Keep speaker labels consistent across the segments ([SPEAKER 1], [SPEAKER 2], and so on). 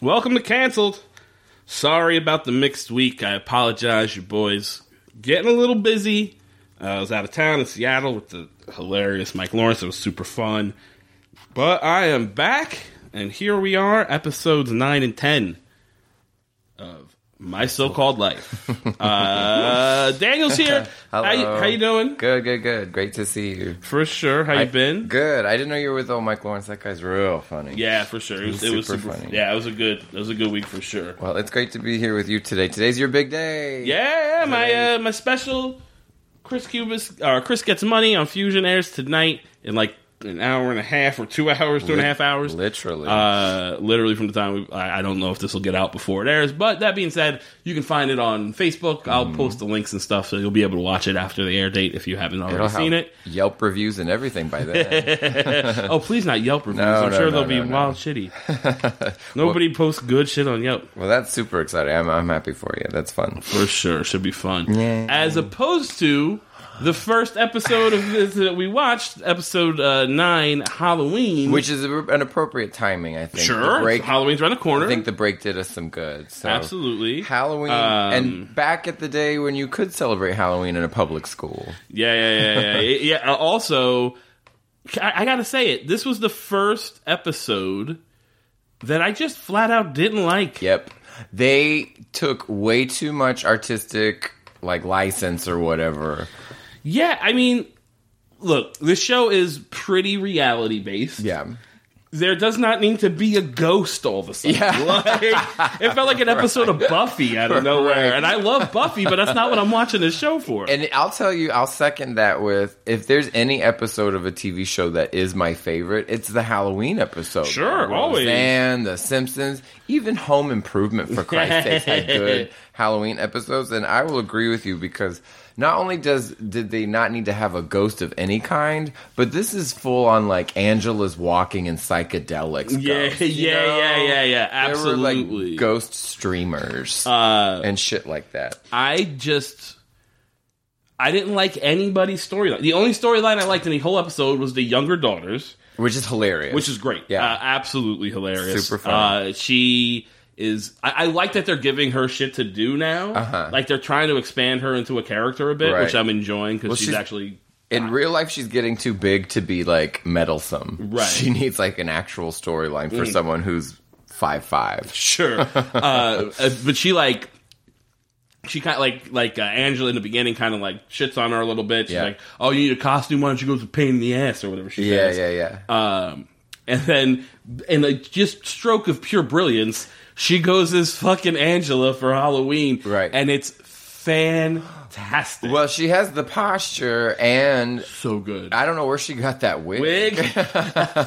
[SPEAKER 1] Welcome to Cancelled. Sorry about the mixed week. I apologize, you boys. Getting a little busy. Uh, I was out of town in Seattle with the hilarious Mike Lawrence. It was super fun. But I am back, and here we are, episodes 9 and 10 of My So Called Life. Uh, Daniel's here. How, you-
[SPEAKER 2] Hello.
[SPEAKER 1] how you doing?
[SPEAKER 2] Good, good, good. Great to see you.
[SPEAKER 1] For sure. How you been?
[SPEAKER 2] Good. I didn't know you were with old Mike Lawrence. That guy's real funny.
[SPEAKER 1] Yeah, for sure. It was, it was
[SPEAKER 2] super
[SPEAKER 1] super
[SPEAKER 2] funny.
[SPEAKER 1] Yeah, it was a good it was a good week for sure.
[SPEAKER 2] Well, it's great to be here with you today. Today's your big day.
[SPEAKER 1] Yeah, yeah, my uh, my special Chris Cubis or Chris gets money on Fusion airs tonight in like an hour and a half or two hours, two and a half hours.
[SPEAKER 2] Literally.
[SPEAKER 1] Uh, literally from the time we, I, I don't know if this will get out before it airs. But that being said, you can find it on Facebook. I'll
[SPEAKER 2] Mm.
[SPEAKER 1] post the links and stuff, so you'll be able to watch it after the air date if you haven't already
[SPEAKER 2] It'll have
[SPEAKER 1] seen it.
[SPEAKER 2] Yelp reviews and everything by then.
[SPEAKER 1] oh, please not Yelp reviews.
[SPEAKER 2] No,
[SPEAKER 1] I'm
[SPEAKER 2] no,
[SPEAKER 1] sure
[SPEAKER 2] no,
[SPEAKER 1] they'll be
[SPEAKER 2] no, no.
[SPEAKER 1] wild shitty. Nobody posts good shit on Yelp.
[SPEAKER 2] well, that's super exciting. I'm, I'm happy for you. That's fun.
[SPEAKER 1] For sure, should be fun.
[SPEAKER 2] Yay.
[SPEAKER 1] As opposed to the first episode of this that we watched, episode uh, nine, Halloween.
[SPEAKER 2] Which is a, an appropriate timing, I think.
[SPEAKER 1] sure,
[SPEAKER 2] The break,
[SPEAKER 1] Halloween's around the corner.
[SPEAKER 2] I think the uh, break did us some good. So.
[SPEAKER 1] Absolutely,
[SPEAKER 2] Halloween
[SPEAKER 1] Um,
[SPEAKER 2] and back at the day when you could celebrate Halloween in a public school.
[SPEAKER 1] yeah, yeah, yeah, yeah, yeah. yeah. uh, Also, I, I gotta say it. This was the first episode that I just flat out didn't like.
[SPEAKER 2] Yep. They took way too much artistic like license or whatever.
[SPEAKER 1] yeah I mean, look, this show is pretty reality based.
[SPEAKER 2] Yeah.
[SPEAKER 1] there does not need to be a ghost all of a sudden.
[SPEAKER 2] Yeah.
[SPEAKER 1] Like, it felt like an episode of Buffy out of nowhere.
[SPEAKER 2] Right.
[SPEAKER 1] And I love Buffy, but that's not what I'm watching this show for.
[SPEAKER 2] And I'll tell you, I'll second that with if there's any episode of a TV show that is my favorite, it's the Halloween episode.
[SPEAKER 1] Sure, always.
[SPEAKER 2] And The Simpsons, even Home Improvement for Christ's sake had good Halloween episodes. And I will agree with you because not only does did they not need to have a ghost of any kind, but this is full on like Angela's walking in psychedelics.
[SPEAKER 1] yeah,
[SPEAKER 2] ghost,
[SPEAKER 1] yeah,
[SPEAKER 2] you know?
[SPEAKER 1] yeah, yeah, yeah.
[SPEAKER 2] There were
[SPEAKER 1] Absolutely.
[SPEAKER 2] like ghost streamers
[SPEAKER 1] uh,
[SPEAKER 2] and shit like that.
[SPEAKER 1] I just. I didn't like anybody's storyline. The only storyline I liked in the whole episode was the younger daughters.
[SPEAKER 2] Which is hilarious.
[SPEAKER 1] which is great.
[SPEAKER 2] Yeah.
[SPEAKER 1] uh, absolutely hilarious.
[SPEAKER 2] Super funny.
[SPEAKER 1] Uh, she is. I, I like that they're giving her shit to do now.
[SPEAKER 2] Uh-huh.
[SPEAKER 1] Like they're trying to expand her into a character a bit,
[SPEAKER 2] Right.
[SPEAKER 1] which I'm enjoying because she's,
[SPEAKER 2] she's-
[SPEAKER 1] actually.
[SPEAKER 2] In real life, she's getting too big to be like meddlesome.
[SPEAKER 1] Right. Mm.
[SPEAKER 2] She needs like an actual storyline for someone who's five five.
[SPEAKER 1] Sure, uh, uh, but she like she kind of like like uh, Angela in the beginning kind of like shits on her a little bit. She's
[SPEAKER 2] Yeah.
[SPEAKER 1] like, "Oh, you need a costume? Why don't you go to pain in the ass or whatever?" She
[SPEAKER 2] Yeah,
[SPEAKER 1] says.
[SPEAKER 2] yeah, yeah.
[SPEAKER 1] Um, and then, in a just stroke of pure brilliance, she goes as fucking Angela for Halloween.
[SPEAKER 2] Right.
[SPEAKER 1] And it's fantastic.
[SPEAKER 2] well, she has the posture, and
[SPEAKER 1] so good.
[SPEAKER 2] I don't know where she got that wig.
[SPEAKER 1] Wig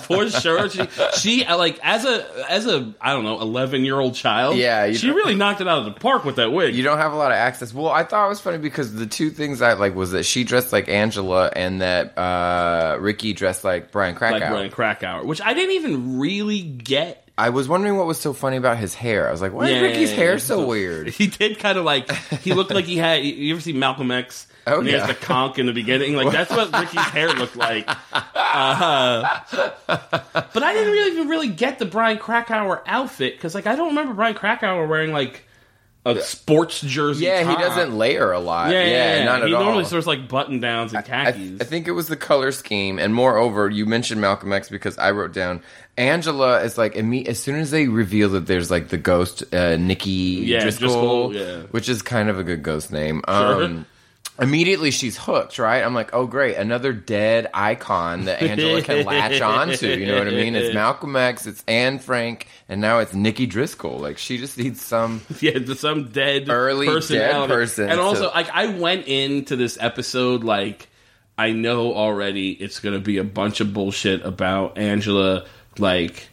[SPEAKER 1] for sure. She, she uh, like as a as a I don't know eleven year old child.
[SPEAKER 2] Yeah, you
[SPEAKER 1] she
[SPEAKER 2] don't-
[SPEAKER 1] really knocked it out of the park with that wig.
[SPEAKER 2] You don't have a lot of access. Well, I thought it was funny because the two things I like was that she dressed like Angela and that uh, Ricky dressed like Brian Krakow.
[SPEAKER 1] like Brian Krakauer, which I didn't even really get.
[SPEAKER 2] I was wondering what was so funny about his hair. I was like, why
[SPEAKER 1] Yeah,
[SPEAKER 2] is Ricky's
[SPEAKER 1] yeah,
[SPEAKER 2] hair
[SPEAKER 1] yeah.
[SPEAKER 2] so weird?
[SPEAKER 1] He did kind of like he looked like he had. You ever see Malcolm X?
[SPEAKER 2] Oh,
[SPEAKER 1] and he has
[SPEAKER 2] yeah.
[SPEAKER 1] the conch in the beginning. Like that's what Ricky's hair looked like. Uh, but I didn't really even really get the Brian Krakauer outfit because like I don't remember Brian Krakauer wearing like a sports jersey.
[SPEAKER 2] Yeah, he
[SPEAKER 1] top.
[SPEAKER 2] doesn't layer a lot.
[SPEAKER 1] Yeah, yeah, yeah.
[SPEAKER 2] not
[SPEAKER 1] he
[SPEAKER 2] at all.
[SPEAKER 1] normally wears like button downs and
[SPEAKER 2] I,
[SPEAKER 1] khakis.
[SPEAKER 2] I think it was the color scheme, and moreover, you mentioned Malcolm X because I wrote down Angela is like imme- as soon as they reveal that there's like the ghost uh, Nikki
[SPEAKER 1] Yeah,
[SPEAKER 2] Driscoll,
[SPEAKER 1] Driscoll, yeah.
[SPEAKER 2] which is kind of a good ghost name.
[SPEAKER 1] Sure.
[SPEAKER 2] Um, immediately she's hooked, right? I'm like, oh great, another dead icon that Angela can latch onto. You know what I mean? It's Malcolm X, it's Anne Frank, and now it's Nikki Driscoll. Like she just needs some.
[SPEAKER 1] yeah, to some dead
[SPEAKER 2] Early dead
[SPEAKER 1] personality.
[SPEAKER 2] person
[SPEAKER 1] And
[SPEAKER 2] to-
[SPEAKER 1] also, like, I went into this episode like I know already it's going to be a bunch of bullshit about Angela. Like,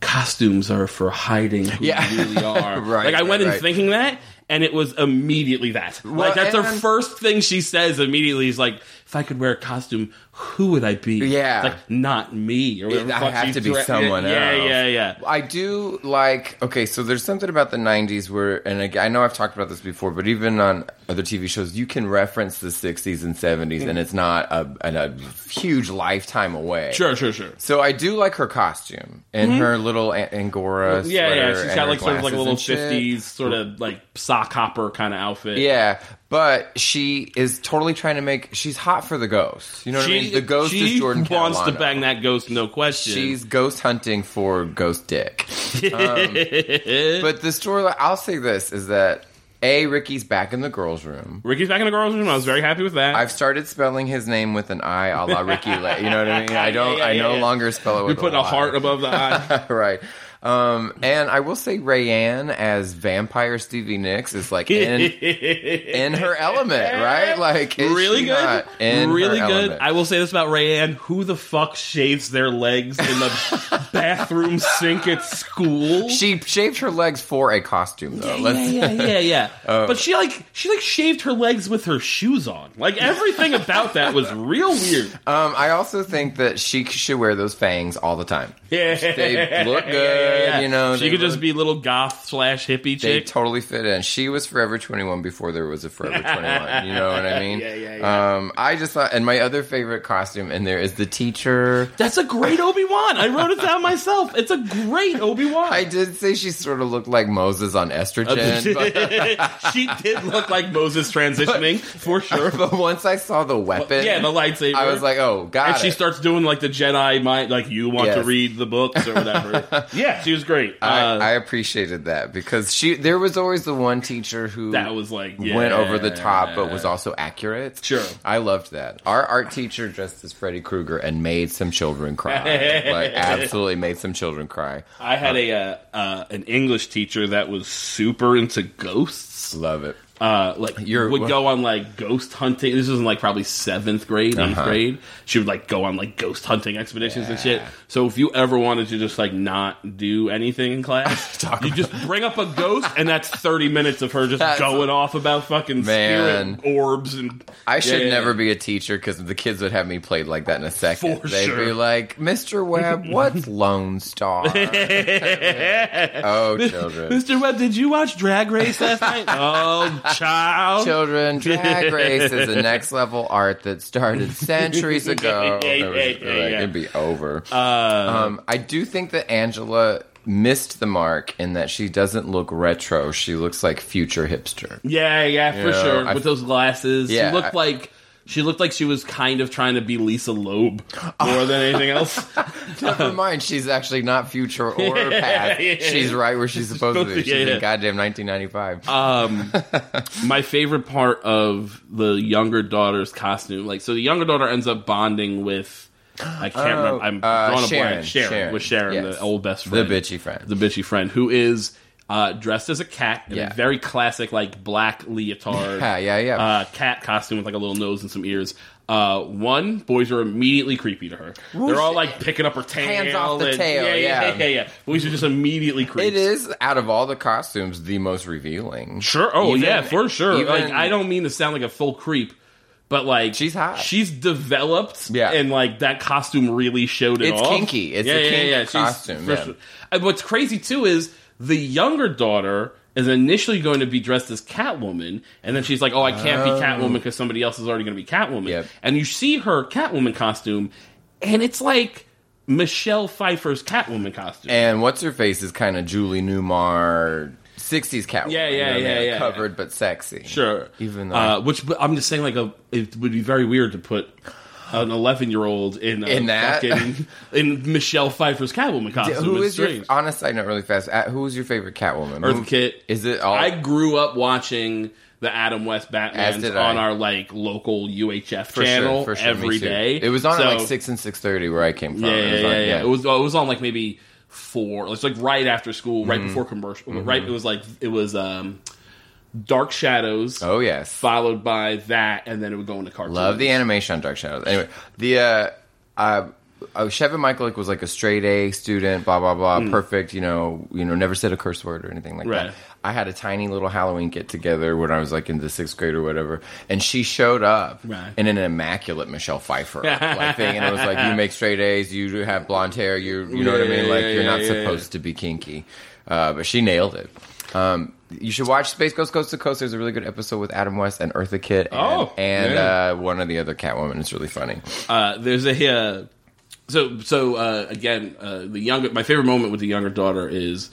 [SPEAKER 1] costumes are for hiding who
[SPEAKER 2] Yeah.
[SPEAKER 1] you really are.
[SPEAKER 2] Right,
[SPEAKER 1] Like, I went
[SPEAKER 2] right,
[SPEAKER 1] in
[SPEAKER 2] right.
[SPEAKER 1] thinking that, and it was immediately that. like, that's
[SPEAKER 2] and-
[SPEAKER 1] the first thing she says immediately. Is like. if I could wear a costume, who would I be?
[SPEAKER 2] Yeah.
[SPEAKER 1] Like, not me. Or whatever the
[SPEAKER 2] I
[SPEAKER 1] fuck
[SPEAKER 2] have
[SPEAKER 1] you
[SPEAKER 2] to be
[SPEAKER 1] dra-
[SPEAKER 2] someone
[SPEAKER 1] yeah,
[SPEAKER 2] else.
[SPEAKER 1] Yeah, yeah, yeah.
[SPEAKER 2] I do like okay, so there's something about the '90s where, and again, I know I've talked about this before, but even on other TV shows, you can reference the '60s and '70s, and it's not a, an, a huge lifetime away.
[SPEAKER 1] Sure, sure, sure.
[SPEAKER 2] So I do like her costume and her little a- angora.
[SPEAKER 1] Yeah, yeah.
[SPEAKER 2] sweater
[SPEAKER 1] She's
[SPEAKER 2] and
[SPEAKER 1] got
[SPEAKER 2] her
[SPEAKER 1] like sort of like
[SPEAKER 2] glasses
[SPEAKER 1] a little
[SPEAKER 2] and shit.
[SPEAKER 1] fifties sort of like sock hopper kind of outfit.
[SPEAKER 2] Yeah, but she is totally trying to make. She's hot for the ghost. You know what I mean? The ghost
[SPEAKER 1] she
[SPEAKER 2] is Jordan
[SPEAKER 1] wants
[SPEAKER 2] Catalano.
[SPEAKER 1] to bang that ghost, no question.
[SPEAKER 2] She's ghost hunting for ghost dick. Um, but the story, I'll say this, is that A, Ricky's back in the girls' room.
[SPEAKER 1] Ricky's back in the girls' room. I was very happy with that.
[SPEAKER 2] I've started spelling his name with an I a la Ricky Lay. You know what I mean? I don't,
[SPEAKER 1] Yeah, yeah,
[SPEAKER 2] I no
[SPEAKER 1] yeah.
[SPEAKER 2] longer spell it
[SPEAKER 1] we
[SPEAKER 2] with
[SPEAKER 1] put
[SPEAKER 2] a,
[SPEAKER 1] a
[SPEAKER 2] Y.
[SPEAKER 1] heart above the eye.
[SPEAKER 2] right. Um, and I will say Rayanne as vampire Stevie Nicks is like in, in her element, right? Like is
[SPEAKER 1] really
[SPEAKER 2] she
[SPEAKER 1] good,
[SPEAKER 2] not in her
[SPEAKER 1] really good.
[SPEAKER 2] element?
[SPEAKER 1] I will say this about Rayanne: Who the fuck shaves their legs in the bathroom sink at school?
[SPEAKER 2] she shaved her legs for a costume though.
[SPEAKER 1] yeah,
[SPEAKER 2] Let's-
[SPEAKER 1] yeah, yeah, yeah.
[SPEAKER 2] Oh.
[SPEAKER 1] but she like she like shaved her legs with her shoes on. Like everything about that was real weird.
[SPEAKER 2] Um, I also think that she should wear those fangs all the time.
[SPEAKER 1] Yeah,
[SPEAKER 2] They look good, you know,
[SPEAKER 1] She
[SPEAKER 2] they
[SPEAKER 1] could just
[SPEAKER 2] look-
[SPEAKER 1] be little goth slash hippie
[SPEAKER 2] They
[SPEAKER 1] chick.
[SPEAKER 2] totally fit in. She was Forever 21 before there was a Forever 21. You know what I mean?
[SPEAKER 1] Yeah, yeah, yeah.
[SPEAKER 2] Um, I just thought, and my other favorite costume in there is the teacher.
[SPEAKER 1] That's a great Obi Wan. I wrote it down myself. It's a great Obi Wan.
[SPEAKER 2] I did say she sort of looked like Moses on estrogen, but,
[SPEAKER 1] she did look like Moses transitioning for sure.
[SPEAKER 2] but once I saw the weapon,
[SPEAKER 1] yeah, the lightsaber.
[SPEAKER 2] I was like, oh, got
[SPEAKER 1] and
[SPEAKER 2] it.
[SPEAKER 1] she starts doing like the Jedi mind, like you want to
[SPEAKER 2] Yes.
[SPEAKER 1] read the books or whatever. yeah, she was great. uh,
[SPEAKER 2] I, I appreciated that because she there was always the one teacher who
[SPEAKER 1] that was like
[SPEAKER 2] went
[SPEAKER 1] yeah.
[SPEAKER 2] over the top but was also accurate.
[SPEAKER 1] Sure.
[SPEAKER 2] I loved that. Our art teacher dressed as Freddy Krueger and made some children cry. like absolutely made some children cry.
[SPEAKER 1] I had a uh, uh, an English teacher that was super into ghosts.
[SPEAKER 2] Love it.
[SPEAKER 1] uh, like
[SPEAKER 2] You're-
[SPEAKER 1] would go on like ghost hunting. This was in like probably seventh grade, 8th
[SPEAKER 2] Uh-huh.
[SPEAKER 1] grade. She would like go on like ghost hunting expeditions and shit. So if you ever wanted to just like not do anything in class,
[SPEAKER 2] Talk
[SPEAKER 1] you just bring up a ghost, and that's thirty minutes of her just
[SPEAKER 2] That's-
[SPEAKER 1] going off about fucking
[SPEAKER 2] Man.
[SPEAKER 1] spirit orbs and.
[SPEAKER 2] I should
[SPEAKER 1] Yeah.
[SPEAKER 2] never be a teacher because the kids would have me played like that in a second.
[SPEAKER 1] For
[SPEAKER 2] They'd
[SPEAKER 1] sure.
[SPEAKER 2] be like, "Mr. Webb, what's Lone Star?" oh, children,
[SPEAKER 1] Mr. Webb, did you watch Drag Race last night? oh, child.
[SPEAKER 2] children, Drag Race is a next level art that started centuries ago.
[SPEAKER 1] Yeah,
[SPEAKER 2] They would just be
[SPEAKER 1] yeah, yeah,
[SPEAKER 2] like,
[SPEAKER 1] yeah. Uh,
[SPEAKER 2] It'd be over. um, I do think that Angela missed the mark in that she doesn't look retro. She looks like future hipster.
[SPEAKER 1] Yeah, yeah, for
[SPEAKER 2] Yeah,
[SPEAKER 1] sure.
[SPEAKER 2] I-
[SPEAKER 1] With those glasses,
[SPEAKER 2] Yeah,
[SPEAKER 1] she looked
[SPEAKER 2] I-
[SPEAKER 1] like she looked like she was kind of trying to be Lisa Loeb more than anything else.
[SPEAKER 2] Never mind, she's actually not future or past.
[SPEAKER 1] yeah, yeah.
[SPEAKER 2] She's right where she's supposed to be.
[SPEAKER 1] supposed
[SPEAKER 2] She's
[SPEAKER 1] to- yeah,
[SPEAKER 2] in
[SPEAKER 1] yeah.
[SPEAKER 2] goddamn 1995.
[SPEAKER 1] Um, my favorite part of the younger daughter's costume, like, so the younger daughter ends up bonding with. I can't
[SPEAKER 2] Oh,
[SPEAKER 1] remember. I'm
[SPEAKER 2] uh,
[SPEAKER 1] drawing
[SPEAKER 2] Sharon,
[SPEAKER 1] a blank. Sharon,
[SPEAKER 2] Sharon,
[SPEAKER 1] with Sharon,
[SPEAKER 2] yes.
[SPEAKER 1] the old best
[SPEAKER 2] the
[SPEAKER 1] friend,
[SPEAKER 2] bitchy friend.
[SPEAKER 1] the bitchy friend, who is uh, dressed as a cat in
[SPEAKER 2] Yeah.
[SPEAKER 1] a very classic, like black leotard,
[SPEAKER 2] yeah, yeah, yeah.
[SPEAKER 1] uh, cat costume with like a little nose and some ears. Uh, one boys are immediately creepy to her. They're all like picking up her tail,
[SPEAKER 2] Hands off the
[SPEAKER 1] and-
[SPEAKER 2] tail,
[SPEAKER 1] Yeah, yeah,
[SPEAKER 2] yeah.
[SPEAKER 1] yeah, yeah, yeah. Boys are just immediately creepy.
[SPEAKER 2] it is out of all the costumes the most revealing.
[SPEAKER 1] Sure. Oh
[SPEAKER 2] Even-
[SPEAKER 1] yeah, for sure.
[SPEAKER 2] even-
[SPEAKER 1] like I don't mean to sound like a full creep, but like
[SPEAKER 2] She's hot.
[SPEAKER 1] She's developed.
[SPEAKER 2] Yeah.
[SPEAKER 1] And like that costume really showed it
[SPEAKER 2] It's
[SPEAKER 1] off.
[SPEAKER 2] kinky. It's a kink
[SPEAKER 1] She's-
[SPEAKER 2] costume,
[SPEAKER 1] for
[SPEAKER 2] yeah.
[SPEAKER 1] sure. And what's crazy too is the younger daughter is initially going to be dressed as Catwoman, and then she's like, "Oh, I can't
[SPEAKER 2] Oh.
[SPEAKER 1] be Catwoman because somebody else is already going to be Catwoman."
[SPEAKER 2] Yep.
[SPEAKER 1] And you see her Catwoman costume, and it's like Michelle Pfeiffer's Catwoman costume.
[SPEAKER 2] And what's her face is kind of Julie Newmar, 60s cat.
[SPEAKER 1] Yeah, yeah, yeah, yeah.
[SPEAKER 2] Covered but sexy.
[SPEAKER 1] Sure.
[SPEAKER 2] Even though-
[SPEAKER 1] uh, which but I'm just saying, like a it would be very weird to put an 11 year old in a
[SPEAKER 2] In that?
[SPEAKER 1] fucking, in Michelle Pfeiffer's Catwoman costume.
[SPEAKER 2] Who
[SPEAKER 1] It's
[SPEAKER 2] is your
[SPEAKER 1] strange.
[SPEAKER 2] on a side note really fast? uh, Who is your favorite Catwoman?
[SPEAKER 1] Earth
[SPEAKER 2] Who-
[SPEAKER 1] Kit?
[SPEAKER 2] Is it all?
[SPEAKER 1] I grew up watching the Adam West
[SPEAKER 2] As
[SPEAKER 1] Batman
[SPEAKER 2] did
[SPEAKER 1] on
[SPEAKER 2] I.
[SPEAKER 1] our like local UHF
[SPEAKER 2] for sure,
[SPEAKER 1] channel
[SPEAKER 2] for sure, me
[SPEAKER 1] every
[SPEAKER 2] too.
[SPEAKER 1] day.
[SPEAKER 2] It was on
[SPEAKER 1] So-
[SPEAKER 2] at like six and six thirty where I came from.
[SPEAKER 1] Yeah, yeah,
[SPEAKER 2] It was
[SPEAKER 1] yeah,
[SPEAKER 2] on-
[SPEAKER 1] yeah, It was it was on like maybe four. It was like right after school,
[SPEAKER 2] Mm-hmm.
[SPEAKER 1] right before commercial. Right, it was like it was um, Dark Shadows.
[SPEAKER 2] oh yes.
[SPEAKER 1] Followed by that, and then it would go into cartoons.
[SPEAKER 2] Love the animation on Dark Shadows. Anyway, the uh, uh, uh, Shevin Michaelik was like a straight A student, blah blah blah, perfect. You know, you know, never said a curse word or anything like
[SPEAKER 1] Mm. Right.
[SPEAKER 2] that. I had a tiny little Halloween get together when I was like in the sixth grade or whatever, and she showed up
[SPEAKER 1] Right.
[SPEAKER 2] in an immaculate Michelle Pfeiffer like thing, and it was like, you make straight A's, you have blonde hair, you you know what I
[SPEAKER 1] Yeah,
[SPEAKER 2] mean? Like
[SPEAKER 1] yeah,
[SPEAKER 2] you're
[SPEAKER 1] yeah,
[SPEAKER 2] not
[SPEAKER 1] yeah,
[SPEAKER 2] supposed to be kinky, uh, but she nailed it. Um, you should watch Space Ghost Coast to Coast. There's a really good episode with Adam West and Eartha Kitt, and,
[SPEAKER 1] Oh,
[SPEAKER 2] and
[SPEAKER 1] yeah.
[SPEAKER 2] uh, one of the other Catwoman. It's really funny.
[SPEAKER 1] Uh, there's a uh, so so uh, again uh, the younger my favorite moment with the younger daughter is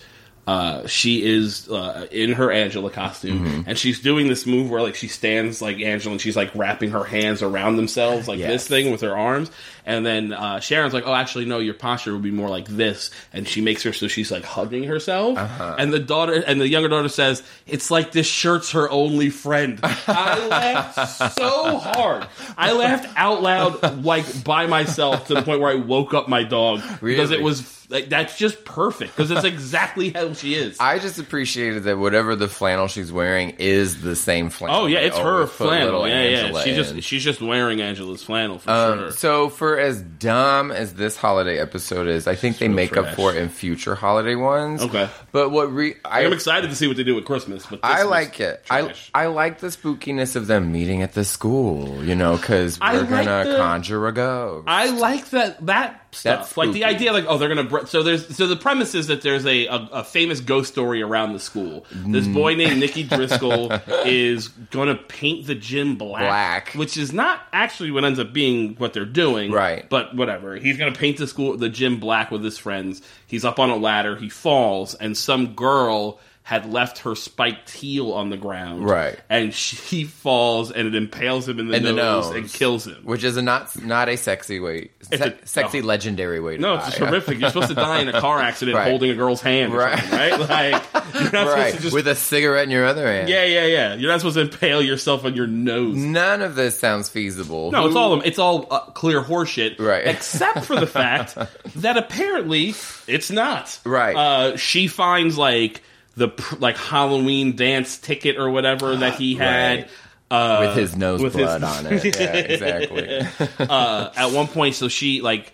[SPEAKER 1] uh, she is uh, in her Angela costume and she's doing this move where like she stands like Angela and she's like wrapping her hands around themselves like
[SPEAKER 2] Yes.
[SPEAKER 1] this thing with her arms and then uh, Sharon's like oh actually no your posture would be more like this and she makes her so she's like hugging herself
[SPEAKER 2] Uh-huh.
[SPEAKER 1] and the daughter and the younger daughter says it's like this shirt's her only friend I laughed so hard I laughed out loud like by myself to the point where I woke up my dog because it
[SPEAKER 2] Really?
[SPEAKER 1] was like that's just perfect because it's exactly how she is.
[SPEAKER 2] I just appreciated that whatever the flannel she's wearing is the same flannel.
[SPEAKER 1] oh yeah,
[SPEAKER 2] they
[SPEAKER 1] it's her
[SPEAKER 2] always put
[SPEAKER 1] flannel.
[SPEAKER 2] little
[SPEAKER 1] Yeah, yeah.
[SPEAKER 2] Angela
[SPEAKER 1] She's
[SPEAKER 2] in.
[SPEAKER 1] just she's just wearing Angela's flannel for
[SPEAKER 2] Um,
[SPEAKER 1] sure.
[SPEAKER 2] So for as dumb as this holiday episode is, I think they make
[SPEAKER 1] trash.
[SPEAKER 2] up for it in future holiday ones.
[SPEAKER 1] Okay.
[SPEAKER 2] but what re- I
[SPEAKER 1] I'm excited to see what they do with Christmas, but this
[SPEAKER 2] I
[SPEAKER 1] was
[SPEAKER 2] like it. I,
[SPEAKER 1] trash.
[SPEAKER 2] I like the spookiness of them meeting at the school, you know, because
[SPEAKER 1] I
[SPEAKER 2] we're
[SPEAKER 1] like
[SPEAKER 2] gonna
[SPEAKER 1] the-
[SPEAKER 2] conjure a ghost.
[SPEAKER 1] I like that that stuff.
[SPEAKER 2] That's
[SPEAKER 1] like the
[SPEAKER 2] spooky.
[SPEAKER 1] idea, like oh, they're gonna. Br- so there's so the premise is that there's a, a, a famous ghost story around the school. This
[SPEAKER 2] Mm.
[SPEAKER 1] boy named Nicky Driscoll is gonna paint the gym black,
[SPEAKER 2] Black.
[SPEAKER 1] which is not actually what ends up being what they're doing,
[SPEAKER 2] Right.
[SPEAKER 1] But whatever. He's gonna paint the school, the gym black with his friends. He's up on a ladder. He falls, and some girl. Had left her spiked heel on the ground,
[SPEAKER 2] Right.
[SPEAKER 1] And she falls, and it impales him in the,
[SPEAKER 2] In the
[SPEAKER 1] nose,
[SPEAKER 2] nose.
[SPEAKER 1] and kills him.
[SPEAKER 2] which is a not not a sexy way, se-
[SPEAKER 1] a-
[SPEAKER 2] sexy
[SPEAKER 1] no.
[SPEAKER 2] legendary way. To
[SPEAKER 1] No,
[SPEAKER 2] die.
[SPEAKER 1] it's just horrific. You're supposed to die in a car accident
[SPEAKER 2] Right.
[SPEAKER 1] holding a girl's hand, or
[SPEAKER 2] Right.
[SPEAKER 1] something, right? Like you're not supposed
[SPEAKER 2] right
[SPEAKER 1] to just
[SPEAKER 2] with a cigarette in your other hand.
[SPEAKER 1] yeah, yeah, yeah. You're not supposed to impale yourself on your nose.
[SPEAKER 2] None of this sounds feasible.
[SPEAKER 1] No, it's
[SPEAKER 2] Who-
[SPEAKER 1] all it's all uh, clear horseshit,
[SPEAKER 2] Right.
[SPEAKER 1] Except for the fact that apparently it's not
[SPEAKER 2] Right.
[SPEAKER 1] Uh, she finds like the pr- like Halloween dance ticket or whatever that he had.
[SPEAKER 2] Right.
[SPEAKER 1] Uh,
[SPEAKER 2] with his nose
[SPEAKER 1] with his-
[SPEAKER 2] blood on it. Yeah, exactly.
[SPEAKER 1] uh, at one point, so she like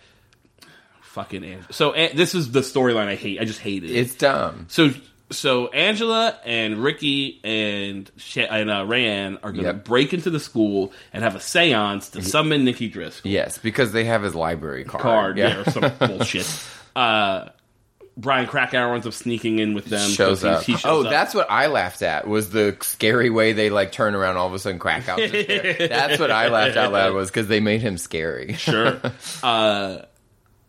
[SPEAKER 1] fucking. Ang- So An- this is the storyline I hate. I just hate it.
[SPEAKER 2] It's dumb.
[SPEAKER 1] So so Angela and Ricky and Sha- and uh, Rayanne are going to
[SPEAKER 2] Yep.
[SPEAKER 1] break into the school and have a séance to summon Nikki Driscoll
[SPEAKER 2] Yes, because they have his library card.
[SPEAKER 1] card
[SPEAKER 2] Yeah.
[SPEAKER 1] yeah. or some bullshit. Uh, Brian Krakauer ends up sneaking in with them. 'cause
[SPEAKER 2] Shows
[SPEAKER 1] he-
[SPEAKER 2] up.
[SPEAKER 1] he shows
[SPEAKER 2] oh,
[SPEAKER 1] up.
[SPEAKER 2] that's what I laughed at was the scary way they like turn around all of a sudden crack out. just there. that's what I laughed out loud was because they made him scary.
[SPEAKER 1] sure. Uh,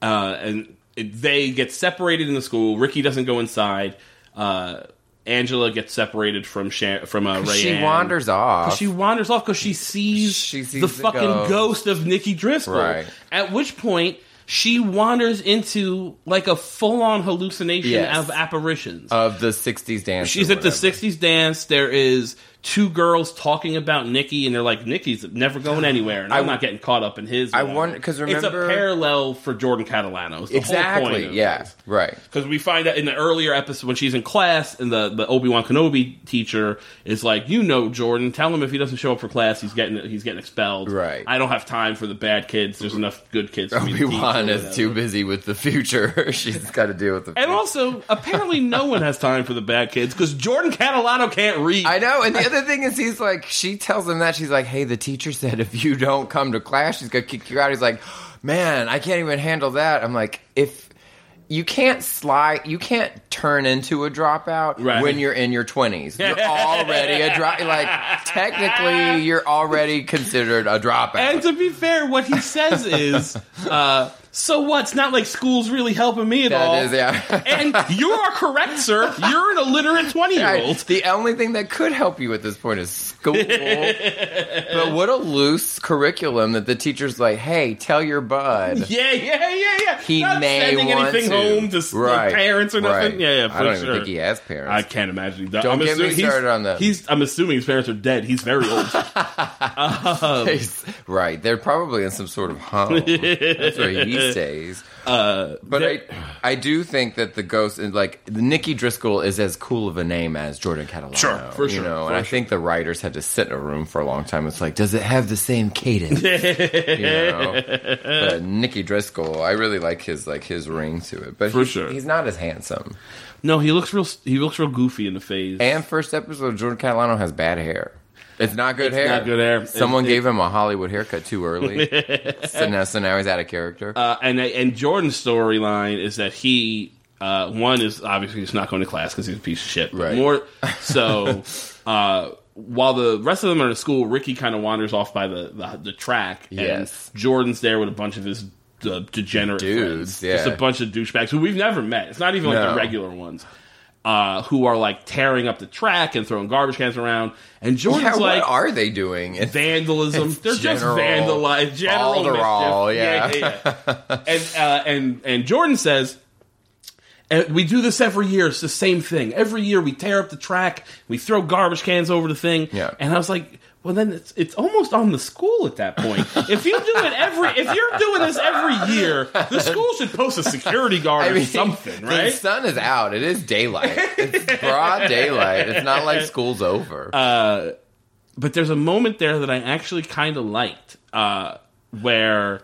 [SPEAKER 1] uh, and it, they get separated in the school. Ricky doesn't go inside. Uh, Angela gets separated from Sha- from uh, Rayanne.
[SPEAKER 2] she wanders off.
[SPEAKER 1] She wanders off because she sees,
[SPEAKER 2] She sees
[SPEAKER 1] the,
[SPEAKER 2] the
[SPEAKER 1] fucking ghost.
[SPEAKER 2] ghost.
[SPEAKER 1] of Nikki Driscoll.
[SPEAKER 2] Right.
[SPEAKER 1] At which point, she wanders into like a full on hallucination
[SPEAKER 2] Yes.
[SPEAKER 1] of apparitions.
[SPEAKER 2] of the '60s dance.
[SPEAKER 1] She's
[SPEAKER 2] or
[SPEAKER 1] at the
[SPEAKER 2] whatever.
[SPEAKER 1] '60s dance. There is two girls talking about Nikki, and they're like, "Nikki's never going anywhere," and I'm
[SPEAKER 2] I-
[SPEAKER 1] not getting caught up in his.
[SPEAKER 2] I
[SPEAKER 1] whatever."
[SPEAKER 2] wonder- 'cause
[SPEAKER 1] it's a
[SPEAKER 2] remember-
[SPEAKER 1] parallel for Jordan Catalano. It's the whole point
[SPEAKER 2] Exactly.
[SPEAKER 1] of
[SPEAKER 2] Yeah.
[SPEAKER 1] this.
[SPEAKER 2] Right.
[SPEAKER 1] Because we find out in the earlier episode when she's in class, and the, the Obi Wan Kenobi teacher is like, "You know, Jordan, tell him if he doesn't show up for class, he's getting he's getting expelled.
[SPEAKER 2] Right.
[SPEAKER 1] I don't have time for the bad kids. There's enough good kids. for me to
[SPEAKER 2] Obi
[SPEAKER 1] teach
[SPEAKER 2] Wan
[SPEAKER 1] or
[SPEAKER 2] is
[SPEAKER 1] whatever."
[SPEAKER 2] too busy with the future. She's got to deal with the.
[SPEAKER 1] And
[SPEAKER 2] future.
[SPEAKER 1] also, apparently, no one has time for the bad kids because Jordan Catalano can't read.
[SPEAKER 2] I know. And the other thing is, he's like, she tells him that she's like, "Hey, the teacher said if you don't come to class, she's gonna kick you out." He's like, "Man, I can't even handle that." I'm like, if you can't slide, you can't turn into a dropout
[SPEAKER 1] Right.
[SPEAKER 2] when you're in your 20s. You're already a drop. Like technically, you're already considered a dropout.
[SPEAKER 1] And to be fair, what he says is, uh, so what? It's not like school's really helping me at
[SPEAKER 2] That
[SPEAKER 1] all.
[SPEAKER 2] is, yeah.
[SPEAKER 1] and you are correct, sir. You're an illiterate 20 year
[SPEAKER 2] Right.
[SPEAKER 1] old.
[SPEAKER 2] The only thing that could help you at this point is school. but what a loose curriculum that the teacher's like, hey, tell your bud.
[SPEAKER 1] Yeah, yeah, yeah, yeah.
[SPEAKER 2] He
[SPEAKER 1] Not
[SPEAKER 2] may
[SPEAKER 1] sending
[SPEAKER 2] want
[SPEAKER 1] anything
[SPEAKER 2] to.
[SPEAKER 1] home to s- like,
[SPEAKER 2] Right.
[SPEAKER 1] parents or nothing.
[SPEAKER 2] Right.
[SPEAKER 1] Yeah, yeah, for
[SPEAKER 2] I don't
[SPEAKER 1] sure.
[SPEAKER 2] even think he has parents.
[SPEAKER 1] I can't imagine. He does.
[SPEAKER 2] Don't
[SPEAKER 1] I'm
[SPEAKER 2] get me
[SPEAKER 1] assuming- he's-
[SPEAKER 2] started on that.
[SPEAKER 1] He's. I'm assuming his parents are dead. He's very old.
[SPEAKER 2] He's Right. They're probably in some sort of home. That's where he stays.
[SPEAKER 1] Uh,
[SPEAKER 2] But
[SPEAKER 1] there-
[SPEAKER 2] I, I do think that the ghost is like Nikki Driscoll is as cool of a name as Jordan Catalano.
[SPEAKER 1] Sure, for
[SPEAKER 2] you
[SPEAKER 1] sure,
[SPEAKER 2] Know?
[SPEAKER 1] for
[SPEAKER 2] and I
[SPEAKER 1] sure.
[SPEAKER 2] think the writers had to sit in a room for a long time. It's like, does it have the same cadence? you know? But Nikki Driscoll, I really like his like his ring to it. But
[SPEAKER 1] For
[SPEAKER 2] he's-
[SPEAKER 1] sure.
[SPEAKER 2] he's not as handsome.
[SPEAKER 1] no, he looks real. He looks real goofy in the face.
[SPEAKER 2] And first episode, Jordan Catalano has bad hair. It's not good hair.
[SPEAKER 1] not good hair.
[SPEAKER 2] Someone
[SPEAKER 1] It-
[SPEAKER 2] gave him a Hollywood haircut too early. so now, so now he's out of character.
[SPEAKER 1] uh, and and Jordan's storyline is that he uh, one is obviously he's not going to class because he's a piece of shit. but
[SPEAKER 2] Right.
[SPEAKER 1] More so, uh, while the rest of them are in school, Ricky kind of wanders off by the the, the track.
[SPEAKER 2] Yes.
[SPEAKER 1] And Jordan's there with a bunch of his uh, degenerate friends.
[SPEAKER 2] Dudes,
[SPEAKER 1] Just
[SPEAKER 2] yeah.
[SPEAKER 1] a bunch of douchebags who we've never met. It's not even like
[SPEAKER 2] No.
[SPEAKER 1] the regular ones. Uh, who are like tearing up the track and throwing garbage cans around, and
[SPEAKER 2] yeah,
[SPEAKER 1] Jordan's
[SPEAKER 2] what
[SPEAKER 1] like,
[SPEAKER 2] are they doing? It's-
[SPEAKER 1] vandalism. They're just
[SPEAKER 2] general
[SPEAKER 1] vandalized. General
[SPEAKER 2] Alderall,
[SPEAKER 1] mischief.
[SPEAKER 2] yeah.
[SPEAKER 1] yeah. and uh, and and Jordan says. And we do this every year. It's the same thing. Every year we tear up the track, we throw garbage cans over the thing.
[SPEAKER 2] Yeah.
[SPEAKER 1] And I was like, well, then it's it's almost on the school at that point. if you do it every, if you're doing this every year, the school should post a security guard or something,
[SPEAKER 2] The
[SPEAKER 1] right?
[SPEAKER 2] sun is out. It is daylight. It's broad daylight. It's not like school's over.
[SPEAKER 1] Uh, but there's a moment there that I actually kind of liked, uh, where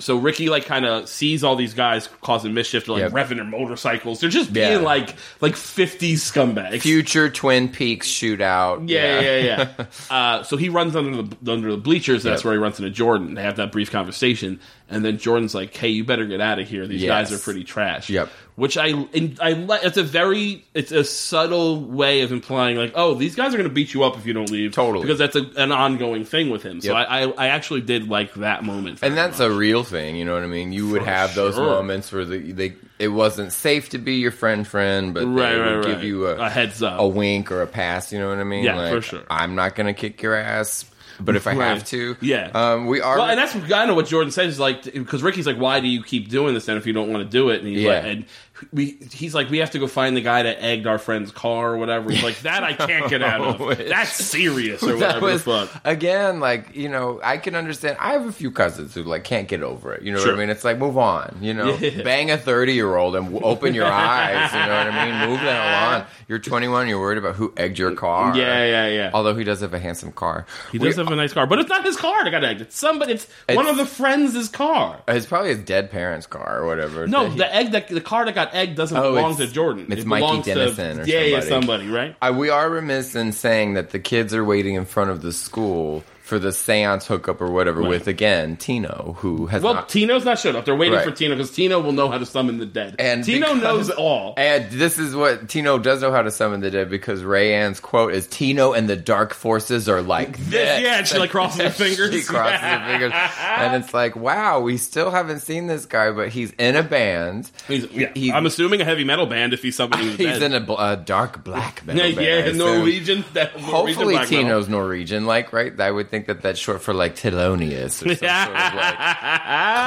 [SPEAKER 1] so Ricky like kind of sees all these guys causing mischief, they're like
[SPEAKER 2] Yep.
[SPEAKER 1] revving their motorcycles, they're just
[SPEAKER 2] Yeah.
[SPEAKER 1] being like like 50s scumbags.
[SPEAKER 2] Future Twin Peaks shootout.
[SPEAKER 1] yeah, yeah, yeah. uh, so he runs under the under the bleachers. That's
[SPEAKER 2] Yep.
[SPEAKER 1] where he runs into Jordan. They have that brief conversation, and then Jordan's like, "Hey, you better get out of here. These guys
[SPEAKER 2] Yes.
[SPEAKER 1] are pretty trash."
[SPEAKER 2] Yep.
[SPEAKER 1] Which I and I like. It's a very it's a subtle way of implying like, "Oh, these guys are going to beat you up if you don't leave."
[SPEAKER 2] Totally.
[SPEAKER 1] because that's a, an ongoing thing with him. So
[SPEAKER 2] Yep.
[SPEAKER 1] I, I I actually did like that moment.
[SPEAKER 2] And that's a real thing, you know what I mean? You would
[SPEAKER 1] For
[SPEAKER 2] have those
[SPEAKER 1] sure.
[SPEAKER 2] moments where the, they it wasn't safe to be your friend friend, but
[SPEAKER 1] right,
[SPEAKER 2] they
[SPEAKER 1] right,
[SPEAKER 2] would
[SPEAKER 1] right.
[SPEAKER 2] give you a,
[SPEAKER 1] heads up.
[SPEAKER 2] a wink or a pass, you know what I mean?
[SPEAKER 1] Yeah,
[SPEAKER 2] like,
[SPEAKER 1] for sure.
[SPEAKER 2] I'm not going to kick your ass, but if I
[SPEAKER 1] Right.
[SPEAKER 2] have to.
[SPEAKER 1] Yeah.
[SPEAKER 2] Um, we are
[SPEAKER 1] Well, and that's kind of what Jordan says is like because Ricky's like, why do you keep doing this then if you don't want to do it? And he's
[SPEAKER 2] Yeah.
[SPEAKER 1] like, and we he's like, we have to go find the guy that egged our friend's car or whatever. He's like, that I can't get out of. That's serious or
[SPEAKER 2] that
[SPEAKER 1] whatever
[SPEAKER 2] was
[SPEAKER 1] the fuck.
[SPEAKER 2] again like you know i can understand i have a few cousins who like can't get over it you know
[SPEAKER 1] Sure.
[SPEAKER 2] what i mean it's like move on you know
[SPEAKER 1] Yeah.
[SPEAKER 2] bang a 30 year old and w- open your eyes you know what i mean move the hell on you're 21 you're worried about who egged your car
[SPEAKER 1] Yeah, yeah, yeah.
[SPEAKER 2] although he does have a handsome car
[SPEAKER 1] he does have a nice car, but it's not his car that got egged. It's somebody. It's, one of the friends' car.
[SPEAKER 2] it's probably his dead parents car or whatever
[SPEAKER 1] No,
[SPEAKER 2] that he-
[SPEAKER 1] the egg that the car that got egged doesn't
[SPEAKER 2] Oh,
[SPEAKER 1] belong to
[SPEAKER 2] it's-
[SPEAKER 1] Jordan.
[SPEAKER 2] it's
[SPEAKER 1] It
[SPEAKER 2] Mikey
[SPEAKER 1] belongs
[SPEAKER 2] Dennison
[SPEAKER 1] to,
[SPEAKER 2] or
[SPEAKER 1] yeah, yeah,
[SPEAKER 2] somebody.
[SPEAKER 1] somebody, right?
[SPEAKER 2] I, we are remiss in saying that the kids are waiting in front of the school for the seance hookup or whatever with again Tino, who has
[SPEAKER 1] Well,
[SPEAKER 2] not
[SPEAKER 1] Tino's not showed up. They're waiting
[SPEAKER 2] Right.
[SPEAKER 1] for Tino because Tino will know how to summon the dead.
[SPEAKER 2] And
[SPEAKER 1] Tino
[SPEAKER 2] because-
[SPEAKER 1] knows all.
[SPEAKER 2] And this is what Tino does know how to summon the dead because Ray Ann's quote is Tino and the dark forces are like this.
[SPEAKER 1] This- yeah, and she like crosses her fingers.
[SPEAKER 2] She crosses her fingers. And it's like, wow, we still haven't seen this guy, but he's in a band.
[SPEAKER 1] He's, yeah,
[SPEAKER 2] He-
[SPEAKER 1] I'm assuming a heavy metal band if he's somebody who's
[SPEAKER 2] He's
[SPEAKER 1] dead.
[SPEAKER 2] in a bl- uh, dark black metal
[SPEAKER 1] yeah,
[SPEAKER 2] band. I
[SPEAKER 1] yeah,
[SPEAKER 2] assume.
[SPEAKER 1] Norwegian. That Norwegian
[SPEAKER 2] Hopefully,
[SPEAKER 1] black metal.
[SPEAKER 2] Tino's Norwegian, like right. I would think that that's short for like Thelonious or some sort of like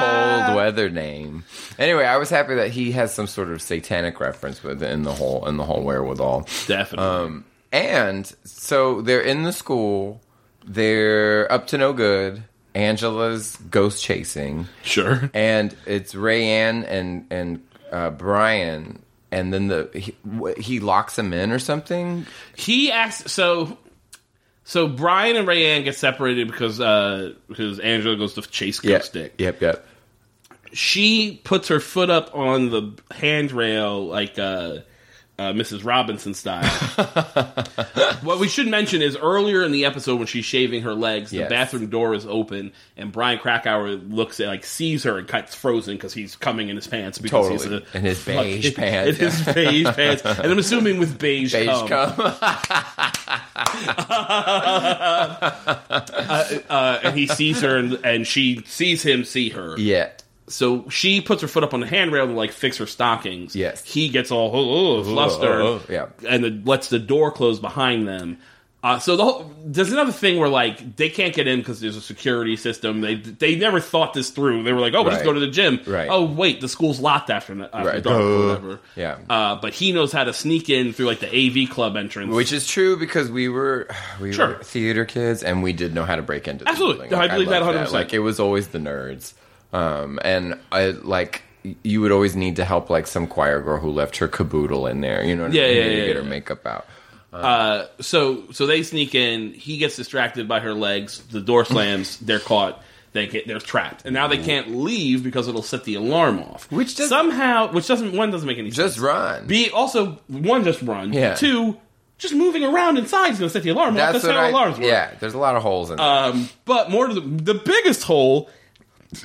[SPEAKER 2] cold weather name. Anyway, I was happy that he has some sort of satanic reference with in the whole in the whole wherewithal.
[SPEAKER 1] Definitely.
[SPEAKER 2] Um, and so they're in the school. They're up to no good. Angela's ghost chasing,
[SPEAKER 1] sure.
[SPEAKER 2] and it's Rayanne and and uh, Brian. And then the he, wh- he locks him in or something.
[SPEAKER 1] He asks. So, so Brian and Rayanne get separated because uh, because Angela goes to chase Ghost Dick.
[SPEAKER 2] Yep. Yep.
[SPEAKER 1] she puts her foot up on the handrail like uh, uh, Mrs. Robinson style. what we should mention is earlier in the episode when she's shaving her legs, the
[SPEAKER 2] Yes.
[SPEAKER 1] bathroom door is open, and Brian Krakauer looks at like sees her and cuts frozen because he's coming in his pants because he's
[SPEAKER 2] Totally.
[SPEAKER 1] a
[SPEAKER 2] In his
[SPEAKER 1] fuck-
[SPEAKER 2] beige pants.
[SPEAKER 1] in his beige pants, and I'm assuming with beige,
[SPEAKER 2] Beige
[SPEAKER 1] cum.
[SPEAKER 2] cum.
[SPEAKER 1] Uh, and he sees her, and, and she sees him see her.
[SPEAKER 2] yeah.
[SPEAKER 1] So she puts her foot up on the handrail to like fix her stockings.
[SPEAKER 2] Yes.
[SPEAKER 1] He gets all oh, oh, flustered
[SPEAKER 2] oh, oh, yeah.
[SPEAKER 1] and the, lets the door close behind them. Uh, so the whole, there's another thing where like they can't get in because there's a security system. They they never thought this through. They were like, oh, we'll just go
[SPEAKER 2] Right.
[SPEAKER 1] to the gym.
[SPEAKER 2] Right.
[SPEAKER 1] Oh wait, the school's locked after, n- after
[SPEAKER 2] Right.
[SPEAKER 1] dark
[SPEAKER 2] Duh.
[SPEAKER 1] or whatever.
[SPEAKER 2] Yeah.
[SPEAKER 1] Uh, but he knows how to sneak in through like the AV club entrance.
[SPEAKER 2] Which is true because we were we
[SPEAKER 1] Sure.
[SPEAKER 2] were theater kids and we did know how to break into the
[SPEAKER 1] Absolutely.
[SPEAKER 2] building.
[SPEAKER 1] No, I believe that
[SPEAKER 2] love
[SPEAKER 1] 100%.
[SPEAKER 2] Like it was always the nerds, um, and I like y- you would always need to help like some choir girl who left her caboodle in there. You know, what
[SPEAKER 1] Yeah,
[SPEAKER 2] I mean?
[SPEAKER 1] yeah,
[SPEAKER 2] to
[SPEAKER 1] yeah,
[SPEAKER 2] get her
[SPEAKER 1] yeah.
[SPEAKER 2] makeup out.
[SPEAKER 1] Uh, so so they sneak in. He gets distracted by her legs. The door slams. they're caught. They get they're trapped, and now they can't leave because it'll set the alarm off.
[SPEAKER 2] Which doesn't-
[SPEAKER 1] somehow, which doesn't one doesn't make any sense.
[SPEAKER 2] Just run.
[SPEAKER 1] Be also one just run.
[SPEAKER 2] Yeah.
[SPEAKER 1] Two, just moving around inside is going to set the alarm off. That's, how alarms work.
[SPEAKER 2] Yeah, there's a lot of holes in. there.
[SPEAKER 1] Um, but more to the, the biggest hole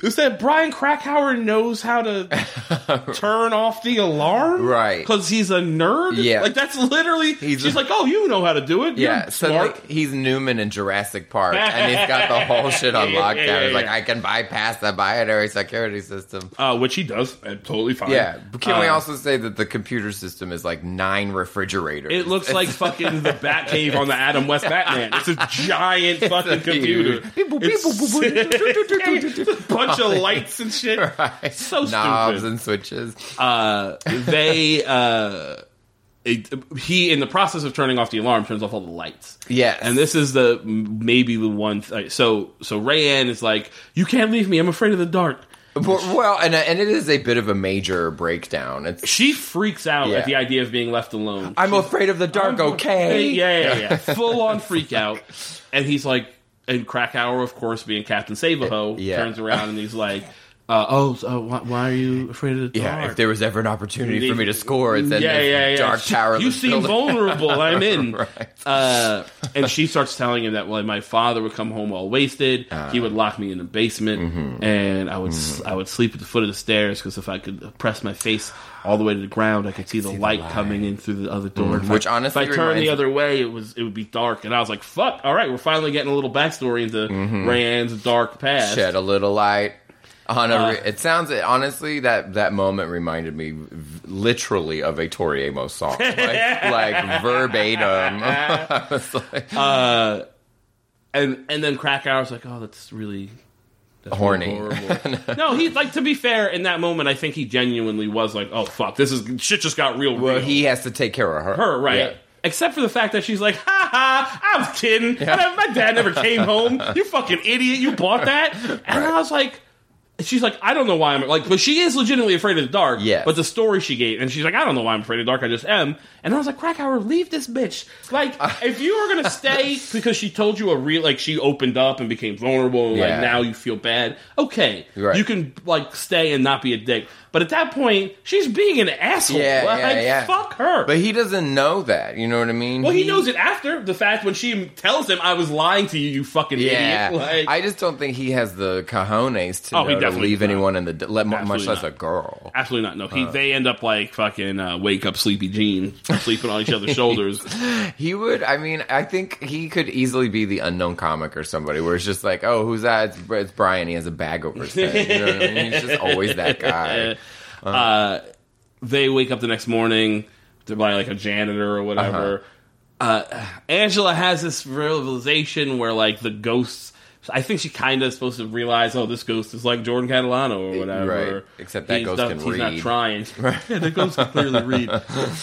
[SPEAKER 1] is that Brian Krakauer knows how to turn off the alarm,
[SPEAKER 2] Right.
[SPEAKER 1] Because he's a nerd.
[SPEAKER 2] Yeah.
[SPEAKER 1] like that's literally.
[SPEAKER 2] He's
[SPEAKER 1] she's
[SPEAKER 2] a-
[SPEAKER 1] like, oh, you know how to do it.
[SPEAKER 2] yeah,
[SPEAKER 1] You're
[SPEAKER 2] suddenly
[SPEAKER 1] smart.
[SPEAKER 2] he's Newman in Jurassic Park, and he's got the whole shit on
[SPEAKER 1] Yeah, yeah,
[SPEAKER 2] lockdown.
[SPEAKER 1] yeah, yeah,
[SPEAKER 2] He's like,
[SPEAKER 1] yeah.
[SPEAKER 2] I can bypass the binary security system.
[SPEAKER 1] Uh, which he does. uh, Totally fine.
[SPEAKER 2] Yeah, but can we
[SPEAKER 1] Uh,
[SPEAKER 2] also say that the computer system is like nine refrigerators?
[SPEAKER 1] It looks like fucking the Batcave on the Adam West Batman. It's a giant fucking computer.
[SPEAKER 2] huge- Beep, boop, beep, boop, boop, boop,
[SPEAKER 1] It's It's a bunch of lights and shit.
[SPEAKER 2] Right.
[SPEAKER 1] So
[SPEAKER 2] knobs
[SPEAKER 1] stupid.
[SPEAKER 2] and switches.
[SPEAKER 1] Uh, they uh, it- he in the process of turning off the alarm turns off all the lights.
[SPEAKER 2] Yes,
[SPEAKER 1] And this is the maybe the one. Th- so so Rayanne is like, you can't leave me. I'm afraid of the dark.
[SPEAKER 2] But- well, and uh, and it is a bit of a major breakdown. It's
[SPEAKER 1] She freaks out
[SPEAKER 2] Yeah.
[SPEAKER 1] at the idea of being left alone.
[SPEAKER 2] I'm afraid of the dark. okay,
[SPEAKER 1] Yeah, yeah, yeah. Full on freak out. And he's like, and Krakauer, of course, being Captain Savaho,
[SPEAKER 2] Yeah.
[SPEAKER 1] turns around and he's like, uh, oh, so why, why are you afraid of the dark?
[SPEAKER 2] Yeah, if there was ever an opportunity for me to score, it's in
[SPEAKER 1] yeah,
[SPEAKER 2] this
[SPEAKER 1] yeah, yeah.
[SPEAKER 2] dark tower.
[SPEAKER 1] You
[SPEAKER 2] that's
[SPEAKER 1] seem
[SPEAKER 2] building-
[SPEAKER 1] vulnerable. I'm in.
[SPEAKER 2] Right.
[SPEAKER 1] uh, and she starts telling him that well, my father would come home all wasted. he would lock me in the basement,
[SPEAKER 2] Mm-hmm.
[SPEAKER 1] and I would s I would sleep at the foot of the stairs because if I could press my face all the way to the ground, I could see the light coming in through the other door. If I-
[SPEAKER 2] Mm-hmm. Which honestly
[SPEAKER 1] if I turned
[SPEAKER 2] reminds-
[SPEAKER 1] the other way, it was it would be dark. And I was like, "Fuck! All right, we're finally getting a little backstory into
[SPEAKER 2] Mm-hmm.
[SPEAKER 1] Rayanne's dark past."
[SPEAKER 2] shed a little light on a.
[SPEAKER 1] Uh,
[SPEAKER 2] re- it sounds honestly that that moment reminded me v- literally of a Tori Amos song, like, like verbatim. I was like,
[SPEAKER 1] And and then Krakauer's like, "Oh, that's really." that's
[SPEAKER 2] Horny.
[SPEAKER 1] really horrible." no, he like to be fair. In that moment, I think he genuinely was like, "Oh fuck, this is shit just got real."
[SPEAKER 2] well,
[SPEAKER 1] real.
[SPEAKER 2] he has to take care of her.
[SPEAKER 1] her, right?
[SPEAKER 2] Yeah.
[SPEAKER 1] Except for the fact that she's like, ha ha, I was kidding. And My dad never came home. You fucking idiot. You bought that. And I was like, she's like, I don't know why I'm like, but she is legitimately afraid of the dark.
[SPEAKER 2] Yes.
[SPEAKER 1] But the story she gave, and she's like, I don't know why I'm afraid of the dark. I just am. And I was like, Krakauer, leave this bitch. Like, if you were going to stay because she told you a real, like, she opened up and became vulnerable, and
[SPEAKER 2] Yeah.
[SPEAKER 1] like, now you feel bad. Okay.
[SPEAKER 2] Right.
[SPEAKER 1] You can, like, stay and not be a dick. But at that point, she's being an asshole.
[SPEAKER 2] Yeah,
[SPEAKER 1] like,
[SPEAKER 2] yeah, yeah.
[SPEAKER 1] fuck her.
[SPEAKER 2] But he doesn't know that. You know what I mean?
[SPEAKER 1] Well, he knows it after the fact when she tells him, "I was lying to you, you fucking
[SPEAKER 2] Yeah,
[SPEAKER 1] idiot." Like,
[SPEAKER 2] I just don't think he has the cojones to,
[SPEAKER 1] Oh, he
[SPEAKER 2] know to
[SPEAKER 1] definitely
[SPEAKER 2] leave
[SPEAKER 1] does not.
[SPEAKER 2] anyone in the d- let, mu- much
[SPEAKER 1] Absolutely
[SPEAKER 2] less
[SPEAKER 1] not.
[SPEAKER 2] a girl.
[SPEAKER 1] absolutely not. No, he. they end up like fucking uh, wake up, sleepy Jean, sleeping on each other's shoulders.
[SPEAKER 2] He would. I mean, I think he could easily be the unknown comic or somebody where it's just like, oh, who's that? It's, it's Brian. He has a bag over his head. You know what I mean? He's just always that guy.
[SPEAKER 1] Uh, they wake up the next morning to buy like a janitor or whatever. uh
[SPEAKER 2] Uh-huh.
[SPEAKER 1] Angela has this realization where like the ghosts. I think she kind of supposed to realize, oh, this ghost is like Jordan Catalano or whatever.
[SPEAKER 2] Right. Except that
[SPEAKER 1] He's
[SPEAKER 2] ghost
[SPEAKER 1] not-
[SPEAKER 2] can
[SPEAKER 1] He's not
[SPEAKER 2] read.
[SPEAKER 1] trying. yeah, the ghost can clearly read.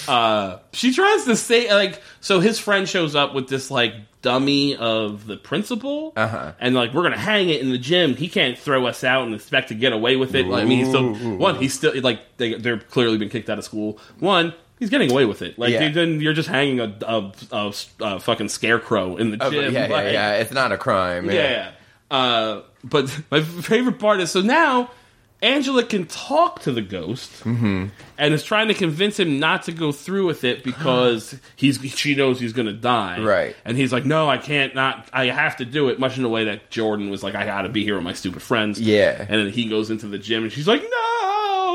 [SPEAKER 1] Uh, she tries to say like, so his friend shows up with this like dummy of the principal,
[SPEAKER 2] Uh-huh.
[SPEAKER 1] and like we're gonna hang it in the gym. He can't throw us out and expect to get away with it. Like, I mean, he's still
[SPEAKER 2] Ooh.
[SPEAKER 1] one. He's still like they, they're clearly been kicked out of school. One, he's getting away with it. Like
[SPEAKER 2] Yeah.
[SPEAKER 1] dude, then you're just hanging a, a, a, a fucking scarecrow in the
[SPEAKER 2] Oh,
[SPEAKER 1] gym.
[SPEAKER 2] but yeah, yeah,
[SPEAKER 1] like-
[SPEAKER 2] yeah. It's not a crime. Yeah.
[SPEAKER 1] yeah. Uh, but my favorite part is so now Angela can talk to the ghost
[SPEAKER 2] Mm-hmm.
[SPEAKER 1] and is trying to convince him not to go through with it because he's she knows he's going to die.
[SPEAKER 2] Right.
[SPEAKER 1] And he's like, no, I can't not. I have to do it. Much in the way that Jordan was like, I got to be here with my stupid friends.
[SPEAKER 2] Yeah.
[SPEAKER 1] And then he goes into the gym and she's like, no.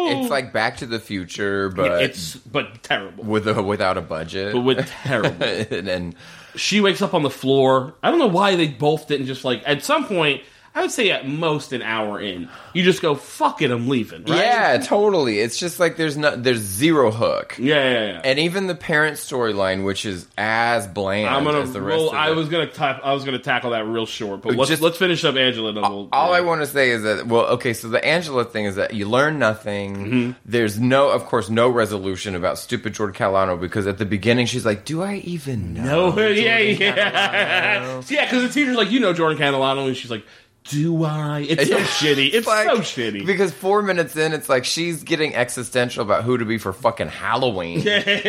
[SPEAKER 2] It's like Back to the Future, but
[SPEAKER 1] it's but terrible.
[SPEAKER 2] with a, without a budget.
[SPEAKER 1] But with terrible.
[SPEAKER 2] and then
[SPEAKER 1] she wakes up on the floor. I don't know why they both didn't just like at some point. I would say at most an hour in, you just go fuck it, I'm leaving. Right?
[SPEAKER 2] Yeah, totally. It's just like there's no there's zero hook.
[SPEAKER 1] yeah, yeah. yeah.
[SPEAKER 2] And even the parent storyline, which is as bland
[SPEAKER 1] I'm gonna
[SPEAKER 2] as the rest
[SPEAKER 1] roll.
[SPEAKER 2] of
[SPEAKER 1] I
[SPEAKER 2] it.
[SPEAKER 1] was gonna tap, I was gonna tackle that real short, but let's
[SPEAKER 2] Just-
[SPEAKER 1] let's finish up Angela. Then we'll,
[SPEAKER 2] all I want to say is that well, okay. So the Angela thing is that you learn nothing.
[SPEAKER 1] Mm-hmm.
[SPEAKER 2] There's no, of course, no resolution about stupid Jordan Catalano because at the beginning she's like, "Do I even know?"
[SPEAKER 1] Oh, yeah,
[SPEAKER 2] Jordan
[SPEAKER 1] yeah,
[SPEAKER 2] Catalano?"
[SPEAKER 1] yeah. Because the teacher's like, you know, Jordan Catalano, and she's like, do I? It's so
[SPEAKER 2] Yeah.
[SPEAKER 1] shitty. It's
[SPEAKER 2] like-
[SPEAKER 1] so shitty.
[SPEAKER 2] Because four minutes in, it's like she's getting existential about who to be for fucking Halloween. and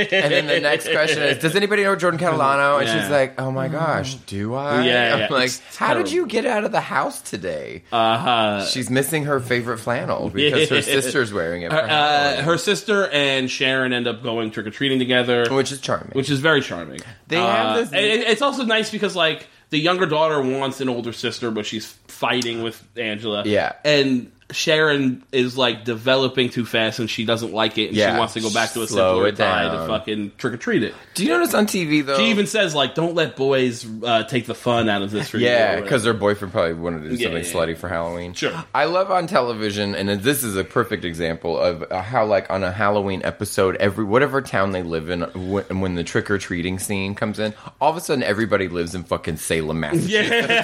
[SPEAKER 2] then the next question is, does anybody know Jordan Catalano? And
[SPEAKER 1] Yeah.
[SPEAKER 2] she's like, oh my gosh, do I?
[SPEAKER 1] Yeah,
[SPEAKER 2] I'm
[SPEAKER 1] yeah.
[SPEAKER 2] like,
[SPEAKER 1] It's
[SPEAKER 2] how did
[SPEAKER 1] terrible.
[SPEAKER 2] you get out of the house today?
[SPEAKER 1] Uh-huh.
[SPEAKER 2] she's missing her favorite flannel because her
[SPEAKER 1] Yeah.
[SPEAKER 2] sister's wearing it. for
[SPEAKER 1] Uh,
[SPEAKER 2] Halloween,
[SPEAKER 1] her sister and Sharon end up going trick or treating together,
[SPEAKER 2] which is charming.
[SPEAKER 1] uh, which is very charming.
[SPEAKER 2] Oh, They have this-
[SPEAKER 1] and it- it's also nice because like the younger daughter wants an older sister, but she's fighting with Angela.
[SPEAKER 2] Yeah.
[SPEAKER 1] and Sharon is like developing too fast, and she doesn't like it, and
[SPEAKER 2] Yeah.
[SPEAKER 1] she wants to go back to a
[SPEAKER 2] Slow
[SPEAKER 1] simpler
[SPEAKER 2] it
[SPEAKER 1] time to
[SPEAKER 2] down.
[SPEAKER 1] fucking trick or treat it.
[SPEAKER 2] Do you notice on TV though?
[SPEAKER 1] She even says like, "Don't let boys uh, take the fun out of this for you."
[SPEAKER 2] Yeah,
[SPEAKER 1] or whatever.
[SPEAKER 2] because her boyfriend probably wanted to do
[SPEAKER 1] Yeah,
[SPEAKER 2] something
[SPEAKER 1] yeah,
[SPEAKER 2] slutty for Halloween.
[SPEAKER 1] Sure.
[SPEAKER 2] I love on television, and this is a perfect example of uh, how, like, on a Halloween episode, every whatever town they live in, when, when the trick or treating scene comes in, all of a sudden everybody lives in fucking Salem, Massachusetts.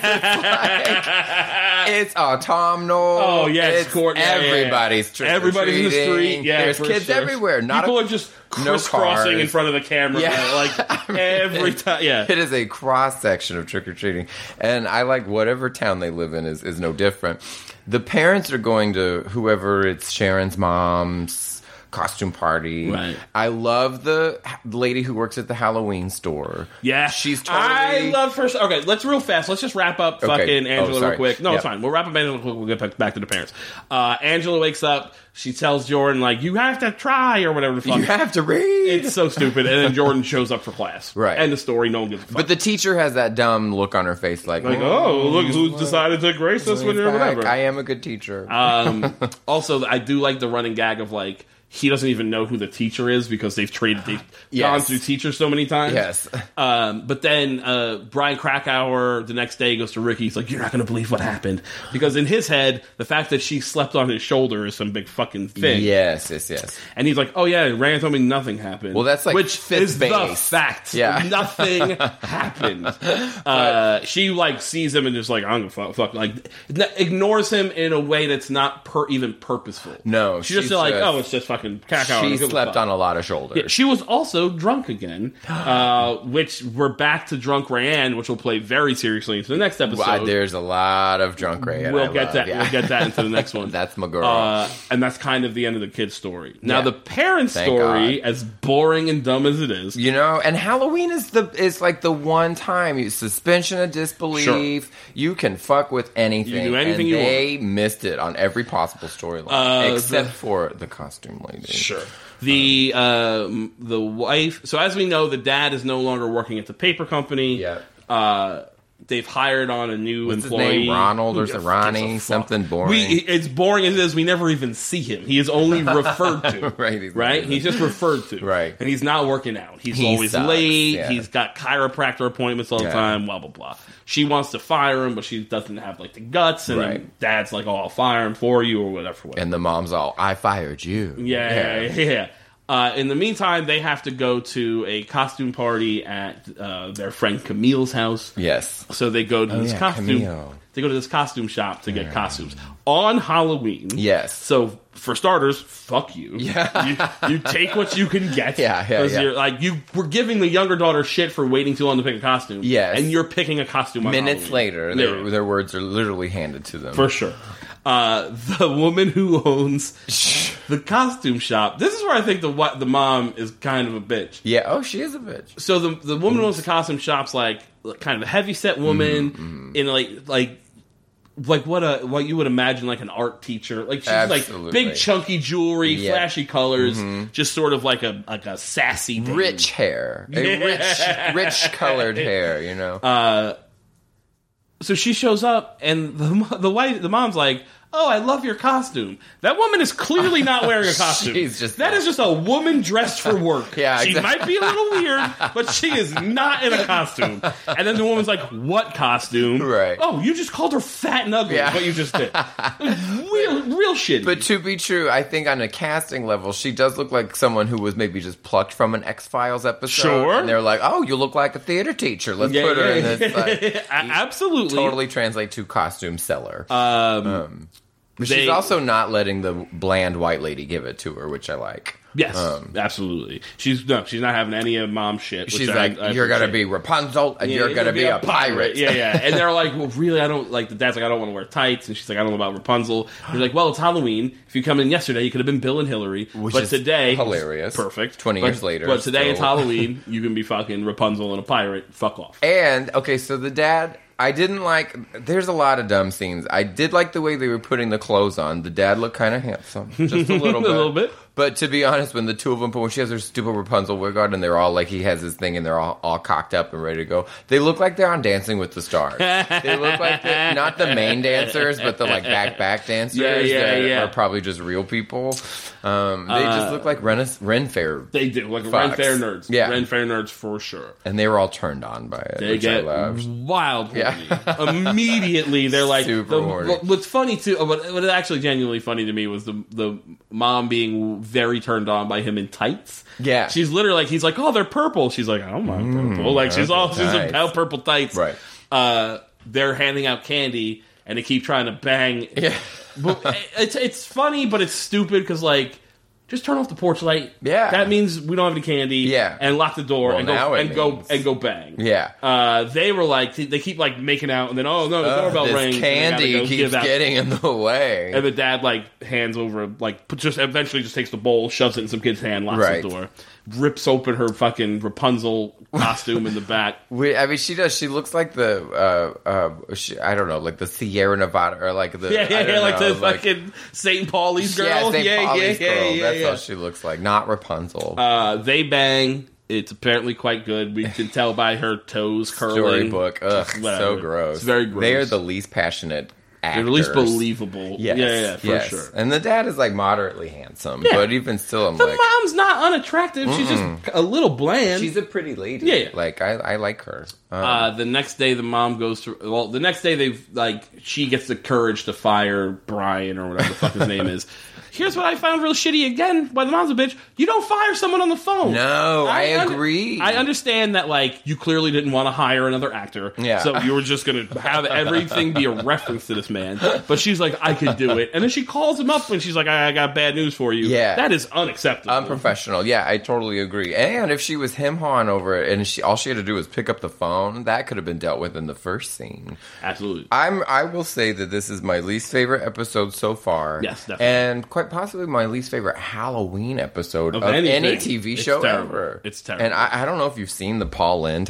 [SPEAKER 2] It's autumnal.
[SPEAKER 1] Oh yeah, it's, court. yeah, yeah, yeah.
[SPEAKER 2] everybody's trick or
[SPEAKER 1] everybody's in the
[SPEAKER 2] treating.
[SPEAKER 1] street. Yeah,
[SPEAKER 2] there's
[SPEAKER 1] for
[SPEAKER 2] kids
[SPEAKER 1] sure.
[SPEAKER 2] everywhere. Not
[SPEAKER 1] people
[SPEAKER 2] a,
[SPEAKER 1] are just
[SPEAKER 2] no
[SPEAKER 1] crisscrossing in
[SPEAKER 2] cars.
[SPEAKER 1] front of the camera,
[SPEAKER 2] Yeah.
[SPEAKER 1] like every time. Yeah,
[SPEAKER 2] it is a cross section of trick or treating, and I like whatever town they live in is is no different. The parents are going to whoever it's Sharon's mom's costume party.
[SPEAKER 1] Right.
[SPEAKER 2] I love the h- lady who works at the Halloween store.
[SPEAKER 1] yeah.
[SPEAKER 2] she's totally.
[SPEAKER 1] I love first. Okay, let's real fast. Let's just wrap up fucking
[SPEAKER 2] Oh,
[SPEAKER 1] Angela
[SPEAKER 2] sorry.
[SPEAKER 1] real quick. No, it's
[SPEAKER 2] Yeah.
[SPEAKER 1] fine. We'll wrap up Angela real quick. We'll get back- back to the parents. Uh, Angela wakes up. She tells Jordan like, "You have to try" or whatever the fuck.
[SPEAKER 2] you have to read.
[SPEAKER 1] it's so stupid. And then Jordan shows up for class.
[SPEAKER 2] Right.
[SPEAKER 1] And the story, no one gives a fuck.
[SPEAKER 2] but the teacher has that dumb look on her face, like,
[SPEAKER 1] like, oh, look who decided to grace us with your whatever.
[SPEAKER 2] I am a good teacher.
[SPEAKER 1] Um, also, I do like the running gag of like he doesn't even know who the teacher is because they've traded, they've
[SPEAKER 2] Yes.
[SPEAKER 1] gone through teachers so many times.
[SPEAKER 2] yes,
[SPEAKER 1] Um, but then uh, Brian Krakauer the next day goes to Ricky. He's like, "You're not going to believe what happened," because in his head, the fact that she slept on his shoulder is some big fucking thing.
[SPEAKER 2] yes, yes, yes.
[SPEAKER 1] And he's like, "Oh yeah, Rand told me nothing happened."
[SPEAKER 2] Well, that's, like,
[SPEAKER 1] which
[SPEAKER 2] fifth
[SPEAKER 1] is the
[SPEAKER 2] base.
[SPEAKER 1] fact.
[SPEAKER 2] Yeah.
[SPEAKER 1] nothing happened. Uh, she like sees him and just like, "I'm gonna fuck." fuck like, n- ignores him in a way that's not per- even purposeful.
[SPEAKER 2] No,
[SPEAKER 1] she's just
[SPEAKER 2] she's
[SPEAKER 1] like,
[SPEAKER 2] just-
[SPEAKER 1] "Oh, it's just fucking cacao."
[SPEAKER 2] She slept on a lot of shoulders.
[SPEAKER 1] She was also drunk again, uh, which we're back to drunk Ryan, which we'll play very seriously into the next episode.
[SPEAKER 2] Well, there's a lot of drunk Ray. and
[SPEAKER 1] we'll
[SPEAKER 2] I
[SPEAKER 1] get
[SPEAKER 2] love-
[SPEAKER 1] that.
[SPEAKER 2] yeah.
[SPEAKER 1] We'll get that into the next one.
[SPEAKER 2] That's my girl.
[SPEAKER 1] Uh, and that's kind of the end of the kid's story. Now
[SPEAKER 2] Yeah.
[SPEAKER 1] the parents'
[SPEAKER 2] Thank
[SPEAKER 1] story, as boring and dumb as it is,
[SPEAKER 2] you know, and Halloween is the is like the one time you suspension of disbelief. You can fuck with anything.
[SPEAKER 1] do anything
[SPEAKER 2] and
[SPEAKER 1] you
[SPEAKER 2] they missed it on every possible storyline
[SPEAKER 1] Uh,
[SPEAKER 2] except
[SPEAKER 1] the-
[SPEAKER 2] for the costume lady.
[SPEAKER 1] The um, the wife. So as we know, the dad is no longer working at the paper company.
[SPEAKER 2] Yeah.
[SPEAKER 1] Uh, they've hired on a new
[SPEAKER 2] What's his
[SPEAKER 1] employee,
[SPEAKER 2] name? Ronald or
[SPEAKER 1] Who gives
[SPEAKER 2] Ronnie?
[SPEAKER 1] a fuck?
[SPEAKER 2] Something boring.
[SPEAKER 1] We, it's boring as it is. We never even see him. He is only referred to.
[SPEAKER 2] Right, he's not
[SPEAKER 1] Right.
[SPEAKER 2] even-
[SPEAKER 1] He's just referred to.
[SPEAKER 2] Right.
[SPEAKER 1] And he's not working out. He's
[SPEAKER 2] He
[SPEAKER 1] always
[SPEAKER 2] sucks,
[SPEAKER 1] late.
[SPEAKER 2] yeah.
[SPEAKER 1] He's got chiropractor appointments all the
[SPEAKER 2] Yeah.
[SPEAKER 1] time. Blah blah blah. She wants to fire him, but she doesn't have like the guts. And then
[SPEAKER 2] Right.
[SPEAKER 1] dad's like, "Oh, I'll fire him for you or whatever." whatever.
[SPEAKER 2] And the mom's all, "I fired you."
[SPEAKER 1] Yeah, yeah. yeah. Uh, in the meantime, they have to go to a costume party at uh, their friend Camille's house.
[SPEAKER 2] Yes.
[SPEAKER 1] So they go to this
[SPEAKER 2] Oh, yeah,
[SPEAKER 1] costume.
[SPEAKER 2] Camille.
[SPEAKER 1] They go to this costume shop to get costumes on Halloween.
[SPEAKER 2] Yes.
[SPEAKER 1] So for starters, fuck you. Yeah. You, you take what you can get.
[SPEAKER 2] Yeah, yeah,
[SPEAKER 1] 'Cause
[SPEAKER 2] yeah.
[SPEAKER 1] You're, like you were giving the younger daughter shit for waiting too long to pick a costume.
[SPEAKER 2] Yes.
[SPEAKER 1] And you're picking a costume on
[SPEAKER 2] Minutes
[SPEAKER 1] Halloween.
[SPEAKER 2] later,
[SPEAKER 1] Yeah.
[SPEAKER 2] their, their words are literally handed to them.
[SPEAKER 1] for sure. Uh, the woman who owns the costume shop. This is where I think the wa- the mom is kind of a bitch.
[SPEAKER 2] yeah. Oh, she is a bitch.
[SPEAKER 1] So the the woman who owns the costume shop's like kind of a heavy set woman
[SPEAKER 2] Mm-hmm,
[SPEAKER 1] in like like like what a what you would imagine like an art teacher. Like she's
[SPEAKER 2] Absolutely.
[SPEAKER 1] like big chunky jewelry,
[SPEAKER 2] Yeah. Mm-hmm.
[SPEAKER 1] flashy colors, just sort of like a like a sassy dame.
[SPEAKER 2] rich hair, a
[SPEAKER 1] Yeah. Um,
[SPEAKER 2] rich, rich colored hair. You know,
[SPEAKER 1] so she shows up and the the wife the mom's like "Oh, I love your costume." That woman is clearly not wearing a costume.
[SPEAKER 2] She's just-
[SPEAKER 1] that is just a woman dressed for work.
[SPEAKER 2] Yeah,
[SPEAKER 1] she
[SPEAKER 2] exactly.
[SPEAKER 1] might be a little weird, but she is not in a costume. And then the woman's like, "What costume?"
[SPEAKER 2] Right.
[SPEAKER 1] Oh, you just called her fat and ugly. is
[SPEAKER 2] Yeah.
[SPEAKER 1] What you just did? real, real shitty.
[SPEAKER 2] But to be true, I think on a casting level, she does look like someone who was maybe just plucked from an X Files episode.
[SPEAKER 1] Sure.
[SPEAKER 2] And they're like, oh, you look like a theater teacher. Let's
[SPEAKER 1] Yeah,
[SPEAKER 2] put her
[SPEAKER 1] yeah,
[SPEAKER 2] in this. Like,
[SPEAKER 1] A- absolutely.
[SPEAKER 2] totally translate to costume seller.
[SPEAKER 1] Um,
[SPEAKER 2] But
[SPEAKER 1] they-
[SPEAKER 2] She's also not letting the bland white lady give it to her, which I like.
[SPEAKER 1] Yes,
[SPEAKER 2] Um,
[SPEAKER 1] absolutely. She's no, she's not having any of mom shit. which
[SPEAKER 2] She's
[SPEAKER 1] I-
[SPEAKER 2] like,
[SPEAKER 1] I
[SPEAKER 2] you're going to
[SPEAKER 1] appreciate.
[SPEAKER 2] be Rapunzel and
[SPEAKER 1] Yeah,
[SPEAKER 2] you're going to be, a pirate.
[SPEAKER 1] Yeah, yeah. And they're like, well, really, I don't like. The dad's like, I don't want to wear tights, and she's like, I don't know about Rapunzel. And they're like, well, it's Halloween. If you come in yesterday, you could have been Bill and Hillary.
[SPEAKER 2] Which
[SPEAKER 1] but
[SPEAKER 2] is
[SPEAKER 1] today,
[SPEAKER 2] hilarious.
[SPEAKER 1] perfect.
[SPEAKER 2] 20
[SPEAKER 1] But-
[SPEAKER 2] years later,
[SPEAKER 1] but today it's
[SPEAKER 2] still-
[SPEAKER 1] Halloween. You can be fucking Rapunzel and a pirate. Fuck off.
[SPEAKER 2] And okay, so the dad, I didn't like. There's a lot of dumb scenes. I did like the way they were putting the clothes on. The dad looked kind of handsome, just a little
[SPEAKER 1] A
[SPEAKER 2] bit.
[SPEAKER 1] little bit.
[SPEAKER 2] But to be honest, when the two of them, when she has her stupid Rapunzel wig on, and they're all like, he has his thing, and they're all, all cocked up and ready to go. They look like they're on Dancing with the Stars. they look like they're, not the main dancers, but the like back back dancers
[SPEAKER 1] Yeah, yeah,
[SPEAKER 2] that
[SPEAKER 1] yeah. Uh,
[SPEAKER 2] are probably just real people. Um, they just look like Ren, Ren Fair,
[SPEAKER 1] They do like Ren
[SPEAKER 2] Fox.
[SPEAKER 1] Fair nerds.
[SPEAKER 2] Yeah.
[SPEAKER 1] Ren Fair nerds for sure.
[SPEAKER 2] and they were all turned on by it.
[SPEAKER 1] They
[SPEAKER 2] which I
[SPEAKER 1] get
[SPEAKER 2] loved.
[SPEAKER 1] wild.
[SPEAKER 2] Yeah.
[SPEAKER 1] horny. Immediately, they're like.
[SPEAKER 2] Super
[SPEAKER 1] the-
[SPEAKER 2] horny.
[SPEAKER 1] What's funny too, what, what is actually genuinely funny to me was the the mom being very turned on by him in tights.
[SPEAKER 2] Yeah.
[SPEAKER 1] she's literally like, he's like, oh, they're purple. She's like, I don't mind purple. Like she's all she's
[SPEAKER 2] nice.
[SPEAKER 1] about purple tights.
[SPEAKER 2] Right.
[SPEAKER 1] Uh, they're handing out candy and they keep trying to bang.
[SPEAKER 2] Yeah.
[SPEAKER 1] But it's it's funny, but it's stupid because like. Just turn off the porch light.
[SPEAKER 2] Yeah.
[SPEAKER 1] that means we don't have any candy.
[SPEAKER 2] Yeah.
[SPEAKER 1] and lock the door
[SPEAKER 2] Well,
[SPEAKER 1] and
[SPEAKER 2] now
[SPEAKER 1] go
[SPEAKER 2] it
[SPEAKER 1] and go
[SPEAKER 2] means-
[SPEAKER 1] and go bang.
[SPEAKER 2] Yeah.
[SPEAKER 1] Uh, they were like, they keep like making out, and then oh no, the
[SPEAKER 2] Ugh,
[SPEAKER 1] doorbell
[SPEAKER 2] this
[SPEAKER 1] rings. and they gotta
[SPEAKER 2] candy
[SPEAKER 1] go
[SPEAKER 2] keeps
[SPEAKER 1] give out-
[SPEAKER 2] getting in the way.
[SPEAKER 1] And the dad like hands over, like put- just eventually just takes the bowl, shoves it in some kid's hand, locks
[SPEAKER 2] Right.
[SPEAKER 1] the door, rips open her fucking Rapunzel costume in the back.
[SPEAKER 2] We, I mean, she does. She looks like the uh, uh, she, I don't know, like the Sierra Nevada or like the
[SPEAKER 1] Yeah,
[SPEAKER 2] I
[SPEAKER 1] yeah,
[SPEAKER 2] don't
[SPEAKER 1] yeah, like
[SPEAKER 2] know,
[SPEAKER 1] the fucking St. Pauli's girl.
[SPEAKER 2] yeah,
[SPEAKER 1] Yeah,
[SPEAKER 2] St.
[SPEAKER 1] yeah,
[SPEAKER 2] Polly's
[SPEAKER 1] yeah,
[SPEAKER 2] girl.
[SPEAKER 1] yeah,
[SPEAKER 2] That's
[SPEAKER 1] yeah.
[SPEAKER 2] all she looks like, not Rapunzel.
[SPEAKER 1] Uh, they bang. It's apparently quite good. We can tell by her toes curling.
[SPEAKER 2] Storybook, ugh,
[SPEAKER 1] whatever.
[SPEAKER 2] so gross.
[SPEAKER 1] It's very gross.
[SPEAKER 2] They are the least passionate actors.
[SPEAKER 1] They're at least believable.
[SPEAKER 2] Yes,
[SPEAKER 1] Yeah, yeah, for
[SPEAKER 2] yes.
[SPEAKER 1] sure.
[SPEAKER 2] And the dad is like moderately handsome, but even still, I'm
[SPEAKER 1] The
[SPEAKER 2] like,
[SPEAKER 1] mom's not unattractive. She's just a little bland.
[SPEAKER 2] she's a pretty lady.
[SPEAKER 1] Yeah, yeah.
[SPEAKER 2] like I, I like her. Um,
[SPEAKER 1] uh, the next day, the mom goes to. Well, the next day, they've like she gets the courage to fire Brian or whatever the fuck his name is. Here's what I found real shitty again. Why the mom's a bitch? You don't fire someone on the phone.
[SPEAKER 2] no, I,
[SPEAKER 1] un-
[SPEAKER 2] agree.
[SPEAKER 1] I understand that, like, you clearly didn't want to hire another actor.
[SPEAKER 2] Yeah.
[SPEAKER 1] So you were just going to have everything be a reference to this man. But she's like, I could do it. And then she calls him up and she's like, I, I got bad news for you.
[SPEAKER 2] Yeah.
[SPEAKER 1] That is unacceptable.
[SPEAKER 2] Unprofessional. Yeah, I totally agree. And if she was him hawing over it, and she all she had to do was pick up the phone, that could have been dealt with in the first scene.
[SPEAKER 1] Absolutely.
[SPEAKER 2] I'm. I will say that this is my least favorite episode so far.
[SPEAKER 1] Yes, definitely.
[SPEAKER 2] and quite possibly my least favorite Halloween episode of,
[SPEAKER 1] anything.
[SPEAKER 2] any TV
[SPEAKER 1] It's
[SPEAKER 2] show
[SPEAKER 1] terrible.
[SPEAKER 2] ever.
[SPEAKER 1] It's terrible.
[SPEAKER 2] And I, I don't know if you've seen the Paul Lind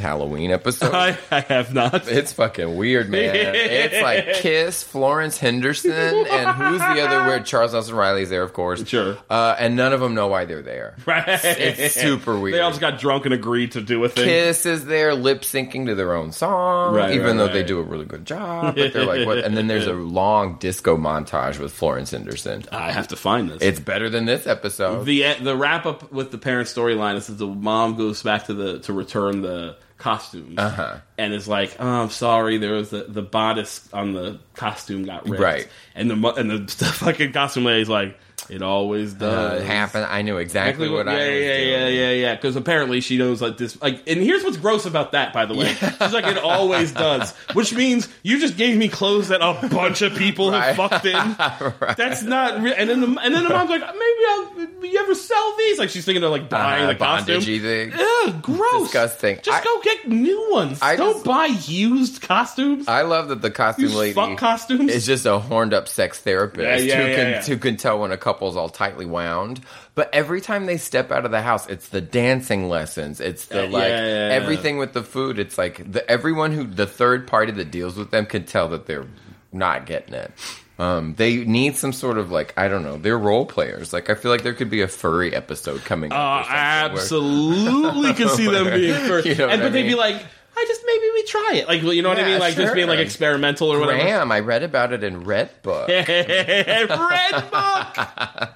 [SPEAKER 2] Halloween episode.
[SPEAKER 1] I, I have not.
[SPEAKER 2] It's fucking weird, man. it's like Kiss, Florence Henderson, and who's the other weird? Charles Nelson Riley's there, of course.
[SPEAKER 1] Sure.
[SPEAKER 2] Uh, and none of them know why they're there.
[SPEAKER 1] Right.
[SPEAKER 2] It's super weird.
[SPEAKER 1] They all just got drunk and agreed to do a thing.
[SPEAKER 2] Kiss is there lip syncing to their own song,
[SPEAKER 1] Right,
[SPEAKER 2] even
[SPEAKER 1] right,
[SPEAKER 2] though
[SPEAKER 1] right.
[SPEAKER 2] they do a really good job. But they're like, what? And then there's a long disco montage with Florence Henderson.
[SPEAKER 1] I have to find this.
[SPEAKER 2] It's better than this episode.
[SPEAKER 1] Ah. the uh, the wrap up with the parent storyline is that the mom goes back to the to return the costumes
[SPEAKER 2] Uh-huh.
[SPEAKER 1] and is like, "Oh, I'm sorry, there was the, the bodice on the costume got ripped."
[SPEAKER 2] Right.
[SPEAKER 1] And the mo- and the, the fucking costume lady's like, "It always
[SPEAKER 2] uh,
[SPEAKER 1] does."
[SPEAKER 2] happened. I knew exactly what
[SPEAKER 1] yeah,
[SPEAKER 2] I was
[SPEAKER 1] yeah,
[SPEAKER 2] doing.
[SPEAKER 1] yeah, yeah, yeah. Because apparently she knows like this. Like, and here's what's gross about that, by the way. She's like, it always does, which means you just gave me clothes that a bunch of people
[SPEAKER 2] Right.
[SPEAKER 1] have fucked in. That's not. Re- and then the, and then the mom's like, maybe I'll. You ever sell these? Like she's thinking of like buying
[SPEAKER 2] Uh,
[SPEAKER 1] the
[SPEAKER 2] bondage-y
[SPEAKER 1] costume.
[SPEAKER 2] thing.
[SPEAKER 1] Ugh, gross,
[SPEAKER 2] Disgusting.
[SPEAKER 1] Just
[SPEAKER 2] I-
[SPEAKER 1] go get new ones.
[SPEAKER 2] I
[SPEAKER 1] Don't
[SPEAKER 2] just-
[SPEAKER 1] buy used costumes.
[SPEAKER 2] I love that the costume
[SPEAKER 1] Use
[SPEAKER 2] lady
[SPEAKER 1] fuck costumes.
[SPEAKER 2] is just a horned up sex therapist
[SPEAKER 1] Yeah, yeah,
[SPEAKER 2] who,
[SPEAKER 1] yeah,
[SPEAKER 2] can,
[SPEAKER 1] yeah.
[SPEAKER 2] who can tell when a couple's all tightly wound. But every time they step out of the house, it's the dancing lessons. It's the
[SPEAKER 1] Yeah,
[SPEAKER 2] like
[SPEAKER 1] yeah, yeah, yeah.
[SPEAKER 2] everything with the food. It's like the everyone who the third party that deals with them can tell that they're not getting it. Um, they need some sort of like I don't know. They're role players. Like I feel like there could be a furry episode coming. up or
[SPEAKER 1] Oh,
[SPEAKER 2] something where-
[SPEAKER 1] absolutely could see them being first.
[SPEAKER 2] You know
[SPEAKER 1] and but
[SPEAKER 2] what I
[SPEAKER 1] they'd be
[SPEAKER 2] mean?
[SPEAKER 1] like, I I just maybe we try it. Like, well, you know what I
[SPEAKER 2] Yeah,
[SPEAKER 1] mean? Like just being like
[SPEAKER 2] sure.
[SPEAKER 1] experimental or whatever.
[SPEAKER 2] Graham, I read about it in Red Book.
[SPEAKER 1] Red book.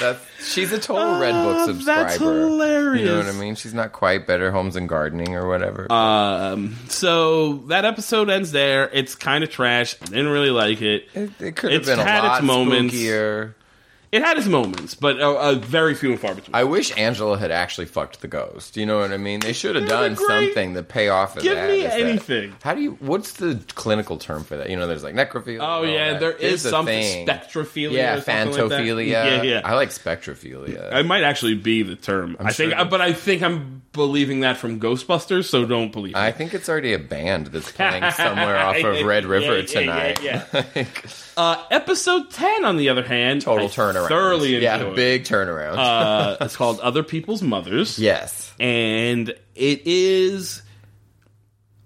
[SPEAKER 2] That's she's a total Red Book
[SPEAKER 1] Oh,
[SPEAKER 2] subscriber.
[SPEAKER 1] That's hilarious.
[SPEAKER 2] You know what I mean? She's not quite Better Homes and Gardening or whatever.
[SPEAKER 1] Um, so that episode ends there. It's kind of trash. I didn't really like it.
[SPEAKER 2] it, it could have
[SPEAKER 1] it's
[SPEAKER 2] been a
[SPEAKER 1] had its
[SPEAKER 2] lot
[SPEAKER 1] moments.
[SPEAKER 2] spookier.
[SPEAKER 1] It had its moments, but uh, uh, very few and far between.
[SPEAKER 2] I wish Angela had actually fucked the ghost. You know what I mean? They should have
[SPEAKER 1] That
[SPEAKER 2] done
[SPEAKER 1] would've been great.
[SPEAKER 2] something to pay off of
[SPEAKER 1] Give
[SPEAKER 2] that.
[SPEAKER 1] me
[SPEAKER 2] is that-
[SPEAKER 1] anything.
[SPEAKER 2] How do you? What's the clinical term for that? You know, there's like necrophilia.
[SPEAKER 1] Oh
[SPEAKER 2] and all
[SPEAKER 1] yeah,
[SPEAKER 2] that.
[SPEAKER 1] there is
[SPEAKER 2] There's a
[SPEAKER 1] something
[SPEAKER 2] thing.
[SPEAKER 1] spectrophilia.
[SPEAKER 2] Yeah,
[SPEAKER 1] or something like that.
[SPEAKER 2] phantophilia.
[SPEAKER 1] yeah, yeah.
[SPEAKER 2] I like spectrophilia.
[SPEAKER 1] It might actually be the term. i think,
[SPEAKER 2] sure it is.
[SPEAKER 1] but I think I'm believing that from Ghostbusters, so don't believe.
[SPEAKER 2] I
[SPEAKER 1] it.
[SPEAKER 2] think it's already a band that's playing somewhere off of Red River
[SPEAKER 1] Yeah, yeah,
[SPEAKER 2] tonight.
[SPEAKER 1] yeah,
[SPEAKER 2] Like,
[SPEAKER 1] Uh, episode ten, on the other hand,
[SPEAKER 2] total
[SPEAKER 1] I
[SPEAKER 2] turnaround.
[SPEAKER 1] Thoroughly
[SPEAKER 2] yeah,
[SPEAKER 1] enjoyed.
[SPEAKER 2] big turnaround.
[SPEAKER 1] uh, it's called Other People's Mothers.
[SPEAKER 2] yes.
[SPEAKER 1] and it is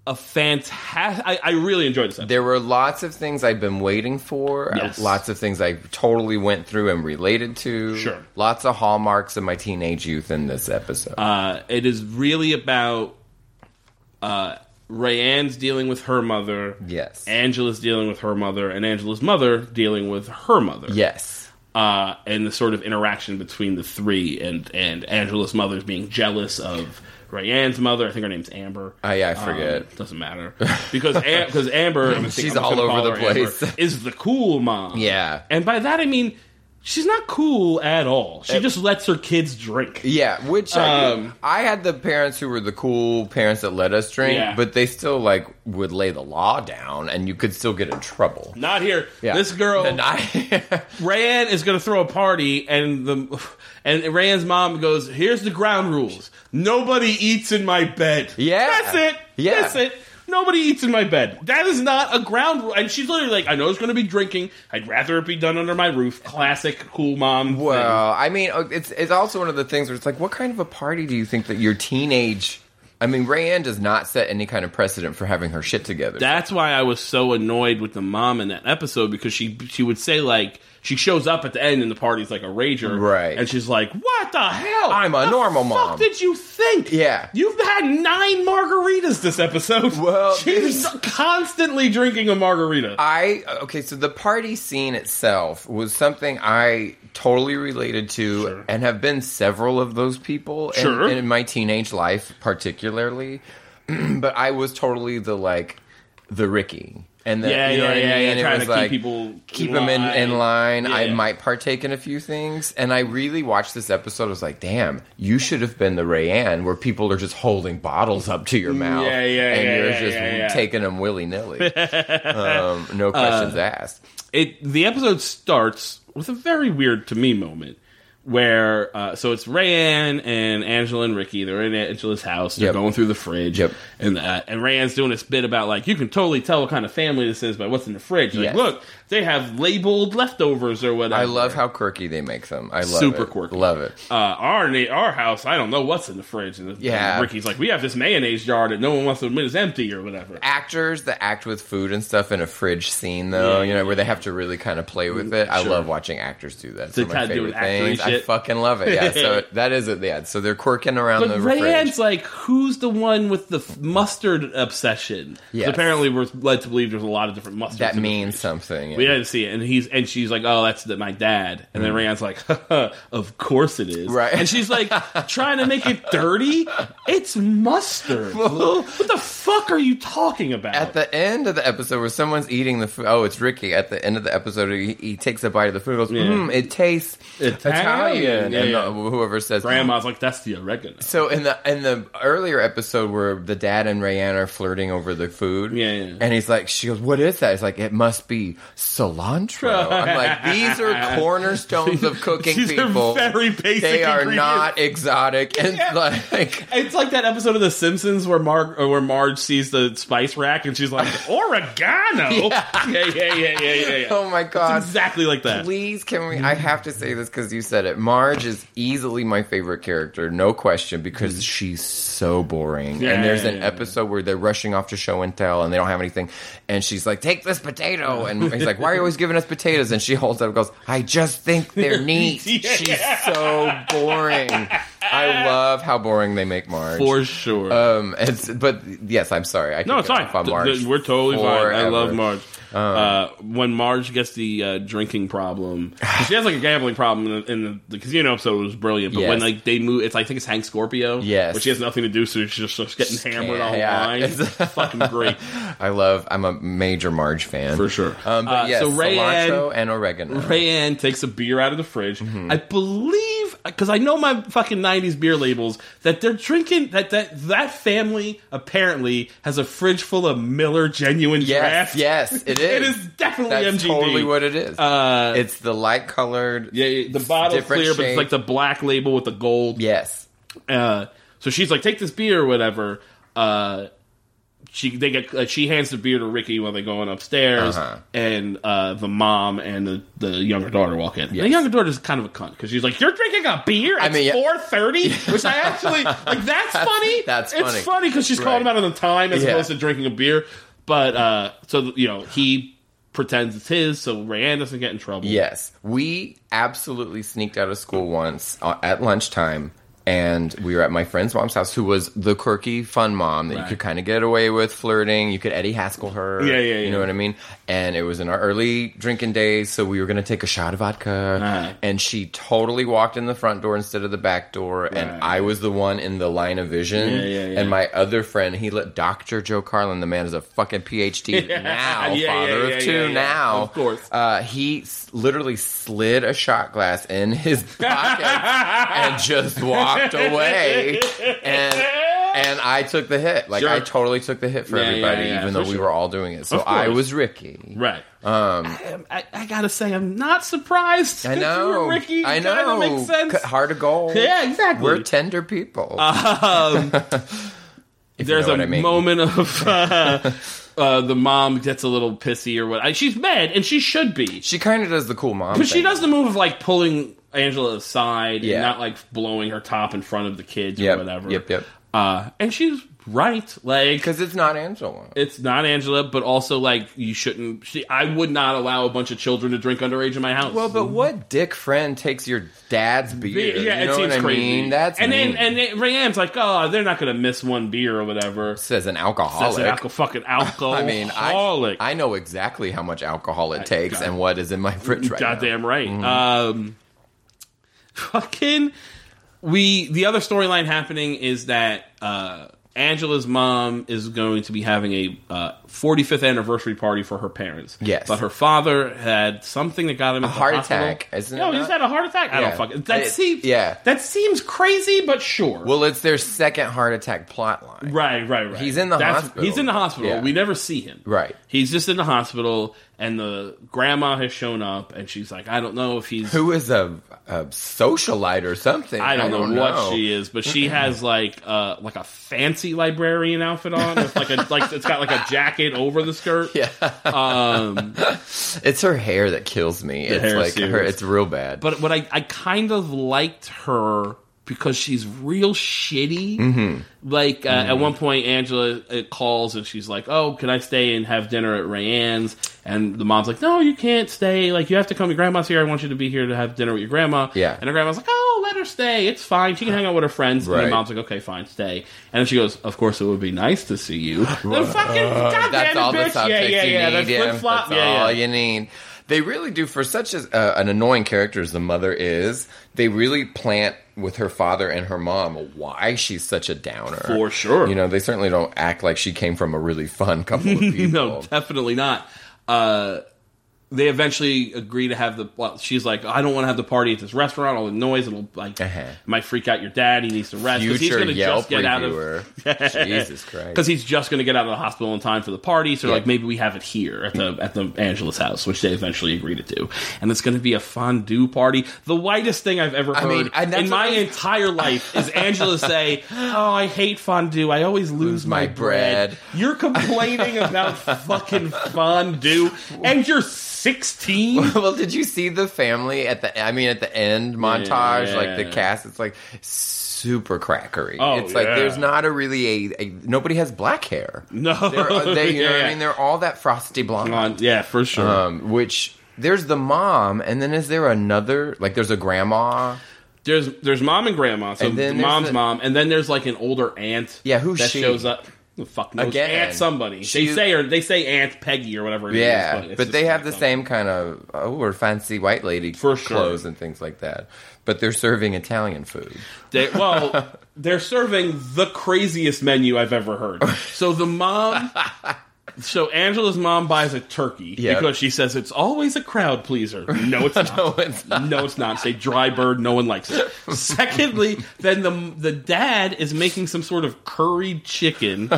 [SPEAKER 1] a fantastic. I, I really enjoyed this. Episode.
[SPEAKER 2] There were lots of things I've been waiting for. uh,
[SPEAKER 1] Yes.
[SPEAKER 2] Lots of things I totally went through and related to.
[SPEAKER 1] Sure.
[SPEAKER 2] Lots of hallmarks of my teenage youth in this episode.
[SPEAKER 1] Uh, it is really about uh, Rayanne's dealing with her mother.
[SPEAKER 2] yes.
[SPEAKER 1] Angela's dealing with her mother, and Angela's mother dealing with her mother.
[SPEAKER 2] yes.
[SPEAKER 1] uh, and the sort of interaction between the three, and and Angela's mother's being jealous of Rayanne's mother. I think her name's Amber. Um,
[SPEAKER 2] Oh, yeah, I forget.
[SPEAKER 1] doesn't matter because because Amber, I'm
[SPEAKER 2] She's
[SPEAKER 1] I'm
[SPEAKER 2] all
[SPEAKER 1] gonna
[SPEAKER 2] over
[SPEAKER 1] call
[SPEAKER 2] the
[SPEAKER 1] her Amber,
[SPEAKER 2] place.
[SPEAKER 1] is the cool mom.
[SPEAKER 2] Yeah.
[SPEAKER 1] and by that I mean she's not cool at all. She just lets her kids drink.
[SPEAKER 2] Eh. Yeah, which I-
[SPEAKER 1] Um,
[SPEAKER 2] I, had the parents who were the cool parents that let us drink,
[SPEAKER 1] Yeah.
[SPEAKER 2] but they still like would lay the law down, and you could still get in trouble.
[SPEAKER 1] Not here.
[SPEAKER 2] Yeah.
[SPEAKER 1] This girl,
[SPEAKER 2] and I,
[SPEAKER 1] Rayanne is going to throw a party, and the and Rayanne's mom goes, "Here's the ground rules: nobody eats in my bed.
[SPEAKER 2] Yeah.
[SPEAKER 1] that's it.
[SPEAKER 2] Yeah.
[SPEAKER 1] that's it. Nobody eats in my bed. That is not a ground rule." And she's literally like, "I know it's going to be drinking. I'd rather it be done under my roof." Classic cool mom. thing.
[SPEAKER 2] well, I mean, uh, it's it's also one of the things where it's like, what kind of a party do you think that your teenage? I mean, Rayanne does not set any kind of precedent for having her shit together.
[SPEAKER 1] That's why I was so annoyed with the mom in that episode because she she would say like she shows up at the end and the party's like a rager,
[SPEAKER 2] Right.
[SPEAKER 1] And she's like, "What the hell?
[SPEAKER 2] I'm a
[SPEAKER 1] The
[SPEAKER 2] normal
[SPEAKER 1] fuck
[SPEAKER 2] mom."
[SPEAKER 1] Did you think?
[SPEAKER 2] Yeah.
[SPEAKER 1] you've had nine margaritas this episode.
[SPEAKER 2] Well,
[SPEAKER 1] she's
[SPEAKER 2] this-
[SPEAKER 1] constantly drinking a margarita.
[SPEAKER 2] I okay, so the party scene itself was something I totally related to
[SPEAKER 1] Sure.
[SPEAKER 2] and have been several of those people in-
[SPEAKER 1] Sure.
[SPEAKER 2] in, my teenage life particularly. but I was totally the like the Ricky. And the,
[SPEAKER 1] yeah,
[SPEAKER 2] you know
[SPEAKER 1] yeah,
[SPEAKER 2] what I
[SPEAKER 1] yeah,
[SPEAKER 2] mean?
[SPEAKER 1] yeah.
[SPEAKER 2] It
[SPEAKER 1] Trying to
[SPEAKER 2] was
[SPEAKER 1] keep
[SPEAKER 2] like,
[SPEAKER 1] people
[SPEAKER 2] keep them in, in line. I
[SPEAKER 1] Yeah.
[SPEAKER 2] might partake in a few things. And I really watched this episode. I was like, damn, you should have been the Rayanne where people are just holding bottles up to your mouth.
[SPEAKER 1] Yeah, yeah,
[SPEAKER 2] And
[SPEAKER 1] yeah,
[SPEAKER 2] you're
[SPEAKER 1] yeah,
[SPEAKER 2] just
[SPEAKER 1] yeah, Uh, yeah.
[SPEAKER 2] taking them willy nilly. um, no questions asked.
[SPEAKER 1] it the episode starts with a very weird to me moment where uh, so it's Rayanne and Angela and Ricky. They're in Angela's house. They're
[SPEAKER 2] Yep.
[SPEAKER 1] going through the fridge.
[SPEAKER 2] Yep.
[SPEAKER 1] And uh, and Rayanne's doing this bit about like you can totally tell what kind of family this is by what's in the fridge. Like
[SPEAKER 2] Yes.
[SPEAKER 1] look, they have labeled leftovers or whatever.
[SPEAKER 2] I love how quirky they make them. I love
[SPEAKER 1] Super
[SPEAKER 2] it.
[SPEAKER 1] quirky.
[SPEAKER 2] Love it.
[SPEAKER 1] Uh, our na- our house, I don't know what's in the fridge, and,
[SPEAKER 2] Yeah.
[SPEAKER 1] and Ricky's like, "We have this mayonnaise jar that no one wants to admit is empty or whatever."
[SPEAKER 2] Actors that act with food and stuff in a fridge scene, though,
[SPEAKER 1] Yeah,
[SPEAKER 2] you know, where they have to really kind of play with it. I
[SPEAKER 1] Sure.
[SPEAKER 2] love watching actors do that. It's
[SPEAKER 1] They
[SPEAKER 2] one of my
[SPEAKER 1] kinda do
[SPEAKER 2] favorite
[SPEAKER 1] an actory
[SPEAKER 2] things. I
[SPEAKER 1] shit.
[SPEAKER 2] fucking love it. Yeah, so that is it. Yeah, so they're quirking around
[SPEAKER 1] But
[SPEAKER 2] the fridge.
[SPEAKER 1] Rayanne's like, who's the one with the f- mustard obsession? 'Cause
[SPEAKER 2] Yes.
[SPEAKER 1] Apparently, we're led to believe there's a lot of different mustards.
[SPEAKER 2] That
[SPEAKER 1] in the-
[SPEAKER 2] means something.
[SPEAKER 1] we didn't see it, and he's and she's like, "Oh, that's the, my dad." And then Rayanne's like, "Of course it is."
[SPEAKER 2] Mm. Right.
[SPEAKER 1] And she's like, trying to make it dirty. It's mustard. what the fuck are you talking about?
[SPEAKER 2] At the end of the episode, where someone's eating the food, oh, it's Ricky. At the end of the episode, he, he takes a bite of the food. and Goes, mm, it tastes Italian.
[SPEAKER 1] Italian, yeah,
[SPEAKER 2] and
[SPEAKER 1] yeah.
[SPEAKER 2] the- whoever says
[SPEAKER 1] Grandma's like, "That's the oregano."
[SPEAKER 2] So in the in the earlier episode where the dad and Rayanne are flirting over the food,
[SPEAKER 1] Yeah, yeah.
[SPEAKER 2] and he's like, she goes, "What is that?" He's like, "It must be cilantro." I'm like, these are cornerstones of cooking
[SPEAKER 1] These are
[SPEAKER 2] people.
[SPEAKER 1] very basic
[SPEAKER 2] they are
[SPEAKER 1] ingredients.
[SPEAKER 2] not exotic, and
[SPEAKER 1] Yeah.
[SPEAKER 2] like,
[SPEAKER 1] It's like that episode of The Simpsons where Marg or where Marge sees the spice rack and she's like, "Oregano." yeah, yeah, yeah, yeah, yeah. yeah.
[SPEAKER 2] oh my god,
[SPEAKER 1] It's exactly like that.
[SPEAKER 2] Please, can we? I have to say this because you said it. Marge is easily my favorite character, no question, because she's so boring.
[SPEAKER 1] Yeah,
[SPEAKER 2] and there's an
[SPEAKER 1] yeah, yeah.
[SPEAKER 2] episode where they're rushing off to show and tell, and they don't have anything. And she's like, "Take this potato," and he's like, "Why are you always giving us potatoes?" And she holds up, and goes, "I just think they're neat."
[SPEAKER 1] Yeah.
[SPEAKER 2] She's so boring. I love how boring they make Marge.
[SPEAKER 1] for sure.
[SPEAKER 2] Um, it's, but yes, I'm sorry. I
[SPEAKER 1] no,
[SPEAKER 2] could
[SPEAKER 1] it's
[SPEAKER 2] go
[SPEAKER 1] fine.
[SPEAKER 2] off on
[SPEAKER 1] Th-
[SPEAKER 2] Marge
[SPEAKER 1] th- We're totally fine. I
[SPEAKER 2] forever.
[SPEAKER 1] love Marge. uh, when Marge gets the uh, drinking problem, 'cause she has like a gambling problem in the, in the, the casino episode. It was brilliant, but when
[SPEAKER 2] Yes.
[SPEAKER 1] like they move, it's like, I think it's Hank Scorpio.
[SPEAKER 2] Yes.
[SPEAKER 1] but she has nothing to do, so she just starts getting hammered
[SPEAKER 2] can't- yeah.
[SPEAKER 1] online. It's fucking great.
[SPEAKER 2] I love. I'm a major Marge fan
[SPEAKER 1] For sure.
[SPEAKER 2] Um, but
[SPEAKER 1] Uh,
[SPEAKER 2] yes,
[SPEAKER 1] so Ray
[SPEAKER 2] cilantro and oregano.
[SPEAKER 1] Rayanne takes a beer out of the fridge.
[SPEAKER 2] Mm-hmm.
[SPEAKER 1] I believe because I know my fucking '90s beer labels that they're drinking that that that family apparently has a fridge full of Miller Genuine
[SPEAKER 2] yes,
[SPEAKER 1] Draft.
[SPEAKER 2] yes, it is.
[SPEAKER 1] it is definitely
[SPEAKER 2] That's
[SPEAKER 1] MGD.
[SPEAKER 2] totally what it is.
[SPEAKER 1] Uh,
[SPEAKER 2] it's the light colored.
[SPEAKER 1] yeah, yeah, the bottle's
[SPEAKER 2] different
[SPEAKER 1] clear, but it's
[SPEAKER 2] shape.
[SPEAKER 1] like the black label with the gold.
[SPEAKER 2] Yes.
[SPEAKER 1] Uh, so she's like, "Take this beer or whatever." Uh, she they get uh, she hands the beer to Ricky while they're going upstairs,
[SPEAKER 2] Uh-huh.
[SPEAKER 1] and uh, the mom and the, the younger daughter walk in. The
[SPEAKER 2] Yes.
[SPEAKER 1] younger daughter's kind of a cunt because she's like, "You're drinking a beer at
[SPEAKER 2] mean, yeah.
[SPEAKER 1] four thirty, which I actually like. That's funny.
[SPEAKER 2] that's
[SPEAKER 1] It's
[SPEAKER 2] funny.
[SPEAKER 1] funny because she's calling him
[SPEAKER 2] Right.
[SPEAKER 1] out on the time as
[SPEAKER 2] Yeah.
[SPEAKER 1] opposed to drinking a beer. But uh, so you know he pretends it's his, so Rayanne doesn't get in trouble.
[SPEAKER 2] Yes, we absolutely sneaked out of school once uh, at lunchtime, and we were at my friend's mom's house, who was the quirky, fun mom that
[SPEAKER 1] Right.
[SPEAKER 2] you could kind of get away with flirting. You could Eddie Haskell her,
[SPEAKER 1] Yeah, yeah,
[SPEAKER 2] you
[SPEAKER 1] yeah.
[SPEAKER 2] know what I mean. And it was in our early drinking days, so we were going to take a shot of vodka,
[SPEAKER 1] Right.
[SPEAKER 2] and she totally walked in the front door instead of the back door,
[SPEAKER 1] Right.
[SPEAKER 2] and I was the one in the line of vision,
[SPEAKER 1] Yeah, yeah, yeah.
[SPEAKER 2] and my other friend, he let Doctor Joe Carlin, the man is a fucking PhD
[SPEAKER 1] Yeah,
[SPEAKER 2] now, father
[SPEAKER 1] yeah,
[SPEAKER 2] of
[SPEAKER 1] yeah,
[SPEAKER 2] two
[SPEAKER 1] yeah, yeah.
[SPEAKER 2] now,
[SPEAKER 1] Of course.
[SPEAKER 2] uh, he s- literally slid a shot glass in his pocket and just walked away. And and I took the hit. Like
[SPEAKER 1] Sure.
[SPEAKER 2] I totally took the hit for
[SPEAKER 1] Yeah, yeah,
[SPEAKER 2] everybody,
[SPEAKER 1] yeah,
[SPEAKER 2] even
[SPEAKER 1] for
[SPEAKER 2] though we
[SPEAKER 1] sure.
[SPEAKER 2] were all doing it. So
[SPEAKER 1] Of course.
[SPEAKER 2] I was Ricky.
[SPEAKER 1] Right.
[SPEAKER 2] Um,
[SPEAKER 1] I, I gotta say, I'm not surprised.
[SPEAKER 2] I
[SPEAKER 1] that
[SPEAKER 2] know.
[SPEAKER 1] you were Ricky.
[SPEAKER 2] I know.
[SPEAKER 1] Kinda makes sense.
[SPEAKER 2] C- Hard to go.
[SPEAKER 1] Yeah, exactly. Um,
[SPEAKER 2] We're tender people. If you
[SPEAKER 1] There's
[SPEAKER 2] know
[SPEAKER 1] a
[SPEAKER 2] what I mean.
[SPEAKER 1] moment of uh, uh, the mom gets a little pissy or what. I, she's mad, and she should be.
[SPEAKER 2] She kind of does the cool mom.
[SPEAKER 1] But she
[SPEAKER 2] thing.
[SPEAKER 1] does the move of like pulling Angela aside
[SPEAKER 2] Yeah.
[SPEAKER 1] and not like blowing her top in front of the kids
[SPEAKER 2] Yep.
[SPEAKER 1] or whatever.
[SPEAKER 2] Yep. Yep.
[SPEAKER 1] Uh, and she's right. Like,
[SPEAKER 2] Because it's not Angela.
[SPEAKER 1] it's not Angela, but also like you shouldn't. She, I would not allow a bunch of children to drink underage in my house.
[SPEAKER 2] Well, but what dick friend takes your dad's beer?
[SPEAKER 1] Yeah,
[SPEAKER 2] you
[SPEAKER 1] it
[SPEAKER 2] know
[SPEAKER 1] seems
[SPEAKER 2] what I
[SPEAKER 1] crazy.
[SPEAKER 2] mean? That's
[SPEAKER 1] and
[SPEAKER 2] mean.
[SPEAKER 1] then and then Rayanne's like, oh, they're not gonna miss one beer or whatever.
[SPEAKER 2] says an
[SPEAKER 1] That's
[SPEAKER 2] alcoholic.
[SPEAKER 1] an alco- fucking alcoholic.
[SPEAKER 2] I mean, I, I know exactly how much alcohol it takes and what is in my fridge right now.
[SPEAKER 1] goddamn right. Um, fucking, we the other storyline happening is that uh, Angela's mom is going to be having a uh, 45th anniversary party for her parents.
[SPEAKER 2] Yes.
[SPEAKER 1] but her father had something that got him a
[SPEAKER 2] heart attack, isn't it
[SPEAKER 1] No, he
[SPEAKER 2] not?
[SPEAKER 1] just had a heart attack. I
[SPEAKER 2] Yeah.
[SPEAKER 1] don't fucking. That
[SPEAKER 2] It-
[SPEAKER 1] seems
[SPEAKER 2] yeah.
[SPEAKER 1] That seems crazy, but sure.
[SPEAKER 2] Well, it's their second heart attack plot line.
[SPEAKER 1] Right, right, right.
[SPEAKER 2] He's in the hospital.
[SPEAKER 1] He's in the hospital.
[SPEAKER 2] Yeah.
[SPEAKER 1] We never see him.
[SPEAKER 2] Right.
[SPEAKER 1] He's just in the hospital, and the grandma has shown up, and she's like, I don't know if he's.
[SPEAKER 2] Who is a, a socialite or something?
[SPEAKER 1] I don't, know what she is, but she has like uh like a fancy librarian outfit on with like a like it's got like a jacket over the skirt.
[SPEAKER 2] Yeah.
[SPEAKER 1] Um
[SPEAKER 2] It's her hair that kills me. It's
[SPEAKER 1] hair
[SPEAKER 2] like
[SPEAKER 1] series.
[SPEAKER 2] her. It's real bad.
[SPEAKER 1] but what I I kind of liked her because she's real shitty.
[SPEAKER 2] Mm-hmm.
[SPEAKER 1] Like uh, at one point, Angela uh calls and she's like, "Oh, can I stay and have dinner at Rayanne's?" And the mom's like, "No, you can't stay. Like you have to come. Your grandma's here. I want you to be here to have dinner with your grandma."
[SPEAKER 2] Yeah.
[SPEAKER 1] And her grandma's like, "Oh, let her stay. It's fine. She can hang out with her friends." And
[SPEAKER 2] Right.
[SPEAKER 1] the mom's like, "Okay, fine, stay." And then she goes, "Of course, it would be nice to see you." the fucking goddamn
[SPEAKER 2] Uh, that's all the
[SPEAKER 1] bitch. yeah,
[SPEAKER 2] subtext
[SPEAKER 1] yeah,
[SPEAKER 2] you
[SPEAKER 1] yeah.
[SPEAKER 2] need.
[SPEAKER 1] That's
[SPEAKER 2] Em.
[SPEAKER 1] flip flop.
[SPEAKER 2] That's
[SPEAKER 1] Yeah,
[SPEAKER 2] all
[SPEAKER 1] yeah.
[SPEAKER 2] you need. They really do for such as, uh, an annoying character as the mother is. They really plant with her father and her mom why she's such a downer.
[SPEAKER 1] For sure.
[SPEAKER 2] You know, they certainly don't act like she came from a really fun couple of people.
[SPEAKER 1] No, definitely not. Uh, they eventually agree to have the. Well, she's like, I don't want to have the party at this restaurant. All the noise. It'll like
[SPEAKER 2] Uh-huh.
[SPEAKER 1] might freak out your dad. He needs to rest. 'Cause he's
[SPEAKER 2] Future
[SPEAKER 1] gonna
[SPEAKER 2] Yelp
[SPEAKER 1] just get out of
[SPEAKER 2] reviewer. Jesus
[SPEAKER 1] because
[SPEAKER 2] Christ.
[SPEAKER 1] he's just going to get out of the hospital in time for the party. So
[SPEAKER 2] Yeah.
[SPEAKER 1] like maybe we have it here at the at the Angela's house, which they eventually agree to do, and it's going to be a fondue party. The whitest thing I've ever heard
[SPEAKER 2] mean, and that's
[SPEAKER 1] in my
[SPEAKER 2] what I-
[SPEAKER 1] entire life is Angela say, "Oh, I hate fondue. I always lose my,
[SPEAKER 2] my
[SPEAKER 1] bread.
[SPEAKER 2] bread."
[SPEAKER 1] You're complaining about fucking fondue, and you're 16.
[SPEAKER 2] Well, did you see the family at the? I mean, at the end montage, like the
[SPEAKER 1] yeah.
[SPEAKER 2] cast, it's like super crackery.
[SPEAKER 1] Oh,
[SPEAKER 2] it's like
[SPEAKER 1] yeah.
[SPEAKER 2] there's not a really a, a nobody has black hair.
[SPEAKER 1] No,
[SPEAKER 2] They're, uh, they, you know what
[SPEAKER 1] Yeah.
[SPEAKER 2] I mean? Uh, They're all that frosty blonde.
[SPEAKER 1] On- yeah, for sure.
[SPEAKER 2] Um, which there's the mom, and then is there another? Like, there's a grandma.
[SPEAKER 1] There's there's mom and grandma, so
[SPEAKER 2] And then
[SPEAKER 1] the
[SPEAKER 2] there's
[SPEAKER 1] mom's
[SPEAKER 2] the-
[SPEAKER 1] mom, and then there's like an older aunt.
[SPEAKER 2] Yeah, who's
[SPEAKER 1] that
[SPEAKER 2] she?
[SPEAKER 1] shows up? Who the fuck knows?
[SPEAKER 2] Again,
[SPEAKER 1] aunt somebody.
[SPEAKER 2] she-
[SPEAKER 1] they say her. They say Aunt Peggy or whatever. It is,
[SPEAKER 2] Yeah,
[SPEAKER 1] it's
[SPEAKER 2] but
[SPEAKER 1] just
[SPEAKER 2] they have
[SPEAKER 1] Aunt
[SPEAKER 2] the
[SPEAKER 1] something.
[SPEAKER 2] same kind of oh, we're fancy white lady
[SPEAKER 1] For sure.
[SPEAKER 2] clothes and things like that. But they're serving Italian food.
[SPEAKER 1] They, well, they're serving the craziest menu I've ever heard. So the mom, so Angela's mom buys a turkey
[SPEAKER 2] Yeah.
[SPEAKER 1] because she says it's always a crowd pleaser. No, Oh, it's not.
[SPEAKER 2] No, it's not.
[SPEAKER 1] No, it's not. It's a dry bird. No one likes it. Secondly, then the the dad is making some sort of curried chicken.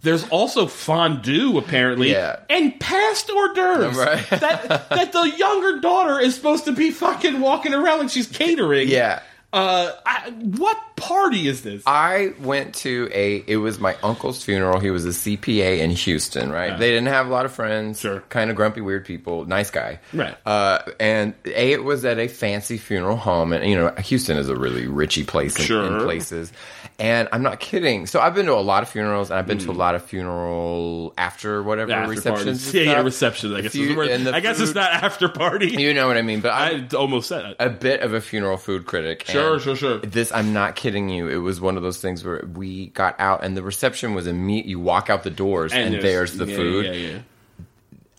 [SPEAKER 1] There's also fondue apparently,
[SPEAKER 2] Yeah.
[SPEAKER 1] and past hors d'oeuvres
[SPEAKER 2] Right.
[SPEAKER 1] that that the younger daughter is supposed to be fucking walking around like she's catering.
[SPEAKER 2] Yeah. Uh,
[SPEAKER 1] Uh, I, what party is this?
[SPEAKER 2] I went to a. It was my uncle's funeral. He was a CPA in Houston, right? They didn't have a lot of friends.
[SPEAKER 1] Sure.
[SPEAKER 2] Kind of grumpy, weird people. Nice guy.
[SPEAKER 1] Right.
[SPEAKER 2] Uh, and a it was at a fancy funeral home, and you know Houston is a really richy place in,
[SPEAKER 1] Sure.
[SPEAKER 2] in places. And I'm not kidding. So I've been to a lot of funerals, and I've been to a lot of funeral after whatever
[SPEAKER 1] Mm. After
[SPEAKER 2] receptions.
[SPEAKER 1] parties.
[SPEAKER 2] and
[SPEAKER 1] Yeah, yeah,
[SPEAKER 2] stuff.
[SPEAKER 1] reception. I guess.
[SPEAKER 2] few-
[SPEAKER 1] is where-
[SPEAKER 2] and the
[SPEAKER 1] I guess it's
[SPEAKER 2] food-
[SPEAKER 1] not after party.
[SPEAKER 2] You know what I mean? But I,
[SPEAKER 1] I almost said it.
[SPEAKER 2] a bit of a funeral food critic.
[SPEAKER 1] Sure,
[SPEAKER 2] and
[SPEAKER 1] sure, sure.
[SPEAKER 2] This, I'm not kidding you. It was one of those things where we got out and the reception was immediate. You walk out the doors and, there's, the
[SPEAKER 1] yeah,
[SPEAKER 2] food.
[SPEAKER 1] Yeah, yeah.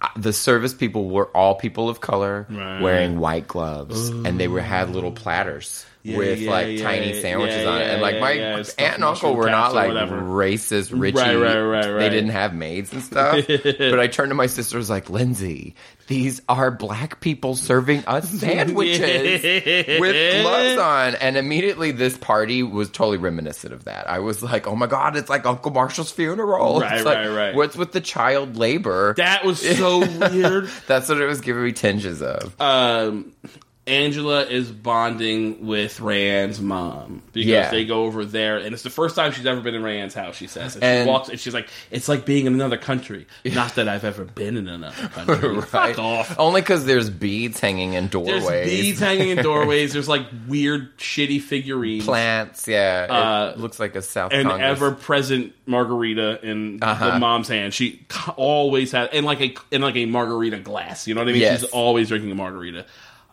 [SPEAKER 2] I- The service people were all people of color
[SPEAKER 1] Right.
[SPEAKER 2] wearing white gloves, and they were had little platters. with
[SPEAKER 1] yeah,
[SPEAKER 2] like
[SPEAKER 1] yeah,
[SPEAKER 2] tiny
[SPEAKER 1] yeah,
[SPEAKER 2] sandwiches
[SPEAKER 1] yeah,
[SPEAKER 2] on it, and
[SPEAKER 1] yeah,
[SPEAKER 2] like
[SPEAKER 1] yeah,
[SPEAKER 2] my
[SPEAKER 1] yeah,
[SPEAKER 2] aunt
[SPEAKER 1] stuffed
[SPEAKER 2] and uncle
[SPEAKER 1] mushroom
[SPEAKER 2] were not
[SPEAKER 1] caps or
[SPEAKER 2] like
[SPEAKER 1] whatever.
[SPEAKER 2] racist, richy.
[SPEAKER 1] right, right,
[SPEAKER 2] They
[SPEAKER 1] right.
[SPEAKER 2] didn't have maids and stuff. but I turned to my sister, was like, "Lindsay, these are black people serving us sandwiches." with gloves on. And immediately, this party was totally reminiscent of that. I was like, oh my God, it's like Uncle Marshall's funeral.
[SPEAKER 1] Right,
[SPEAKER 2] It's like,
[SPEAKER 1] right, right.
[SPEAKER 2] What's with the child labor?
[SPEAKER 1] That was so weird.
[SPEAKER 2] That's what it was giving me tinges of.
[SPEAKER 1] Um, Angela is bonding with Rand's mom because
[SPEAKER 2] Yeah.
[SPEAKER 1] they go over there, and it's the first time she's ever been in Rand's house. She says, and,
[SPEAKER 2] And-
[SPEAKER 1] she walks, and she's like, "It's like being in another country. Not that I've ever been in another country.
[SPEAKER 2] right?
[SPEAKER 1] Fuck off."
[SPEAKER 2] Only because there's beads hanging in
[SPEAKER 1] There's
[SPEAKER 2] doorways.
[SPEAKER 1] beads hanging in doorways. There's like weird, shitty figurines.
[SPEAKER 2] Plants, yeah. It
[SPEAKER 1] Uh,
[SPEAKER 2] looks like a South
[SPEAKER 1] an
[SPEAKER 2] Congress.
[SPEAKER 1] ever-present margarita in
[SPEAKER 2] Uh-huh.
[SPEAKER 1] the mom's hand. She c- always had, and like a in like a margarita glass. You know what I mean?
[SPEAKER 2] Yes.
[SPEAKER 1] She's always drinking a margarita.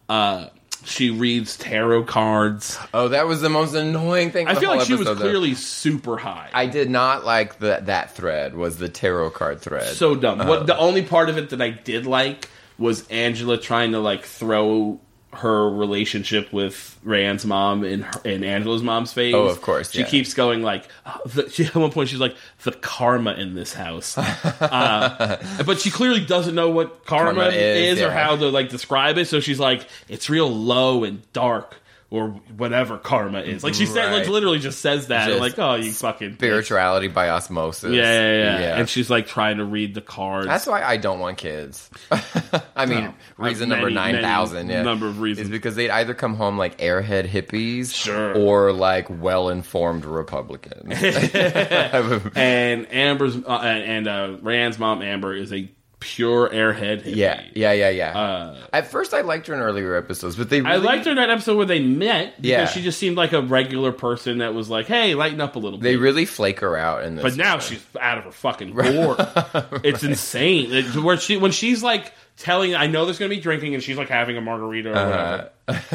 [SPEAKER 1] Uh, she reads tarot cards.
[SPEAKER 2] Oh, that was the most annoying thing.
[SPEAKER 1] I
[SPEAKER 2] of the
[SPEAKER 1] feel like
[SPEAKER 2] whole
[SPEAKER 1] she was
[SPEAKER 2] episode, though.
[SPEAKER 1] clearly super high.
[SPEAKER 2] I did not like the, that thread. Was the tarot card thread?
[SPEAKER 1] so dumb.
[SPEAKER 2] Uh,
[SPEAKER 1] what the only part of it that I did like was Angela trying to like throw her relationship with Rand's mom and her, and Angela's mom's face.
[SPEAKER 2] Oh, of course,
[SPEAKER 1] She
[SPEAKER 2] yeah.
[SPEAKER 1] keeps going like uh, the, she, at one point she's like the karma in this house, uh, but she clearly doesn't know what karma,
[SPEAKER 2] Karma
[SPEAKER 1] is,
[SPEAKER 2] is,
[SPEAKER 1] or
[SPEAKER 2] yeah.
[SPEAKER 1] how to like describe it. So she's like it's real low and dark. Or whatever karma is, like she said, like
[SPEAKER 2] Right.
[SPEAKER 1] literally just says that, and like
[SPEAKER 2] Just
[SPEAKER 1] oh you fucking bitch.
[SPEAKER 2] spirituality by osmosis.
[SPEAKER 1] Yeah, yeah, yeah, And she's like trying to read the cards.
[SPEAKER 2] That's why I don't want kids. I mean, reason
[SPEAKER 1] Many,
[SPEAKER 2] number
[SPEAKER 1] many
[SPEAKER 2] nine thousand. Yeah,
[SPEAKER 1] number of reasons.
[SPEAKER 2] is because they'd either come home like airhead hippies,
[SPEAKER 1] Sure.
[SPEAKER 2] or like well-informed Republicans.
[SPEAKER 1] and Amber's uh, and uh, Rand's mom Amber is a pure airhead. hippie.
[SPEAKER 2] yeah, yeah, yeah, yeah.
[SPEAKER 1] Uh,
[SPEAKER 2] At first, I liked her in earlier episodes, but they really,
[SPEAKER 1] I liked her in that episode where they met because
[SPEAKER 2] Yeah.
[SPEAKER 1] she just seemed like a regular person that was like, "Hey, lighten up a little
[SPEAKER 2] they
[SPEAKER 1] bit."
[SPEAKER 2] really flake her out in this.
[SPEAKER 1] But now she's out of her fucking gourd. It's insane. It's where she when she's like telling, "I know there's going to be drinking," and she's like having a margarita or
[SPEAKER 2] Uh-huh.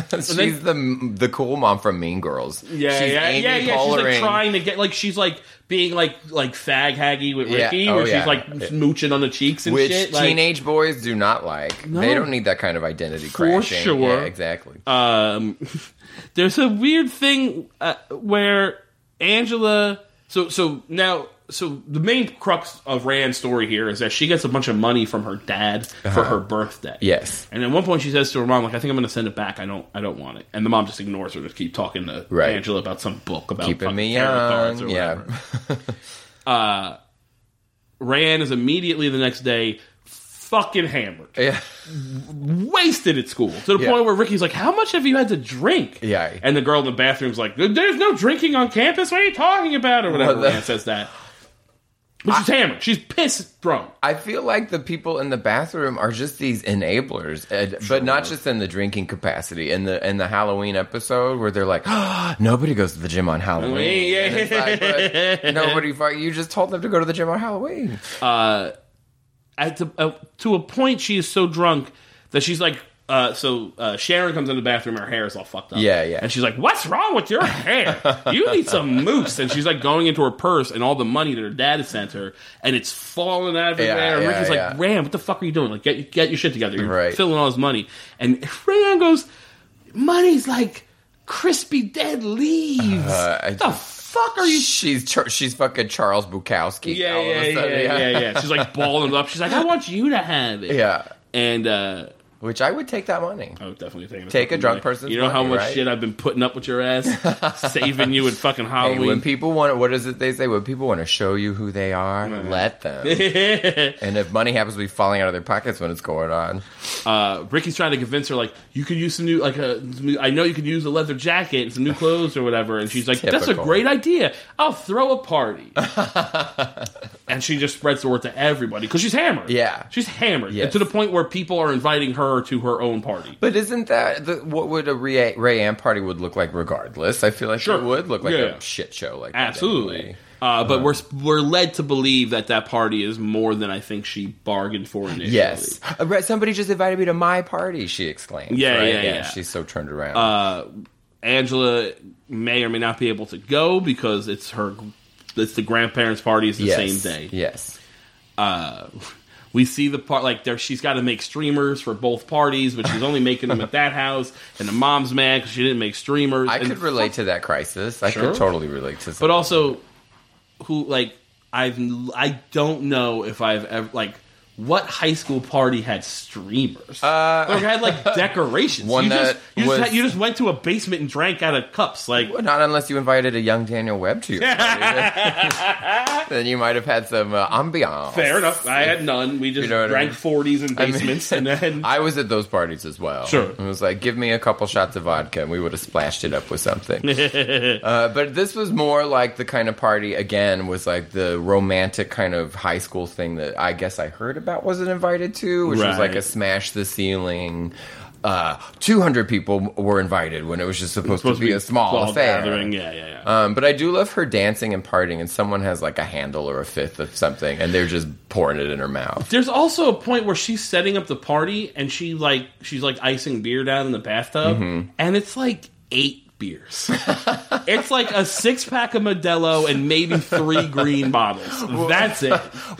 [SPEAKER 1] whatever.
[SPEAKER 2] she's the the cool mom from Mean Girls.
[SPEAKER 1] Yeah,
[SPEAKER 2] she's
[SPEAKER 1] yeah,
[SPEAKER 2] Amy
[SPEAKER 1] yeah, yeah. She's
[SPEAKER 2] Poehling.
[SPEAKER 1] like trying to get like she's like being like like fag haggy with
[SPEAKER 2] Yeah,
[SPEAKER 1] Ricky,
[SPEAKER 2] oh,
[SPEAKER 1] where
[SPEAKER 2] yeah.
[SPEAKER 1] she's like smooching on the cheeks and
[SPEAKER 2] which
[SPEAKER 1] shit. like-
[SPEAKER 2] teenage boys do not like. They don't need that kind of identity crashing.
[SPEAKER 1] sure.
[SPEAKER 2] Yeah, exactly.
[SPEAKER 1] um, there's a weird thing uh, where Angela. So so now so the main crux of Rand's story here is that she gets a bunch of money from her dad
[SPEAKER 2] Uh-huh.
[SPEAKER 1] for her birthday.
[SPEAKER 2] yes.
[SPEAKER 1] And at one point, she says to her mom, "Like I think I'm going to send it back. I don't, I don't want it." And the mom just ignores her to keep talking to
[SPEAKER 2] Right.
[SPEAKER 1] Angela about some book about
[SPEAKER 2] Keeping
[SPEAKER 1] fucking
[SPEAKER 2] me
[SPEAKER 1] tarot cards
[SPEAKER 2] young. Yeah.
[SPEAKER 1] whatever. Rand is immediately the next day fucking hammered,
[SPEAKER 2] Yeah.
[SPEAKER 1] wasted at school to the
[SPEAKER 2] Yeah.
[SPEAKER 1] point where Ricky's like, "How much have you had to drink?"
[SPEAKER 2] Yeah.
[SPEAKER 1] And the girl in the bathroom's like, "There's no drinking on campus. What are you talking about?" Or whatever.
[SPEAKER 2] Well, the-
[SPEAKER 1] Rand says that. But she's hammered. She's pissed drunk.
[SPEAKER 2] I feel like the people in the bathroom are just these enablers, and, but not just in the drinking capacity. In the in the Halloween episode where they're like, nobody goes to the gym on Halloween.
[SPEAKER 1] Yeah.
[SPEAKER 2] And it's like, but nobody. fuck- You just told them to go to the gym on Halloween.
[SPEAKER 1] At the, uh, to a point, she is so drunk that she's like Uh, so uh, Sharon comes in the bathroom, her hair is all fucked up.
[SPEAKER 2] Yeah, yeah.
[SPEAKER 1] And she's like, "What's wrong with your hair? You need some mousse." And she's like going into her purse and all the money that her dad has sent her, and it's falling out of her
[SPEAKER 2] Yeah,
[SPEAKER 1] hair. And
[SPEAKER 2] yeah,
[SPEAKER 1] Ricky's
[SPEAKER 2] yeah.
[SPEAKER 1] like, "Ram, what the fuck are you doing? Like, get get your shit together. You're
[SPEAKER 2] Right.
[SPEAKER 1] filling all his money." And Rayanne goes, "Money's like crispy dead leaves.
[SPEAKER 2] Uh, I
[SPEAKER 1] What the fuck are you
[SPEAKER 2] She's Char- she's fucking Charles Bukowski.
[SPEAKER 1] yeah,
[SPEAKER 2] all of
[SPEAKER 1] yeah,
[SPEAKER 2] a sudden,
[SPEAKER 1] yeah, yeah, yeah. She's like balling up. She's like, I want you to have it.
[SPEAKER 2] Yeah.
[SPEAKER 1] And uh,
[SPEAKER 2] Which I would take that money.
[SPEAKER 1] I would definitely take it.
[SPEAKER 2] Take a drunk person's
[SPEAKER 1] You know how
[SPEAKER 2] money,
[SPEAKER 1] much
[SPEAKER 2] right?
[SPEAKER 1] shit I've been putting up with your ass, saving you in fucking
[SPEAKER 2] Hey, when
[SPEAKER 1] Halloween.
[SPEAKER 2] people want, what is it they say? When people want to show you who they are, let them. and if money happens to be falling out of their pockets when it's going on,
[SPEAKER 1] uh, Ricky's trying to convince her, like, you could use some new, like, a, some new- I know you could use a leather jacket and some new clothes or whatever. And she's like, that's a
[SPEAKER 2] Typical.
[SPEAKER 1] great idea. I'll throw a party. and she just spreads the word to everybody because she's hammered.
[SPEAKER 2] Yeah.
[SPEAKER 1] She's hammered.
[SPEAKER 2] Yes.
[SPEAKER 1] And to the point where people are inviting her to her own party.
[SPEAKER 2] But isn't that the, what would a Ray, Ray Ann party would look like? Regardless, I feel like
[SPEAKER 1] Sure.
[SPEAKER 2] it would look like
[SPEAKER 1] Yeah.
[SPEAKER 2] a shit show. Like that
[SPEAKER 1] Absolutely.
[SPEAKER 2] anyway.
[SPEAKER 1] Uh,
[SPEAKER 2] Uh-huh.
[SPEAKER 1] but we're we're led to believe that that party is more than I think she bargained for initially.
[SPEAKER 2] Yes, Uh, Brett, somebody just invited me to my party. She exclaimed.
[SPEAKER 1] Yeah,
[SPEAKER 2] right?
[SPEAKER 1] yeah, Uh, yeah.
[SPEAKER 2] She's so turned around.
[SPEAKER 1] Angela may or may not be able to go because it's her it's the grandparents' party is the
[SPEAKER 2] Yes.
[SPEAKER 1] same day.
[SPEAKER 2] Yes.
[SPEAKER 1] We see the part like there she's got to make streamers for both parties, but she's only making them at that house. And the mom's mad because she didn't make streamers.
[SPEAKER 2] I
[SPEAKER 1] and
[SPEAKER 2] could relate to that crisis. I
[SPEAKER 1] Sure.
[SPEAKER 2] could totally relate to.
[SPEAKER 1] but
[SPEAKER 2] Something.
[SPEAKER 1] also who like I've I don't know if I've ever like what high school party had streamers? Uh, like had like decorations.
[SPEAKER 2] one
[SPEAKER 1] you just,
[SPEAKER 2] that
[SPEAKER 1] you,
[SPEAKER 2] was-
[SPEAKER 1] just had- you just went to a basement and drank out of cups. Like
[SPEAKER 2] Well, not unless you invited a young Daniel Webb to your party. then you might have had some uh, ambiance.
[SPEAKER 1] fair enough. I had none. We just
[SPEAKER 2] You know what I
[SPEAKER 1] drank
[SPEAKER 2] mean?
[SPEAKER 1] forties in
[SPEAKER 2] I mean,
[SPEAKER 1] basements and then
[SPEAKER 2] I was at those parties as well.
[SPEAKER 1] Sure.
[SPEAKER 2] It was like, give me a couple shots of vodka, and we would have splashed it up with something. uh, but this was more like the kind of party, again, was like the romantic kind of high school thing that I guess I heard about wasn't invited to, which was like
[SPEAKER 1] Right.
[SPEAKER 2] a smash the ceiling. Uh, 200 people were invited when it was just supposed, to, be a small, affair.
[SPEAKER 1] gathering. Yeah, yeah, yeah.
[SPEAKER 2] Um, but I do love her dancing and partying, and someone has like a handle or a fifth of something, and they're just pouring it in her mouth.
[SPEAKER 1] There's also a point where she's setting up the party and she like she's like icing beer down in the bathtub
[SPEAKER 2] Mm-hmm.
[SPEAKER 1] and it's like eight beers. it's like a six pack of Modelo and maybe three green bottles. That's it.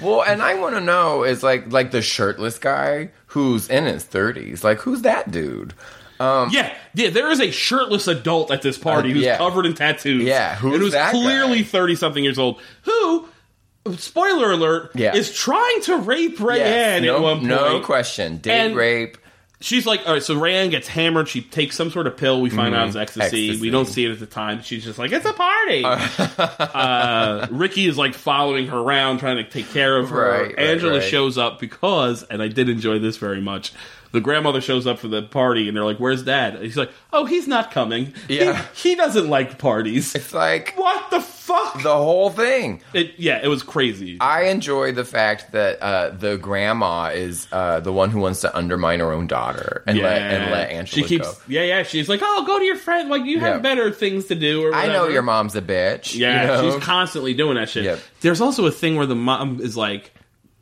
[SPEAKER 2] Well, and I want to know is like like the shirtless guy who's in his thirties, like who's that dude?
[SPEAKER 1] Yeah, yeah. There is a shirtless adult at this party
[SPEAKER 2] Uh,
[SPEAKER 1] who's
[SPEAKER 2] yeah.
[SPEAKER 1] covered in tattoos.
[SPEAKER 2] Yeah, who's
[SPEAKER 1] and who's
[SPEAKER 2] that
[SPEAKER 1] clearly
[SPEAKER 2] guy?
[SPEAKER 1] thirty something years old. Who, spoiler alert,
[SPEAKER 2] Yeah.
[SPEAKER 1] is trying to rape Rayanne
[SPEAKER 2] Yes, no,
[SPEAKER 1] at one point.
[SPEAKER 2] no question, date
[SPEAKER 1] And-
[SPEAKER 2] rape.
[SPEAKER 1] she's like, all right, so Rayanne gets hammered. She takes some sort of pill. We find out it's ecstasy.
[SPEAKER 2] Mm-hmm. Ecstasy.
[SPEAKER 1] We don't see it at the time. She's just like, it's a party. uh, Ricky is like following her around, trying to take care of her.
[SPEAKER 2] Right, right,
[SPEAKER 1] Angela
[SPEAKER 2] right.
[SPEAKER 1] shows up because, and I did enjoy this very much. The grandmother shows up for the party, and they're like, "Where's Dad?" And he's like, "Oh, he's not coming. He-
[SPEAKER 2] Yeah.
[SPEAKER 1] He, doesn't like parties.
[SPEAKER 2] It's like
[SPEAKER 1] What the fuck?"
[SPEAKER 2] the whole thing.
[SPEAKER 1] It, yeah, it was crazy.
[SPEAKER 2] I enjoy the fact that uh, the grandma is uh, the one who wants to undermine her own daughter and let and let Angela
[SPEAKER 1] She keeps,
[SPEAKER 2] go.
[SPEAKER 1] yeah, yeah. She's like, "Oh, go to your friend. Like you
[SPEAKER 2] Yeah.
[SPEAKER 1] have better things to do." Or
[SPEAKER 2] I know
[SPEAKER 1] whatever."
[SPEAKER 2] your mom's a bitch. you
[SPEAKER 1] Yeah,
[SPEAKER 2] know?
[SPEAKER 1] she's constantly doing that shit.
[SPEAKER 2] Yep.
[SPEAKER 1] There's also a thing where the mom is like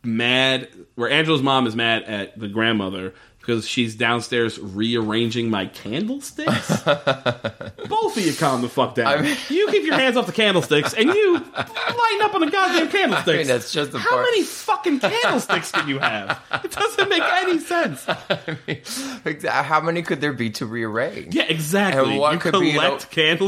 [SPEAKER 1] mad, where Angela's mom is mad at the grandmother because she's downstairs rearranging my candlesticks. Both of you calm the fuck down.
[SPEAKER 2] I mean-
[SPEAKER 1] you keep your hands off the candlesticks and you lighten up on the goddamn candlesticks.
[SPEAKER 2] I mean, that's just the
[SPEAKER 1] How
[SPEAKER 2] part-
[SPEAKER 1] many fucking candlesticks can you have? It doesn't make any sense.
[SPEAKER 2] Exa- How many could there be to rearrange?
[SPEAKER 1] Yeah, exactly.
[SPEAKER 2] And what
[SPEAKER 1] you
[SPEAKER 2] could
[SPEAKER 1] collect
[SPEAKER 2] be an o-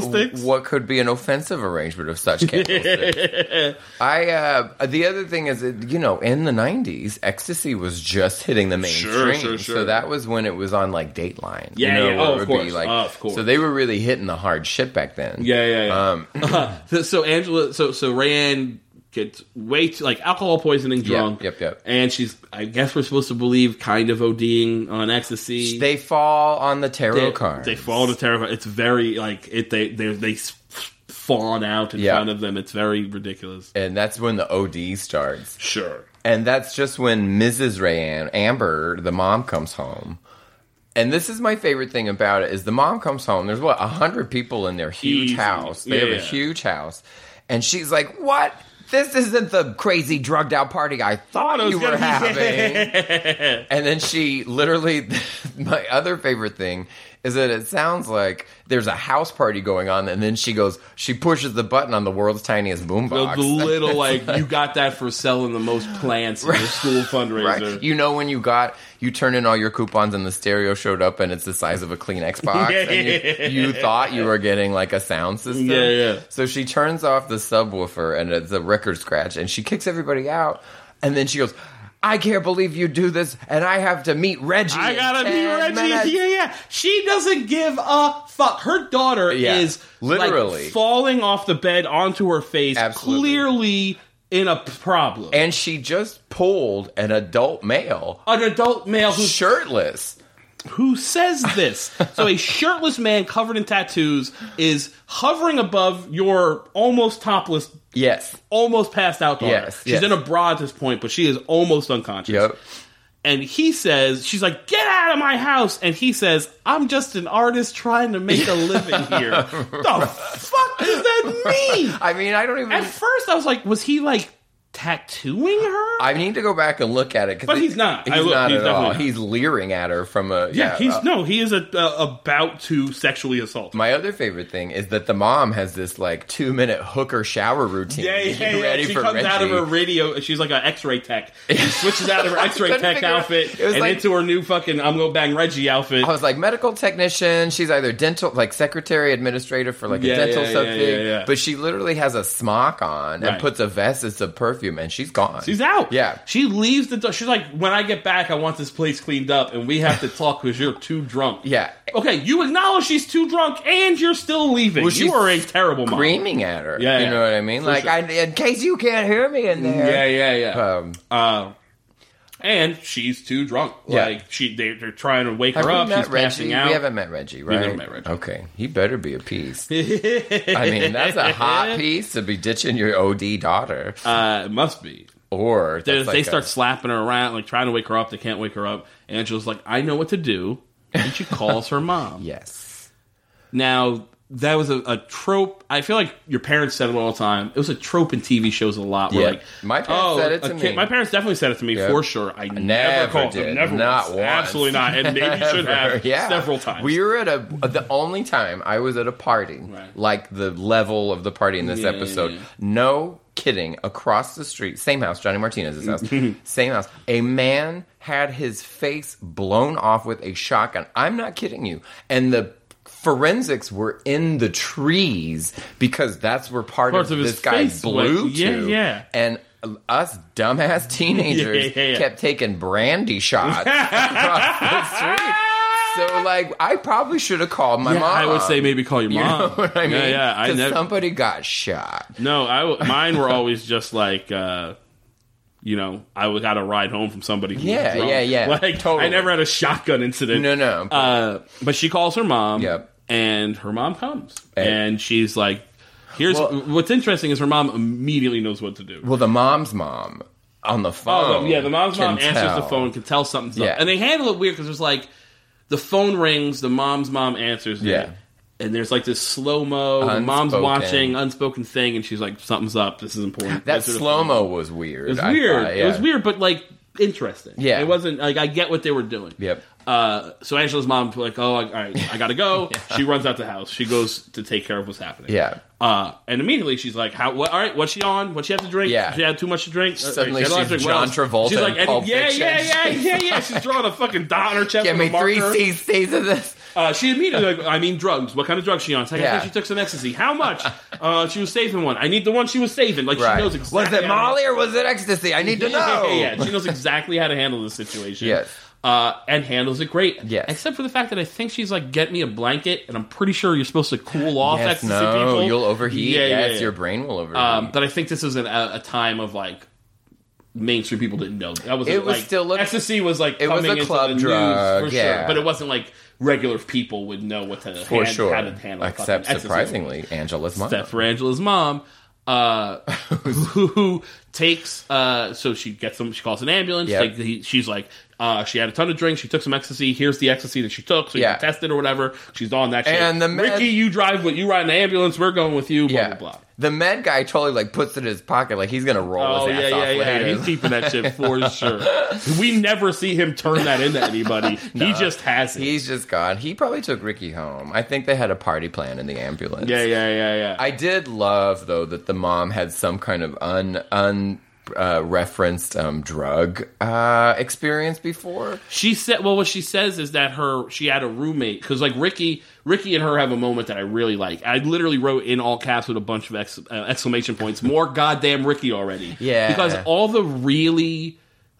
[SPEAKER 1] candlesticks.
[SPEAKER 2] What could be an offensive arrangement of such candlesticks? I uh, the other thing is, that, you know, in the '90s, ecstasy was just hitting the mainstream.
[SPEAKER 1] Sure, sure, sure.
[SPEAKER 2] So that was when it was on like Dateline.
[SPEAKER 1] Yeah,
[SPEAKER 2] you know,
[SPEAKER 1] yeah.
[SPEAKER 2] where
[SPEAKER 1] Oh,
[SPEAKER 2] it
[SPEAKER 1] of
[SPEAKER 2] would
[SPEAKER 1] course. Oh, of course.
[SPEAKER 2] So they were really hitting the hard shit back then.
[SPEAKER 1] Yeah, yeah, yeah.
[SPEAKER 2] Um,
[SPEAKER 1] So- so Angela, so so Rayanne gets way too like alcohol poisoning, drunk.
[SPEAKER 2] yep, yep.
[SPEAKER 1] And she's, I guess we're supposed to believe, kind of ODing on ecstasy.
[SPEAKER 2] they fall on the tarot
[SPEAKER 1] they,
[SPEAKER 2] cards.
[SPEAKER 1] they fall to terror. It's very like it. They they they s- fawn out in
[SPEAKER 2] Yeah.
[SPEAKER 1] front of them. It's very ridiculous.
[SPEAKER 2] and that's when the OD starts.
[SPEAKER 1] Sure.
[SPEAKER 2] And that's just when Mrs. Rayanne, Amber, the mom comes home. And this is my favorite thing about it is the mom comes home. There's what a hundred people in their huge
[SPEAKER 1] Easy.
[SPEAKER 2] house. They have
[SPEAKER 1] Yeah.
[SPEAKER 2] a huge house, and she's like, "What this isn't the crazy drugged out party I thought
[SPEAKER 1] I was
[SPEAKER 2] you
[SPEAKER 1] gonna
[SPEAKER 2] were
[SPEAKER 1] be-
[SPEAKER 2] having. and then she literally, my other favorite thing is that it sounds like there's a house party going on, and then she goes, she pushes the button on the world's tiniest
[SPEAKER 1] The,
[SPEAKER 2] boombox.
[SPEAKER 1] the little like you got that for selling the most plants in your school fundraiser.
[SPEAKER 2] Right. You know when you got you turned in all your coupons and the stereo showed up and it's the size of a Kleenex box and you, you thought you were getting like a sound system.
[SPEAKER 1] Yeah, yeah.
[SPEAKER 2] So she turns off the subwoofer and it's a record scratch and she kicks everybody out and then she goes, I can't believe you do this and I have to meet Reggie.
[SPEAKER 1] I
[SPEAKER 2] in
[SPEAKER 1] gotta be
[SPEAKER 2] 10
[SPEAKER 1] Reggie.
[SPEAKER 2] minutes."
[SPEAKER 1] Yeah, yeah. She doesn't give a fuck. Her daughter
[SPEAKER 2] Yeah,
[SPEAKER 1] is like,
[SPEAKER 2] literally.
[SPEAKER 1] falling off the bed onto her face,
[SPEAKER 2] Absolutely.
[SPEAKER 1] clearly in a problem.
[SPEAKER 2] And she just pulled an adult male
[SPEAKER 1] An adult male who
[SPEAKER 2] shirtless.
[SPEAKER 1] who says this. so a shirtless man covered in tattoos is hovering above your almost topless.
[SPEAKER 2] Yes.
[SPEAKER 1] Almost passed out daughter.
[SPEAKER 2] Yes,
[SPEAKER 1] She's
[SPEAKER 2] yes.
[SPEAKER 1] in a bra at this point, but she is almost unconscious.
[SPEAKER 2] Yep.
[SPEAKER 1] and he says she's like get out of my house and he says i'm just an artist trying to make a living here the fuck does that mean
[SPEAKER 2] I mean, I don't even
[SPEAKER 1] at first i was like was he like tattooing her
[SPEAKER 2] I need to go back and look at it. 'cause
[SPEAKER 1] But
[SPEAKER 2] it-
[SPEAKER 1] he's not.
[SPEAKER 2] He's
[SPEAKER 1] I looked,
[SPEAKER 2] not
[SPEAKER 1] he's
[SPEAKER 2] at all.
[SPEAKER 1] definitely not.
[SPEAKER 2] He's leering at her from a.
[SPEAKER 1] yeah, he's
[SPEAKER 2] uh,
[SPEAKER 1] no he is a, uh, about to sexually assault her.
[SPEAKER 2] my other favorite thing is that the mom has this like two minute hooker shower routine.
[SPEAKER 1] yeah, yeah, yeah.
[SPEAKER 2] Ready
[SPEAKER 1] She
[SPEAKER 2] for
[SPEAKER 1] comes out of
[SPEAKER 2] Reggie.
[SPEAKER 1] her radio. She's like an X-ray tech. She switches out of her X-ray
[SPEAKER 2] couldn't
[SPEAKER 1] tech
[SPEAKER 2] figure it-
[SPEAKER 1] outfit
[SPEAKER 2] it was
[SPEAKER 1] and
[SPEAKER 2] like-
[SPEAKER 1] into her new fucking "I'm gonna bang Reggie" outfit.
[SPEAKER 2] I was like medical technician. She's either dental, like secretary, administrator for like
[SPEAKER 1] Yeah,
[SPEAKER 2] a dental
[SPEAKER 1] yeah, yeah,
[SPEAKER 2] something.
[SPEAKER 1] yeah, yeah.
[SPEAKER 2] But she literally has a smock on
[SPEAKER 1] Right.
[SPEAKER 2] and puts a vest as a perfume, and she's gone.
[SPEAKER 1] She's out.
[SPEAKER 2] Yeah.
[SPEAKER 1] She leaves the door. She's like, when I get back, I want this place cleaned up and we have to talk because you're too drunk.
[SPEAKER 2] Yeah.
[SPEAKER 1] Okay, you acknowledge she's too drunk and you're still leaving.
[SPEAKER 2] Well,
[SPEAKER 1] you
[SPEAKER 2] she's
[SPEAKER 1] are a terrible mom.
[SPEAKER 2] screaming at her.
[SPEAKER 1] Yeah,
[SPEAKER 2] you
[SPEAKER 1] yeah.
[SPEAKER 2] know what I mean.
[SPEAKER 1] For
[SPEAKER 2] Like,
[SPEAKER 1] sure.
[SPEAKER 2] I, in case you can't hear me in
[SPEAKER 1] Yeah,
[SPEAKER 2] there.
[SPEAKER 1] yeah, yeah.
[SPEAKER 2] Um,
[SPEAKER 1] Uh, and she's too drunk.
[SPEAKER 2] Yeah.
[SPEAKER 1] Like she, they, they're trying to wake
[SPEAKER 2] Have
[SPEAKER 1] her
[SPEAKER 2] we
[SPEAKER 1] up.
[SPEAKER 2] met
[SPEAKER 1] She's passing
[SPEAKER 2] Reggie?
[SPEAKER 1] out.
[SPEAKER 2] We haven't met Reggie, right?
[SPEAKER 1] haven't met Reggie.
[SPEAKER 2] Okay, he better be a piece. I mean, that's a hot piece to be ditching your OD daughter,
[SPEAKER 1] uh, it must be.
[SPEAKER 2] or
[SPEAKER 1] They,
[SPEAKER 2] that's
[SPEAKER 1] they
[SPEAKER 2] like
[SPEAKER 1] start slapping her around, like trying to wake her up. They can't wake her up. Angela's like, I know what to do, and she calls her mom.
[SPEAKER 2] A, yes,
[SPEAKER 1] Now, that was a, a trope. I feel like your parents said it all the time. It was a trope in TV shows a lot. Where
[SPEAKER 2] Yeah.
[SPEAKER 1] like, "Oh,
[SPEAKER 2] My parents said it
[SPEAKER 1] a
[SPEAKER 2] to
[SPEAKER 1] kid-
[SPEAKER 2] me.
[SPEAKER 1] My parents definitely said it to me
[SPEAKER 2] Yeah.
[SPEAKER 1] for sure. I never,
[SPEAKER 2] never
[SPEAKER 1] called
[SPEAKER 2] did.
[SPEAKER 1] them. Never
[SPEAKER 2] Not
[SPEAKER 1] once.
[SPEAKER 2] once.
[SPEAKER 1] Absolutely not. And maybe should have
[SPEAKER 2] yeah.
[SPEAKER 1] several times.
[SPEAKER 2] We were at a the only time I was at a party,
[SPEAKER 1] Right.
[SPEAKER 2] like the level of the party in this
[SPEAKER 1] Yeah,
[SPEAKER 2] episode.
[SPEAKER 1] yeah, yeah.
[SPEAKER 2] No kidding. Across the street, same house, Johnny Martinez's house, same house. A man had his face blown off with a shotgun. I'm not kidding you. And the forensics were in the trees because that's where part
[SPEAKER 1] Parts
[SPEAKER 2] of,
[SPEAKER 1] of his
[SPEAKER 2] this guy
[SPEAKER 1] face
[SPEAKER 2] blew
[SPEAKER 1] went- yeah,
[SPEAKER 2] to.
[SPEAKER 1] yeah.
[SPEAKER 2] And us dumbass teenagers
[SPEAKER 1] Yeah, yeah, yeah.
[SPEAKER 2] kept taking brandy shots across the street. So like, I probably should have called my
[SPEAKER 1] Yeah,
[SPEAKER 2] mom.
[SPEAKER 1] Ah! I would say maybe call your
[SPEAKER 2] You
[SPEAKER 1] mom.
[SPEAKER 2] know what I mean?
[SPEAKER 1] Yeah, yeah. I
[SPEAKER 2] 'Cause
[SPEAKER 1] never.
[SPEAKER 2] somebody got shot.
[SPEAKER 1] no, I w- mine were always just like. uh you know, I w- got a ride home from somebody. Who was
[SPEAKER 2] Yeah,
[SPEAKER 1] drunk.
[SPEAKER 2] yeah, yeah.
[SPEAKER 1] Like,
[SPEAKER 2] Totally.
[SPEAKER 1] I never had a shotgun incident.
[SPEAKER 2] No, no.
[SPEAKER 1] Uh, but she calls her mom.
[SPEAKER 2] Yep.
[SPEAKER 1] And her mom comes,
[SPEAKER 2] Hey.
[SPEAKER 1] and she's like, "Here's
[SPEAKER 2] Well-
[SPEAKER 1] what's interesting is her mom immediately knows what to do.
[SPEAKER 2] well, the mom's mom on the
[SPEAKER 1] Oh,
[SPEAKER 2] phone.
[SPEAKER 1] yeah, the mom's
[SPEAKER 2] can
[SPEAKER 1] mom answers the
[SPEAKER 2] tell.
[SPEAKER 1] phone, can tell something's
[SPEAKER 2] Yeah.
[SPEAKER 1] up, and they handle it weird because there's like the phone rings, the mom's mom answers,
[SPEAKER 2] Yeah.
[SPEAKER 1] it, and there's like this slow mo. The mom's
[SPEAKER 2] Unspoken.
[SPEAKER 1] watching unspoken thing, and she's like, "Something's up. This is important."
[SPEAKER 2] That
[SPEAKER 1] Answer the
[SPEAKER 2] slow
[SPEAKER 1] phone.
[SPEAKER 2] mo was weird.
[SPEAKER 1] It was weird. It was weird, but like interesting.
[SPEAKER 2] Yeah.
[SPEAKER 1] it wasn't like I get what they were doing.
[SPEAKER 2] Yep.
[SPEAKER 1] Uh, so Angela's mom's like, "Oh, I, all right, I gotta go." She runs out the house. She goes to take care of what's happening.
[SPEAKER 2] Yeah.
[SPEAKER 1] Uh, and immediately she's like, "How? What, all right, what's she on? What she have to drink?
[SPEAKER 2] Yeah.
[SPEAKER 1] She had too much to drink. Uh,
[SPEAKER 2] Suddenly
[SPEAKER 1] she had a lot to
[SPEAKER 2] she's
[SPEAKER 1] drink. What
[SPEAKER 2] John
[SPEAKER 1] else?"
[SPEAKER 2] Travolta
[SPEAKER 1] She's
[SPEAKER 2] in
[SPEAKER 1] like, and-
[SPEAKER 2] Pulp
[SPEAKER 1] "Yeah, yeah, yeah,
[SPEAKER 2] Fiction.
[SPEAKER 1] yeah, yeah." She's drawing a fucking dot on her chest.
[SPEAKER 2] Give
[SPEAKER 1] with
[SPEAKER 2] me
[SPEAKER 1] a
[SPEAKER 2] three
[SPEAKER 1] marker.
[SPEAKER 2] CCs of this.
[SPEAKER 1] Uh, she immediately like, I mean, drugs. What kind of drugs she on? It's like, I
[SPEAKER 2] Yeah.
[SPEAKER 1] think she took some ecstasy. How much? uh, she was saving one. I need the one she was saving. Like
[SPEAKER 2] Right.
[SPEAKER 1] she knows exactly.
[SPEAKER 2] was it
[SPEAKER 1] how to-
[SPEAKER 2] Molly or was it ecstasy? I need to know.
[SPEAKER 1] yeah, yeah, yeah. She knows exactly how to handle the situation.
[SPEAKER 2] Yes.
[SPEAKER 1] Uh, and handles it great.
[SPEAKER 2] Yes.
[SPEAKER 1] Except for the fact that I think she's like, get me a blanket, and I'm pretty sure you're supposed to cool off
[SPEAKER 2] Yes,
[SPEAKER 1] ecstasy
[SPEAKER 2] no,
[SPEAKER 1] people.
[SPEAKER 2] you'll overheat.
[SPEAKER 1] Yeah, yeah,
[SPEAKER 2] yes,
[SPEAKER 1] yeah.
[SPEAKER 2] your brain will overheat.
[SPEAKER 1] Um, but I think this is an, a, a time of like mainstream people didn't know that was
[SPEAKER 2] It was
[SPEAKER 1] like,
[SPEAKER 2] still look-
[SPEAKER 1] ecstasy was like
[SPEAKER 2] It was
[SPEAKER 1] coming
[SPEAKER 2] a
[SPEAKER 1] into
[SPEAKER 2] club
[SPEAKER 1] the
[SPEAKER 2] drug,
[SPEAKER 1] news for sure,
[SPEAKER 2] yeah.
[SPEAKER 1] but it wasn't like regular people would know what to
[SPEAKER 2] for
[SPEAKER 1] hand,
[SPEAKER 2] sure.
[SPEAKER 1] how to handle.
[SPEAKER 2] Except
[SPEAKER 1] fucking ecstasy.
[SPEAKER 2] surprisingly, Angela's mom.
[SPEAKER 1] Except for Angela's mom, uh, who takes uh, so she gets them. She calls an ambulance.
[SPEAKER 2] Yep.
[SPEAKER 1] Like, he, she's like, Uh, she had a ton of drinks. She took some ecstasy. Here's the ecstasy that she took. So you
[SPEAKER 2] Yeah.
[SPEAKER 1] can test it or whatever. She's on that shit.
[SPEAKER 2] And the meth-
[SPEAKER 1] Ricky, you drive with you ride in the ambulance. We're going with you. Blah
[SPEAKER 2] yeah.
[SPEAKER 1] blah blah.
[SPEAKER 2] The med guy totally like puts it in his pocket, like he's gonna roll
[SPEAKER 1] Oh
[SPEAKER 2] his ass
[SPEAKER 1] yeah,
[SPEAKER 2] off
[SPEAKER 1] yeah, yeah.
[SPEAKER 2] later.
[SPEAKER 1] He's keeping that shit for sure. We never see him turn that into anybody. He just has it.
[SPEAKER 2] He's just gone. He probably took Ricky home. I think they had a party plan in the ambulance.
[SPEAKER 1] yeah, yeah, yeah, yeah.
[SPEAKER 2] I did love though that the mom had some kind of un un uh, referenced um, drug uh, experience before.
[SPEAKER 1] She said, "Well, what she says is that her she had a roommate because like Ricky, Ricky and her have a moment that I really like. I literally wrote in all caps with a bunch of ex, uh, exclamation points. More goddamn Ricky already,
[SPEAKER 2] Yeah.
[SPEAKER 1] Because all the really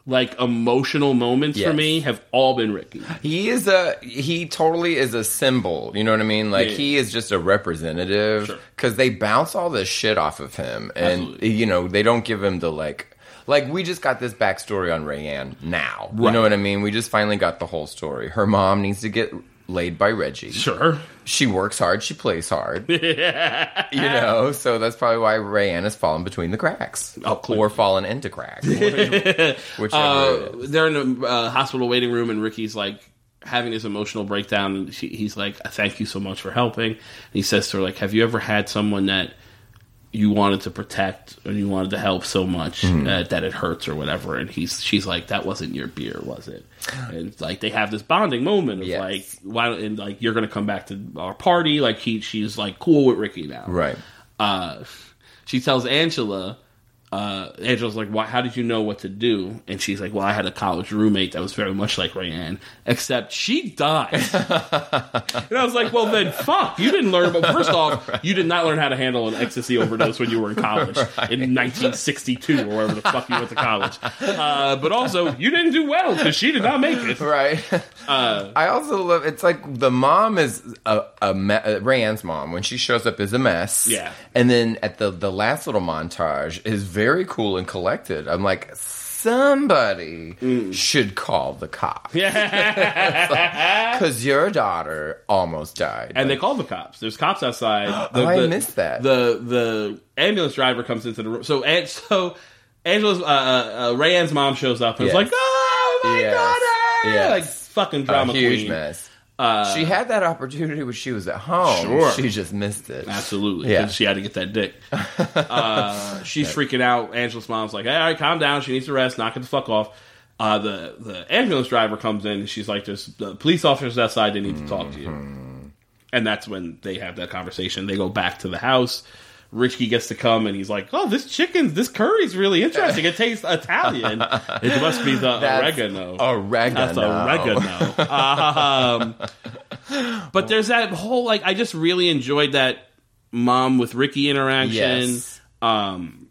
[SPEAKER 1] like emotional moments for
[SPEAKER 2] Yes.
[SPEAKER 1] me have all been Ricky.
[SPEAKER 2] He is a he totally is a symbol. You know what I mean? Like
[SPEAKER 1] Yeah.
[SPEAKER 2] he is just a representative
[SPEAKER 1] Sure.
[SPEAKER 2] because they bounce all this shit off of him, and
[SPEAKER 1] Absolutely.
[SPEAKER 2] you know they don't give him the like. Like we just got this backstory on Rayanne now. You
[SPEAKER 1] Right.
[SPEAKER 2] know what I mean? We just finally got the whole story. Her mom needs to get laid by Reggie.
[SPEAKER 1] Sure,
[SPEAKER 2] she works hard, she plays hard. you know, so that's probably why Rayanne has fallen between the cracks.
[SPEAKER 1] Oh, clearly. Uh,
[SPEAKER 2] or fallen into cracks. Whichever it is.
[SPEAKER 1] they're in a uh, hospital waiting room, and Ricky's like having his emotional breakdown. And she, he's like, "Thank you so much for helping." And he says to her, "Like, have you ever had someone that you wanted to protect and you wanted to help so much
[SPEAKER 2] Hmm.
[SPEAKER 1] uh, that it hurts or whatever?" And he's, she's like, "That wasn't your beer, was it?" And like, they have this bonding moment of
[SPEAKER 2] Yes.
[SPEAKER 1] like, "Why?" don't- And like, "You're gonna come back to our party." Like, he, she's like, "Cool with Ricky now."
[SPEAKER 2] Right.
[SPEAKER 1] uh, she tells Angela, uh, Angela's like, Why, how did you know what to do? And she's like, well, I had a college roommate that was very much like Rayanne, except she died. and I was like, well, then fuck, you didn't learn. But first off, you did not learn how to handle an ecstasy overdose when you were in college in 1962 or wherever the fuck you went to college. Uh, but also, you didn't do well because she did not make it.
[SPEAKER 2] Right.
[SPEAKER 1] Uh,
[SPEAKER 2] I also love it's like the mom is a, a me- uh, Rayanne's mom when she shows up is a mess.
[SPEAKER 1] Yeah.
[SPEAKER 2] And then at the the last little montage is very cool and collected. I'm like somebody
[SPEAKER 1] Mm.
[SPEAKER 2] should call the cops cuz your daughter almost died.
[SPEAKER 1] And they call the cops. There's cops outside.
[SPEAKER 2] Oh,
[SPEAKER 1] The,
[SPEAKER 2] I
[SPEAKER 1] the-
[SPEAKER 2] missed that.
[SPEAKER 1] The the ambulance driver comes into the room. So An- so Angela's uh, uh, uh, Rayanne's mom shows up and is
[SPEAKER 2] Yes.
[SPEAKER 1] like, "Oh my
[SPEAKER 2] Yes.
[SPEAKER 1] god!"
[SPEAKER 2] Yes.
[SPEAKER 1] Like fucking drama
[SPEAKER 2] a huge
[SPEAKER 1] queen. Uh,
[SPEAKER 2] mess. she had that opportunity when she was at home.
[SPEAKER 1] Sure.
[SPEAKER 2] She just missed it.
[SPEAKER 1] Absolutely,
[SPEAKER 2] Yeah.
[SPEAKER 1] 'cause she had to get that dick. Uh, she's freaking out. Angela's mom's like, "All right, calm down. She needs to rest. Knock it the fuck off." Uh, the the ambulance driver comes in and she's like, "There's the police officers outside. They need to talk to you."
[SPEAKER 2] Mm-hmm.
[SPEAKER 1] And that's when they have that conversation. They go back to the house. Richie gets to come and he's like, "Oh, this chicken's this curry's really interesting. It tastes Italian. It must be the
[SPEAKER 2] That's
[SPEAKER 1] oregano.
[SPEAKER 2] Oregano.
[SPEAKER 1] That's oregano. um, but there's that whole like I just really enjoyed that mom with Ricky interaction.
[SPEAKER 2] Yes.
[SPEAKER 1] Um,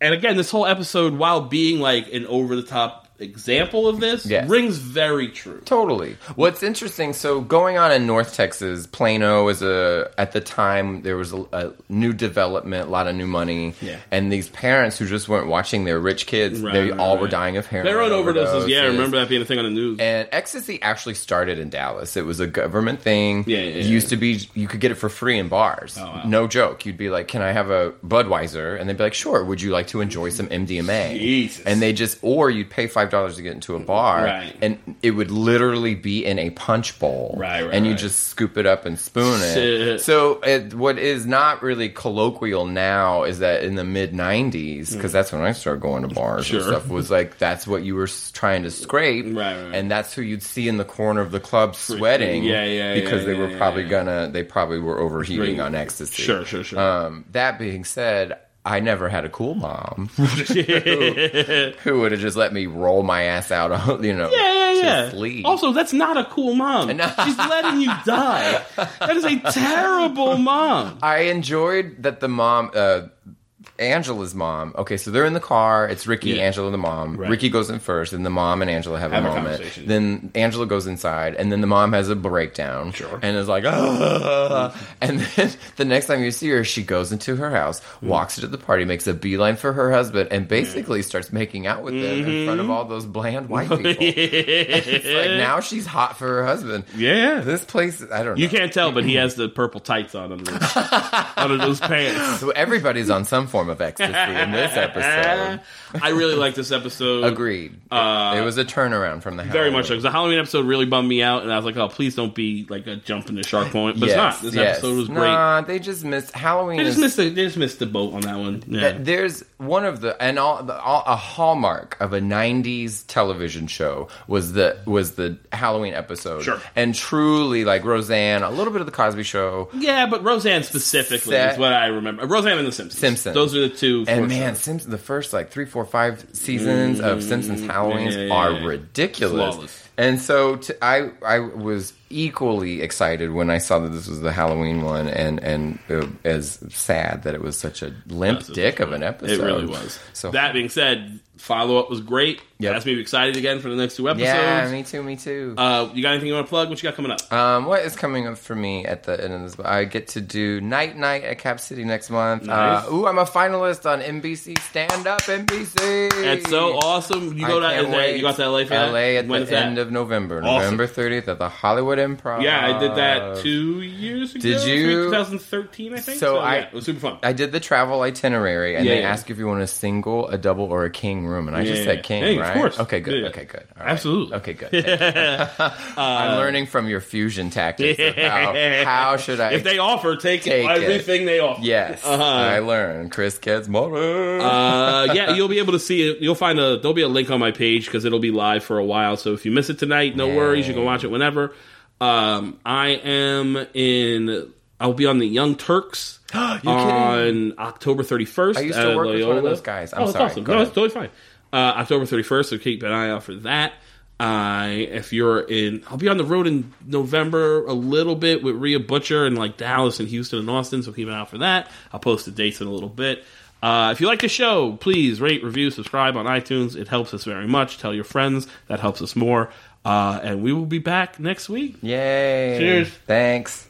[SPEAKER 1] and again, this whole episode, while being like an over the top example of this,
[SPEAKER 2] Yes.
[SPEAKER 1] rings very true.
[SPEAKER 2] Totally. What's interesting, so going on in North Texas, Plano is a at the time there was a, a new development, a lot of new money,
[SPEAKER 1] Yeah.
[SPEAKER 2] and these parents who just weren't watching their rich kids,
[SPEAKER 1] Right,
[SPEAKER 2] they
[SPEAKER 1] right,
[SPEAKER 2] all were
[SPEAKER 1] right.
[SPEAKER 2] dying of heroin.
[SPEAKER 1] Their own overdoses. Yeah, I
[SPEAKER 2] overdoses.
[SPEAKER 1] remember that being a thing on the news.
[SPEAKER 2] And ecstasy actually started in Dallas. It was a government thing.
[SPEAKER 1] Yeah, yeah,
[SPEAKER 2] It
[SPEAKER 1] yeah. Oh,
[SPEAKER 2] used to be you could get it for free in bars.
[SPEAKER 1] wow.
[SPEAKER 2] No joke. You'd be like, "Can I have a Budweiser?" And they'd be like, "Sure. Would you like to enjoy some MDMA?"
[SPEAKER 1] Jesus.
[SPEAKER 2] And they just or you'd pay five dollars to get into a bar,
[SPEAKER 1] Right.
[SPEAKER 2] and it would literally be in a punch bowl,
[SPEAKER 1] Right, right,
[SPEAKER 2] and you
[SPEAKER 1] right.
[SPEAKER 2] just scoop it up and spoon it.
[SPEAKER 1] Shit.
[SPEAKER 2] So it, what is not really colloquial now is that in the mid '90s, because that's when I started going to bars and
[SPEAKER 1] Mm. Sure.
[SPEAKER 2] stuff, was like that's what you were s- trying to scrape,
[SPEAKER 1] Right, right, right.
[SPEAKER 2] and that's who you'd see in the corner of the club sweating,
[SPEAKER 1] Yeah, yeah, yeah,
[SPEAKER 2] because they
[SPEAKER 1] yeah,
[SPEAKER 2] were
[SPEAKER 1] yeah,
[SPEAKER 2] probably
[SPEAKER 1] yeah.
[SPEAKER 2] gonna, they probably were overheating
[SPEAKER 1] Right.
[SPEAKER 2] on ecstasy.
[SPEAKER 1] Sure, sure, sure.
[SPEAKER 2] Um, that being said, I never had a cool mom who would have just let me roll my ass out, on, you
[SPEAKER 1] Yeah,
[SPEAKER 2] know, to
[SPEAKER 1] yeah, yeah.
[SPEAKER 2] sleep.
[SPEAKER 1] Also, that's not a cool mom. She's letting you die. That is a terrible mom.
[SPEAKER 2] I enjoyed that the mom, uh, Angela's mom. Okay, so they're in the car. It's Ricky,
[SPEAKER 1] Yeah.
[SPEAKER 2] Angela, and the mom.
[SPEAKER 1] Right.
[SPEAKER 2] Ricky goes in first, and the mom and Angela have,
[SPEAKER 1] Have
[SPEAKER 2] a
[SPEAKER 1] a
[SPEAKER 2] moment.
[SPEAKER 1] conversation.
[SPEAKER 2] Then Angela goes inside, and then the mom has a breakdown.
[SPEAKER 1] Sure.
[SPEAKER 2] And is like, "Ugh." and then the next time you see her, she goes into her house,
[SPEAKER 1] Mm.
[SPEAKER 2] walks into the party, makes a beeline for her husband, and basically starts making out with them in
[SPEAKER 1] Mm-hmm.
[SPEAKER 2] front of all those bland white people. It's like now she's hot for her husband.
[SPEAKER 1] yeah.
[SPEAKER 2] This place, I don't know.
[SPEAKER 1] You can't tell, but he has the purple tights on under, those- under those pants.
[SPEAKER 2] So everybody's on some form form of ecstasy in this episode.
[SPEAKER 1] I really like this episode.
[SPEAKER 2] Agreed. it, it was a turnaround from the
[SPEAKER 1] Uh, Very
[SPEAKER 2] Halloween.
[SPEAKER 1] much so. 'cause the Halloween episode really bummed me out, and I was like, "Oh, please don't be like a jump in the shark point." But it's not. This episode was great.
[SPEAKER 2] Nah, they just missed Halloween.
[SPEAKER 1] They
[SPEAKER 2] is
[SPEAKER 1] just missed the they just missed the boat on that one. Yeah.
[SPEAKER 2] Th- There's one of the and all, the- all a hallmark of a '90s television show was the was the Halloween episode,
[SPEAKER 1] Sure.
[SPEAKER 2] and truly like Roseanne, a little bit of the Cosby Show,
[SPEAKER 1] yeah, but Roseanne specifically
[SPEAKER 2] Set-
[SPEAKER 1] is what I remember. Roseanne and The Simpsons.
[SPEAKER 2] Simpsons.
[SPEAKER 1] Those are the two. for
[SPEAKER 2] and man,
[SPEAKER 1] sure.
[SPEAKER 2] Simpsons, the first like three, four, five seasons of Simpsons
[SPEAKER 1] Mm,
[SPEAKER 2] Halloweens
[SPEAKER 1] yeah, yeah,
[SPEAKER 2] are
[SPEAKER 1] yeah.
[SPEAKER 2] ridiculous.
[SPEAKER 1] Flawless.
[SPEAKER 2] And so t- I I was equally excited when I saw that this was the Halloween one, and and uh, as sad that it was such a limp
[SPEAKER 1] That's
[SPEAKER 2] dick of an episode.
[SPEAKER 1] it really was.
[SPEAKER 2] So
[SPEAKER 1] that being said, follow up was great.
[SPEAKER 2] Yep.
[SPEAKER 1] That's me excited again for the next two episodes.
[SPEAKER 2] yeah, me too, me too.
[SPEAKER 1] uh, you got anything you want to plug? What you got coming up?
[SPEAKER 2] Um, what is coming up for me at the end of this? I get to do Night Night at Cap City next month.
[SPEAKER 1] Nice.
[SPEAKER 2] Uh, ooh, I'm a finalist on NBC Stand Up NBC.
[SPEAKER 1] That's so awesome. You
[SPEAKER 2] I
[SPEAKER 1] go to
[SPEAKER 2] can't
[SPEAKER 1] is that,
[SPEAKER 2] wait.
[SPEAKER 1] you got to LA for that?
[SPEAKER 2] LA at
[SPEAKER 1] When is
[SPEAKER 2] the
[SPEAKER 1] that?
[SPEAKER 2] end of November,
[SPEAKER 1] Awesome.
[SPEAKER 2] November 30th at the Hollywood Improv.
[SPEAKER 1] Yeah, I did that two years ago.
[SPEAKER 2] uh, Did
[SPEAKER 1] three-
[SPEAKER 2] you-
[SPEAKER 1] 2013, I think.
[SPEAKER 2] So I-
[SPEAKER 1] yeah, it was super fun.
[SPEAKER 2] I did the travel itinerary, and
[SPEAKER 1] Yeah,
[SPEAKER 2] they
[SPEAKER 1] yeah.
[SPEAKER 2] asked if you want a single, a double, or a king room, and I just
[SPEAKER 1] Yeah, yeah.
[SPEAKER 2] said king,
[SPEAKER 1] Hey, of
[SPEAKER 2] right?
[SPEAKER 1] course.
[SPEAKER 2] Okay, good.
[SPEAKER 1] Yeah.
[SPEAKER 2] Okay, good. All right.
[SPEAKER 1] Absolutely. Uh,
[SPEAKER 2] Okay, good. Thank you. I'm learning from your fusion tactics. of How, how should I?
[SPEAKER 1] if they offer, take,
[SPEAKER 2] Take it.
[SPEAKER 1] everything they offer.
[SPEAKER 2] yes,
[SPEAKER 1] Uh-huh.
[SPEAKER 2] I learned. Chris gets more.
[SPEAKER 1] uh, yeah, you'll be able to see it. You'll find a there'll be a link on my page because it'll be live for a while. So if you miss it tonight, no
[SPEAKER 2] Yay.
[SPEAKER 1] worries. You can watch it whenever. Um, I am in. I'll be on the Young Turks on October 31st.
[SPEAKER 2] I used
[SPEAKER 1] at
[SPEAKER 2] to work with one
[SPEAKER 1] uh, Loyola.
[SPEAKER 2] of those guys. I'm
[SPEAKER 1] oh, that's
[SPEAKER 2] sorry.
[SPEAKER 1] awesome.
[SPEAKER 2] Go
[SPEAKER 1] No,
[SPEAKER 2] ahead.
[SPEAKER 1] it's totally fine. Uh, October 31st, so keep an eye out for that. I, if you're in, I'll be on the road in November a little bit with Rhea Butcher and like Dallas and Houston and Austin, so keep an eye out for that. I'll post the dates in a little bit. Uh, if you like the show, please rate, review, subscribe on iTunes. It helps us very much. Tell your friends, that helps us more. Uh, and we will be back next week.
[SPEAKER 2] Yay.
[SPEAKER 1] Cheers.
[SPEAKER 2] Thanks.